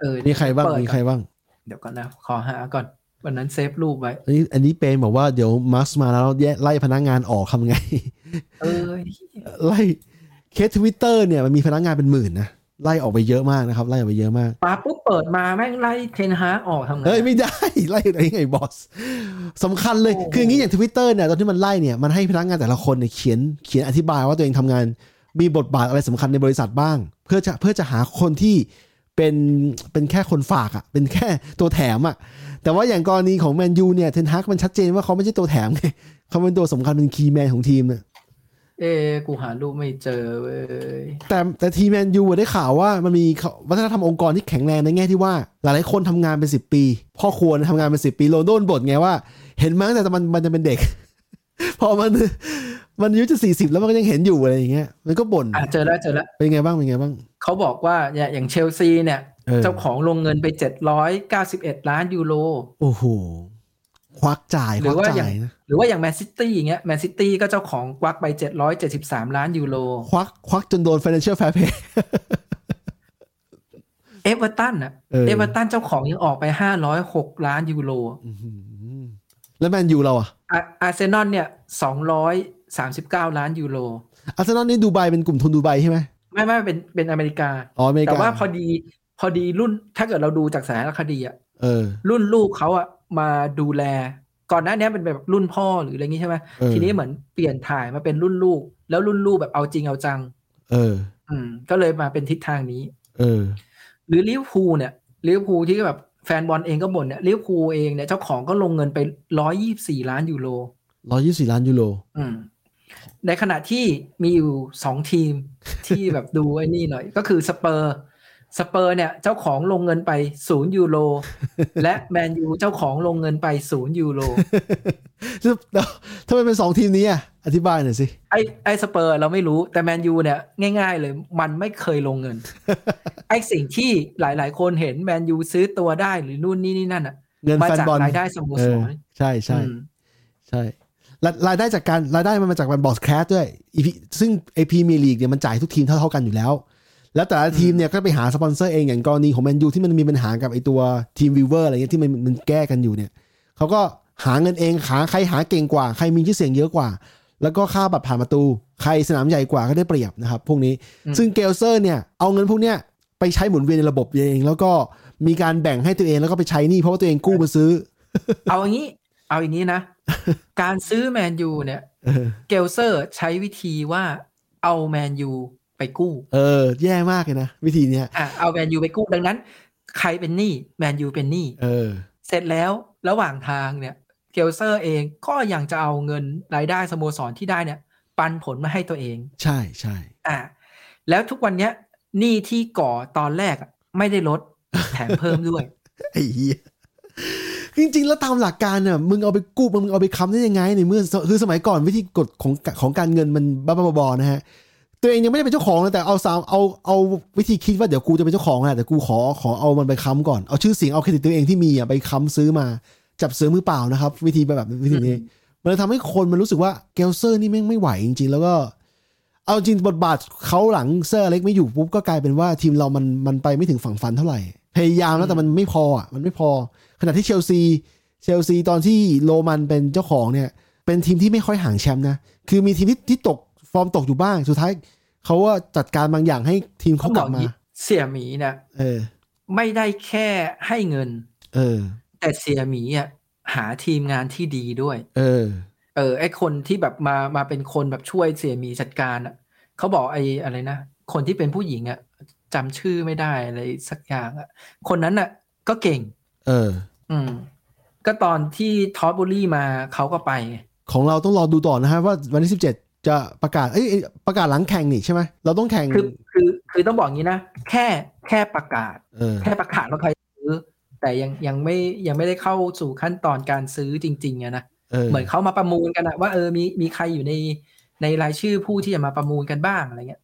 C: เออ
B: มีใครบ้าง
C: เปิด
B: มีใครบ้าง
C: เดี๋ยวก่อนนะ ขอหาก่อน วันนั้นเซฟรูปไว้
B: อันนี้ อันนี้เปนบอกว่าเดี๋ยวมาร์คมาแล้วแยกไล่พนักงานออกทำไง
C: เออ
B: ไล่เคสทวิตเตอร์เนี่ยมันมีพนักงานเป็นหมื่นนะ ไล่ออกไปเยอะมากนะครับ ไล่ออกไปเยอะมาก
C: มาปุ๊บเปิดมาแม่งไล่เทนฮาร์กออกทำไง
B: เฮ้ยไม่ได้ ไล่ได้ไงบอสสำคัญเลย
C: โอ้โห
B: คืออย่างนี้อย่างทวิตเตอร์เนี่ยตอนที่มันไล่เนี่ยมันให้พนักงานแต่ละคนเนี่ยเขียนเขียนอธิบายว่าตัวเองทำงาน มีบทบาทอะไรสำคัญในบริษัทบ้าง เพื่อจะเพื่อจะหาคนที่เป็นเป็นแค่คนฝากอะ่ะเป็นแค่ตัวแถมอะ่ะแต่ว่าอย่างกรณีของแมนยูเนี่ยเทนฮักมันชัดเจนว่าเขาไม่ใช่ตัวแถมไงเขาเป็นตัวสำคัญเป็นคีย์แมนของทีมเนี่ย
C: เอ้กูหารูปไม่เจอเว้ย
B: แต่แต่ทีมแมนยูอะได้ข่าวว่ามันมีเขาวัฒนธรรมองค์กรที่แข็งแรงในแง่ที่ว่า หลายๆคนทำงานเป็นสิบปี พ่อครัวรทำงานเป็นสิบปีโรนลโดนบ่นไงว่า เห็นมาตั้งแต่มันมันจะเป็นเด็ก พอมันมันอายุจะสี่สิบแล้วมันก็ยังเห็นอยู่อะไรอย่างเงี้ยมันก็บ่น
C: อ่ะเจอแล้วเจอแล้ว
B: เป็นไงบ้างเป็นไงบ้าง
C: เขาบอกว่าเนี่ยอย่างเชลซีเนี่ย
B: เออ
C: เจ้าของลงเงินไป 791 ล้านยูโร
B: โอ้โห ควักจ่าย
C: ห
B: ค
C: รื
B: วั
C: อก ว่าอย่า
B: จ่าง ยนะ
C: หรือว่าอย่างแมนซิตี้อย่างเงี้ยแมนซิตี้ก็เจ้าของควักไป 773 ล้านยูโร
B: ควักควักจนโดน financial fair play
C: เอเวอร์ตันอ่ะ
B: เออ
C: เอเวอร์ตันเจ้าของยังออกไป 506 ล้านยูโร
B: อื้อหือแล้วแมนยูเราอะ
C: อะอาร์เซนอลเนี่ย 239 ล้านยูโร
B: อาร์เซนอลนี่ดูไบเป็นกลุ่มทุนดูไบใช่ไหม
C: แ ไม่ไม่เป็นเป็นอเมริกา
B: อ๋ออเมริกา
C: แต่ว่าพอดีพอดีรุ่นถ้าเกิดเราดูจากสารคดีอะ
B: เออ
C: รุ่นลูกเขาอะมาดูแล ก่อนหน้านี้เป็นแบบรุ่นพ่อหรืออะไรงี้ใช่ไหม
B: เออ
C: ทีนี้เหมือนเปลี่ยนถ่ายมาเป็นรุ่นลูก แล้วรุ่นลูกแบบเอาจริงเอาจัง
B: เออ
C: อืม ก็เลยมาเป็นทิศทางนี้
B: เออ
C: หรือลิเวอร์พูลเนี่ยลิเวอร์พูลที่แบบแฟนบอลเองก็บ่นเนี่ยลิเวอร์พูลเองเนี่ยเจ้าของก็ลงเงินไปร้อยี่สี่ล้านยูโร
B: ร้อยยี่สิบล้านยูโร
C: อืมในขณะที่มีอยู่สองทีม ที่แบบดูไอ้นี่หน่อย ก็คือสเปอร์สเปอร์เนี่ยเจ้าของลงเงินไปศูนย์ยูโร และแมนยูเจ้าของลงเงินไปศูนย์ยูโร
B: แล้ว ทำไมเป็นสองทีมนี้อ่ะ อธิบายหน่อยสิ
C: ไอไอสเปอร์เราไม่รู้แต่แมนยูเนี่ยง่าย ๆ เลย มันไม่เคยลงเงิน ไอสิ่งที่หลายๆ คนเห็นแมนยูซื้อตัวได้หรือนู่นนี่นี่นั่นอ่ะ
B: เงิน
C: มา
B: แฟน
C: จาก
B: บอล
C: รายได้สโม
B: เอ
C: ส
B: อ
C: ร
B: ใช่ใช่
C: อืม
B: ใช่รายรายได้จากการรายได้มันมาจากแบอสแคสด้วย EP ซึ่งไอพีมีลีกเนี่ยมันจ่ายทุกทีมเท่าเท่าๆกันอยู่แล้ว แล้วแต่ละทีมเนี่ยก็ไปหาสปอนเซอร์เองอย่างกรณีของแมนยูที่มันมีปัญหากับไอตัวทีมวิวเวอร์อะไรเงี้ยที่มันมันแก้กันอยู่เนี่ยเขาก็หาเงินเองหาใครหาเก่งกว่า ใครมีชื่อเสียงเยอะกว่า แล้วก็ค่าบัตรผ่านประตู ใครสนามใหญ่กว่าก็ได้เปรียบนะครับพวกนี้
C: อืม
B: ซึ่งเกลเซอร์เนี่ยเอาเงินพวกเนี้ยไปใช้หมุนเวียนในระบบเอง แล้วก็มีการแบ่งให้ตัวเองแล้วก็ไปใช้หนี่เพราะว่าตัวเองกู้มาซื้อ
C: เอาอย่างนี้ เอาอย่างนี้นะ การซื้อแมนยูเนี่ย
B: เออ
C: เกลเซอร์ใช้วิธีว่าเอาแมนยูไปกู้
B: เออ แย่มากเลยนะ วิธีเนี้ย
C: อ่ะเอาแมนยูไปกู้ ดังนั้น ใครเป็นหนี้แมนยูเป็นหนี้
B: เออ
C: เสร็จแล้วระหว่างทางเนี่ย เกลเซอร์เองก็ยังจะเอาเงินรายได้สโมสรที่ได้เนี่ย ปันผลมาให้ตัวเอง
B: ใช่ใช่
C: อ่ะแล้วทุกวันเนี้ยหนี้ที่ก่อตอนแรกอะไม่ได้ ลดแถมเพิ่มด้วย
B: ไอ้เหี้ยจริง ๆ แล้วตามหลักการเนี่ยมึงเอาไปกู้มึงเอาไปค้ำได้ยังไงในเมื่อคือสมัยก่อนวิธีกฎของของการเงินมันบ้าๆบอๆนะฮะ ตัวเองยังไม่ได้เป็นเจ้าของเลยแต่เอาสามเอาเอาวิธีคิดว่าเดี๋ยวกูจะเป็นเจ้าของแหละแต่กูขอขอเอามันไปค้ำก่อนเอาชื่อเสียงเอาเครดิตตัวเองที่มีอ่ะไปค้ำซื้อมา จับซื้อมือเปล่านะครับ วิธีแบบวิธีนี้ มันเลยทำให้คนมันรู้สึกว่าเกลเซอร์นี่แม่งไม่ไหวจริงๆ แล้วก็ เอาจริงบทบาทเขาหลังเซอร์อเล็กไม่อยู่ปุ๊บก็กลายเป็นว่าทีมเรามันมันไปไม่ถึงฝั่งฟันเท่าไหร่ พยายามแล้วแต่มันไม่พออ่ะมันไม่พอ ขณะที่เชลซี เชลซีตอนที่โรมันเป็นเจ้าของเนี่ย เป็นทีมที่ไม่ค่อยห่างแชมป์นะ คือมีทีมที่ที่ตกฟอร์มตกอยู่บ้างสุดท้ายเขาว่าจัดการบางอย่างให้ทีมเขา
C: เขา
B: ก
C: บอ
B: ลั
C: กอย่าม
B: บาง
C: งี้เสียหมีเนี่ย
B: เออ
C: ไม่ได้แค่ให้เงิน
B: เออ
C: แต่เสียหมีอ่ะหาทีมงานที่ดีด้วย
B: เออ
C: เออไอคนที่แบบมามาเป็นคนแบบช่วยเสียหมีจัดการอ่ะเขาบอกไออะไรนะ คนที่เป็นผู้หญิงอ่ะจำชื่อไม่ได้อะไรสักอย่างอ่ะคนนั้นอ่ะ ก็เก่ง
B: เออ
C: อืม ก็ตอนที่ทอสบุรี่มาเขาก็ไปไง
B: ของเราต้องรอดูต่อนะฮะว่าวันที่17 จะประกาศเอ้ยประกาศหลังแข่งนี่ใช่ไหมเราต้องแข่ง
C: คือคือคือต้องบอกงี้นะ แค่แค่ประกาศ
B: เออ
C: แค่ประกาศว่าใครซื้อ แต่ยังยังไม่ยังไม่ได้เข้าสู่ขั้นตอนการซื้อจริงๆอะนะ
B: เออ
C: เหมือนเขามาประมูลกันอะว่าเออมีมีใครอยู่ในในรายชื่อผู้ที่จะมาประมูลกันบ้างอะไรเงี้ย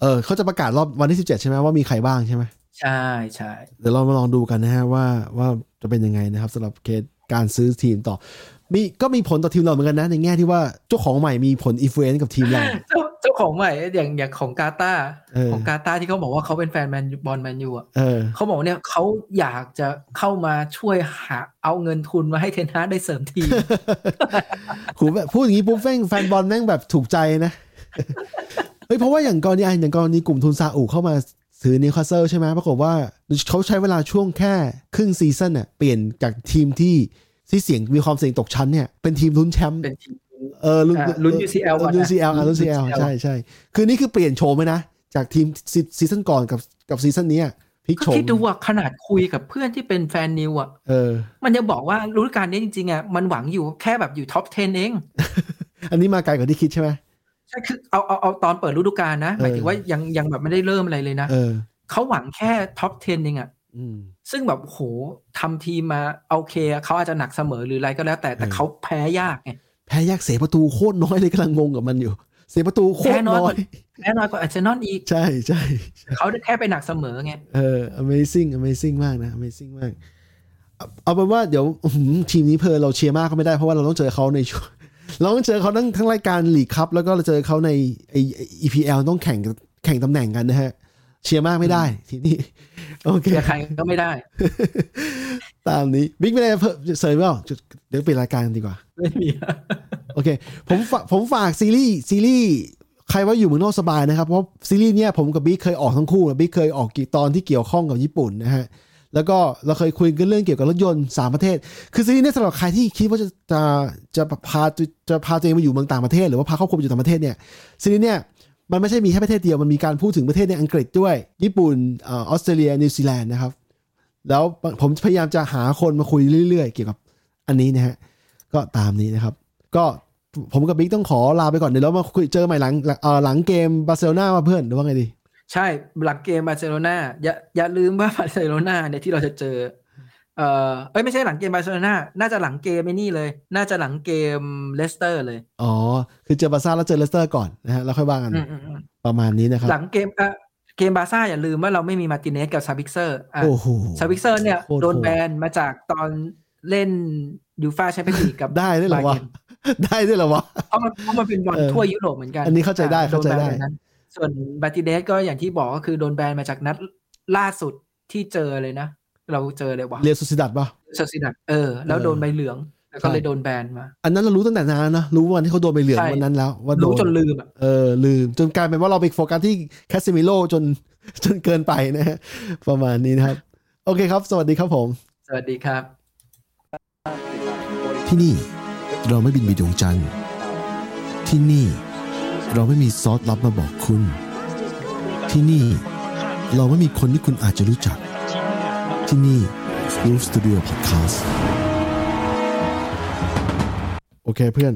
B: เออเขาจะประกาศรอบวันที่ 17 ใช่ไหมว่ามีใครบ้างใช่ไหม
C: ใช่ใช่
B: เดี๋ยวเรามาลองดูกันนะฮะว่าว่าจะเป็นยังไงนะครับสำหรับเคสการซื้อทีมต่อ มีก็มีผลต่อทีมเราเหมือนกันนะ ในแง่ที่ว่าเจ้าของใหม่มีผลอิ f ฟ u e n เ e กับทีม เรา
C: เจ้าเจ้าของใหม่อย่างอย่างของกาตาร์
B: เออ
C: ของกาตาร์ที่เขาบอกว่าเขาเป็นแฟนแมนยูบอลแมนยูอะ
B: เออ
C: เขาบอกเนี่ยเขาอยากจะเข้ามาช่วยหาเอาเงินทุนมาให้เทนฮาร์กได้เสริม ทีม
B: หูแบบพูดอย่างนี้ปุ๊บแม่งแฟนบอลแม่งแบบถูกใจ นะ เฮ้ยเพราะว่าอย่างกรณีอย่างกรณีกลุ่มทุนซาอุเข้ามาซื้อนิวคาสเซิลใช่ไหมปรากฏว่าเขาใช้เวลาช่วงแค่ครึ่งซีซั่นน่ะเปลี่ยนจากทีมที่ที่เสี่ยงมีความเสี่ยงตกชั้นเนี่ยเป็นทีมลุ้นแชมป์
C: เป็นทีม
B: เออลุ้น
C: อ่าลุ้น UCL ก่อนนะ
B: ลุ้น UCL อ่ะลุ้น UCL ใช่ใช่คือนี่คือเปลี่ยนโฉมไปนะ จากทีมซีซีซั่นก่อนกับกับซีซั่นเนี้ยพลิก
C: ก็
B: โฉม
C: คิดดูอะขนาดคุยกับเพื่อนที่เป็นแฟนนิวอะ
B: เออ
C: มันยังบอกว่ารู้การนี้จริงๆอะมันหวังอยู่แค่แบบอยู่ท็อป 10 เอง
B: อันนี้มาไกลกว่าที่คิดใช่ไหม
C: ใช่คือเอาเอาเอาตอนเปิดฤดูกาลนะหมายถึง
B: เออ
C: ว่ายังยังแบบไม่ได้เริ่มอะไรเลยนะ
B: เออ
C: เขาหวังแค่ท็อป 10 เองอะ
B: อืม
C: ซึ่งแบบโหทำทีมมาโอเคอะเขาอาจจะหนักเสมอหรืออะไรก็แล้ว แต่แต่
B: เออ
C: เขาแพ้ยากไง
B: แพ้ยากเสียประตูโคตรน้อยเลยกำลังงงกับมันอยู่ เสียประตูโคตร
C: แพ้น้
B: น้
C: อย
B: อย
C: กว่า แน่นอนกว่าอาร์เซนอลอีก
B: ใช่ใช่
C: เขาได้แค่ไปหนักเสมอไง
B: เออ amazing amazing มากนะ amazing มาก เอาเอาเป็นว่าเดี๋ยว อื้อหือทีมนี้เพอเราเชียร์มากก็ไม่ได้เพราะว่าเราต้องเจอเขาในช่วง เราต้องเจอเขาทั้งทั้งรายการลีกครับ แล้วก็เราเจอเขาในไอไอ้ EPL ต้องแข่งแข่งตำแหน่งกันนะฮะ เชียร์มากไม่ได้ทีนี้ โอเค
C: เสียใครก็ไม่ได้
B: ตามนี้บิ๊กไม่ได้เพิ่มเสริมเปล่าจุดเดี๋ยวปิดรายการกันดีกว่า
C: ไม่มี
B: โอเค ผมฝากผมฝากซีรีส์ซีรีส์ ใครว่าอยู่เมืองนอกสบายนะครับ เพราะซีรีส์เนี่ยผมกับบิ๊กเคยออกทั้งคู่นะบิ๊กเคยออกกี่ตอนที่เกี่ยวข้องกับญี่ปุ่นนะฮะ แล้วก็เราเคยคุยกันเรื่องเกี่ยวกับรถยนต์สามประเทศ คือซีรีส์เนี่ยสำหรับใครที่คิดว่าจะจะจะพาจะพาตัวเองไปอยู่เมืองต่างประเทศหรือว่าพาครอบครัวไปอยู่ต่างประเทศเนี่ยซีรีส์เนี่ยมันไม่ใช่มีแค่ประเทศเดียวมันมีการพูดถึงประเทศในอังกฤษด้วย ญี่ปุ่นเออออสเตรเลียนิวซีแลนด์นะครับ แล้วผมพยายามจะหาคนมาคุยเรื่อย ๆ เกี่ยวกับอันนี้นะฮะก็ตามนี้นะครับ ก็ผมกับบิ๊กต้องขอลาไปก่อนเดี๋ยวเรามาคุยเจอใหม่หลังหลังเอ่อหลังเกมบาร์เซโลนามาเพื่อนหรือว่าไงดี
C: ใช่หลังเกมบาร์เซโลนาอย่าอย่าลืมว่าบาร์เซโลนาเนี่ยที่เราจะเจอ เออเอ้ยไม่ใช่หลังเกมบาร์เซโลนาน่าจะหลังเกมไอ้นี่เลย น่าจะหลังเกมเลสเตอร์เลย
B: อ๋อ คือเจอบาร์ซ่าแล้วเจอเลสเตอร์ก่อนนะฮะแล้วค่อยว่ากัน
C: อืมอืมอืม
B: ประมาณนี้นะครับ
C: หลังเกมเออเกมบาร์ซ่าอย่าลืมว่าเราไม่มีมาร์ติเนสกับซาบิกเซอร์อ่ะ
B: โอ้โห
C: ซาวิกเซอร์เนี่ย
B: โคตรโหด
C: โดนแบนมาจากตอนเล่นยูฟาแชมเปี้ยนลีกกับ
B: ได้ด้วยเหรอวะ
C: Bayern
B: ได้ด้วยเหรอวะ
C: เพราะมันเพราะมันเป็นบอล
B: เออ
C: ทั่วยุโรปเหมือนกัน
B: อันนี้เข้าใจได้
C: อ่ะ
B: เข้าใจได้
C: โนแบนแบบนั้นส่วนบาติเดสก็อย่างที่บอกก็คือโดนแบนมาจากนัดล่าสุดที่เจอเลยนะ เราเจอเลยวะ
B: เรียนสุสิดัตปะ
C: เซอร์ซิดักเออ แล้วโดนใบเหลือง แล้วก็
B: ใช่
C: เลยโดนแบนมา
B: อันนั้นเรารู้ตั้งแต่นานแล้วนะ รู้วันที่เขาโดนไปเหลือง
C: ใช่
B: วันนั้นแล้ว ว่าโด
C: รู้จนลืมอ่ะ
B: เออลืม จนกลายเป็นว่าเราไปโฟกัสที่แคสซิมิโลจนจนเกินไปนะฮะประมาณนี้นะครับ โอเคครับ สวัสดีครับผม
C: สวัสดีครับ
E: ที่นี่เราไม่บินไปดวงจันทร์ ที่นี่ เราไม่มีซอสลับมาบอกคุณ ที่นี่ เราไม่มีคนที่คุณอาจจะรู้จัก ที่นี่ Groove Studio Podcast
B: โอเคเพื่อน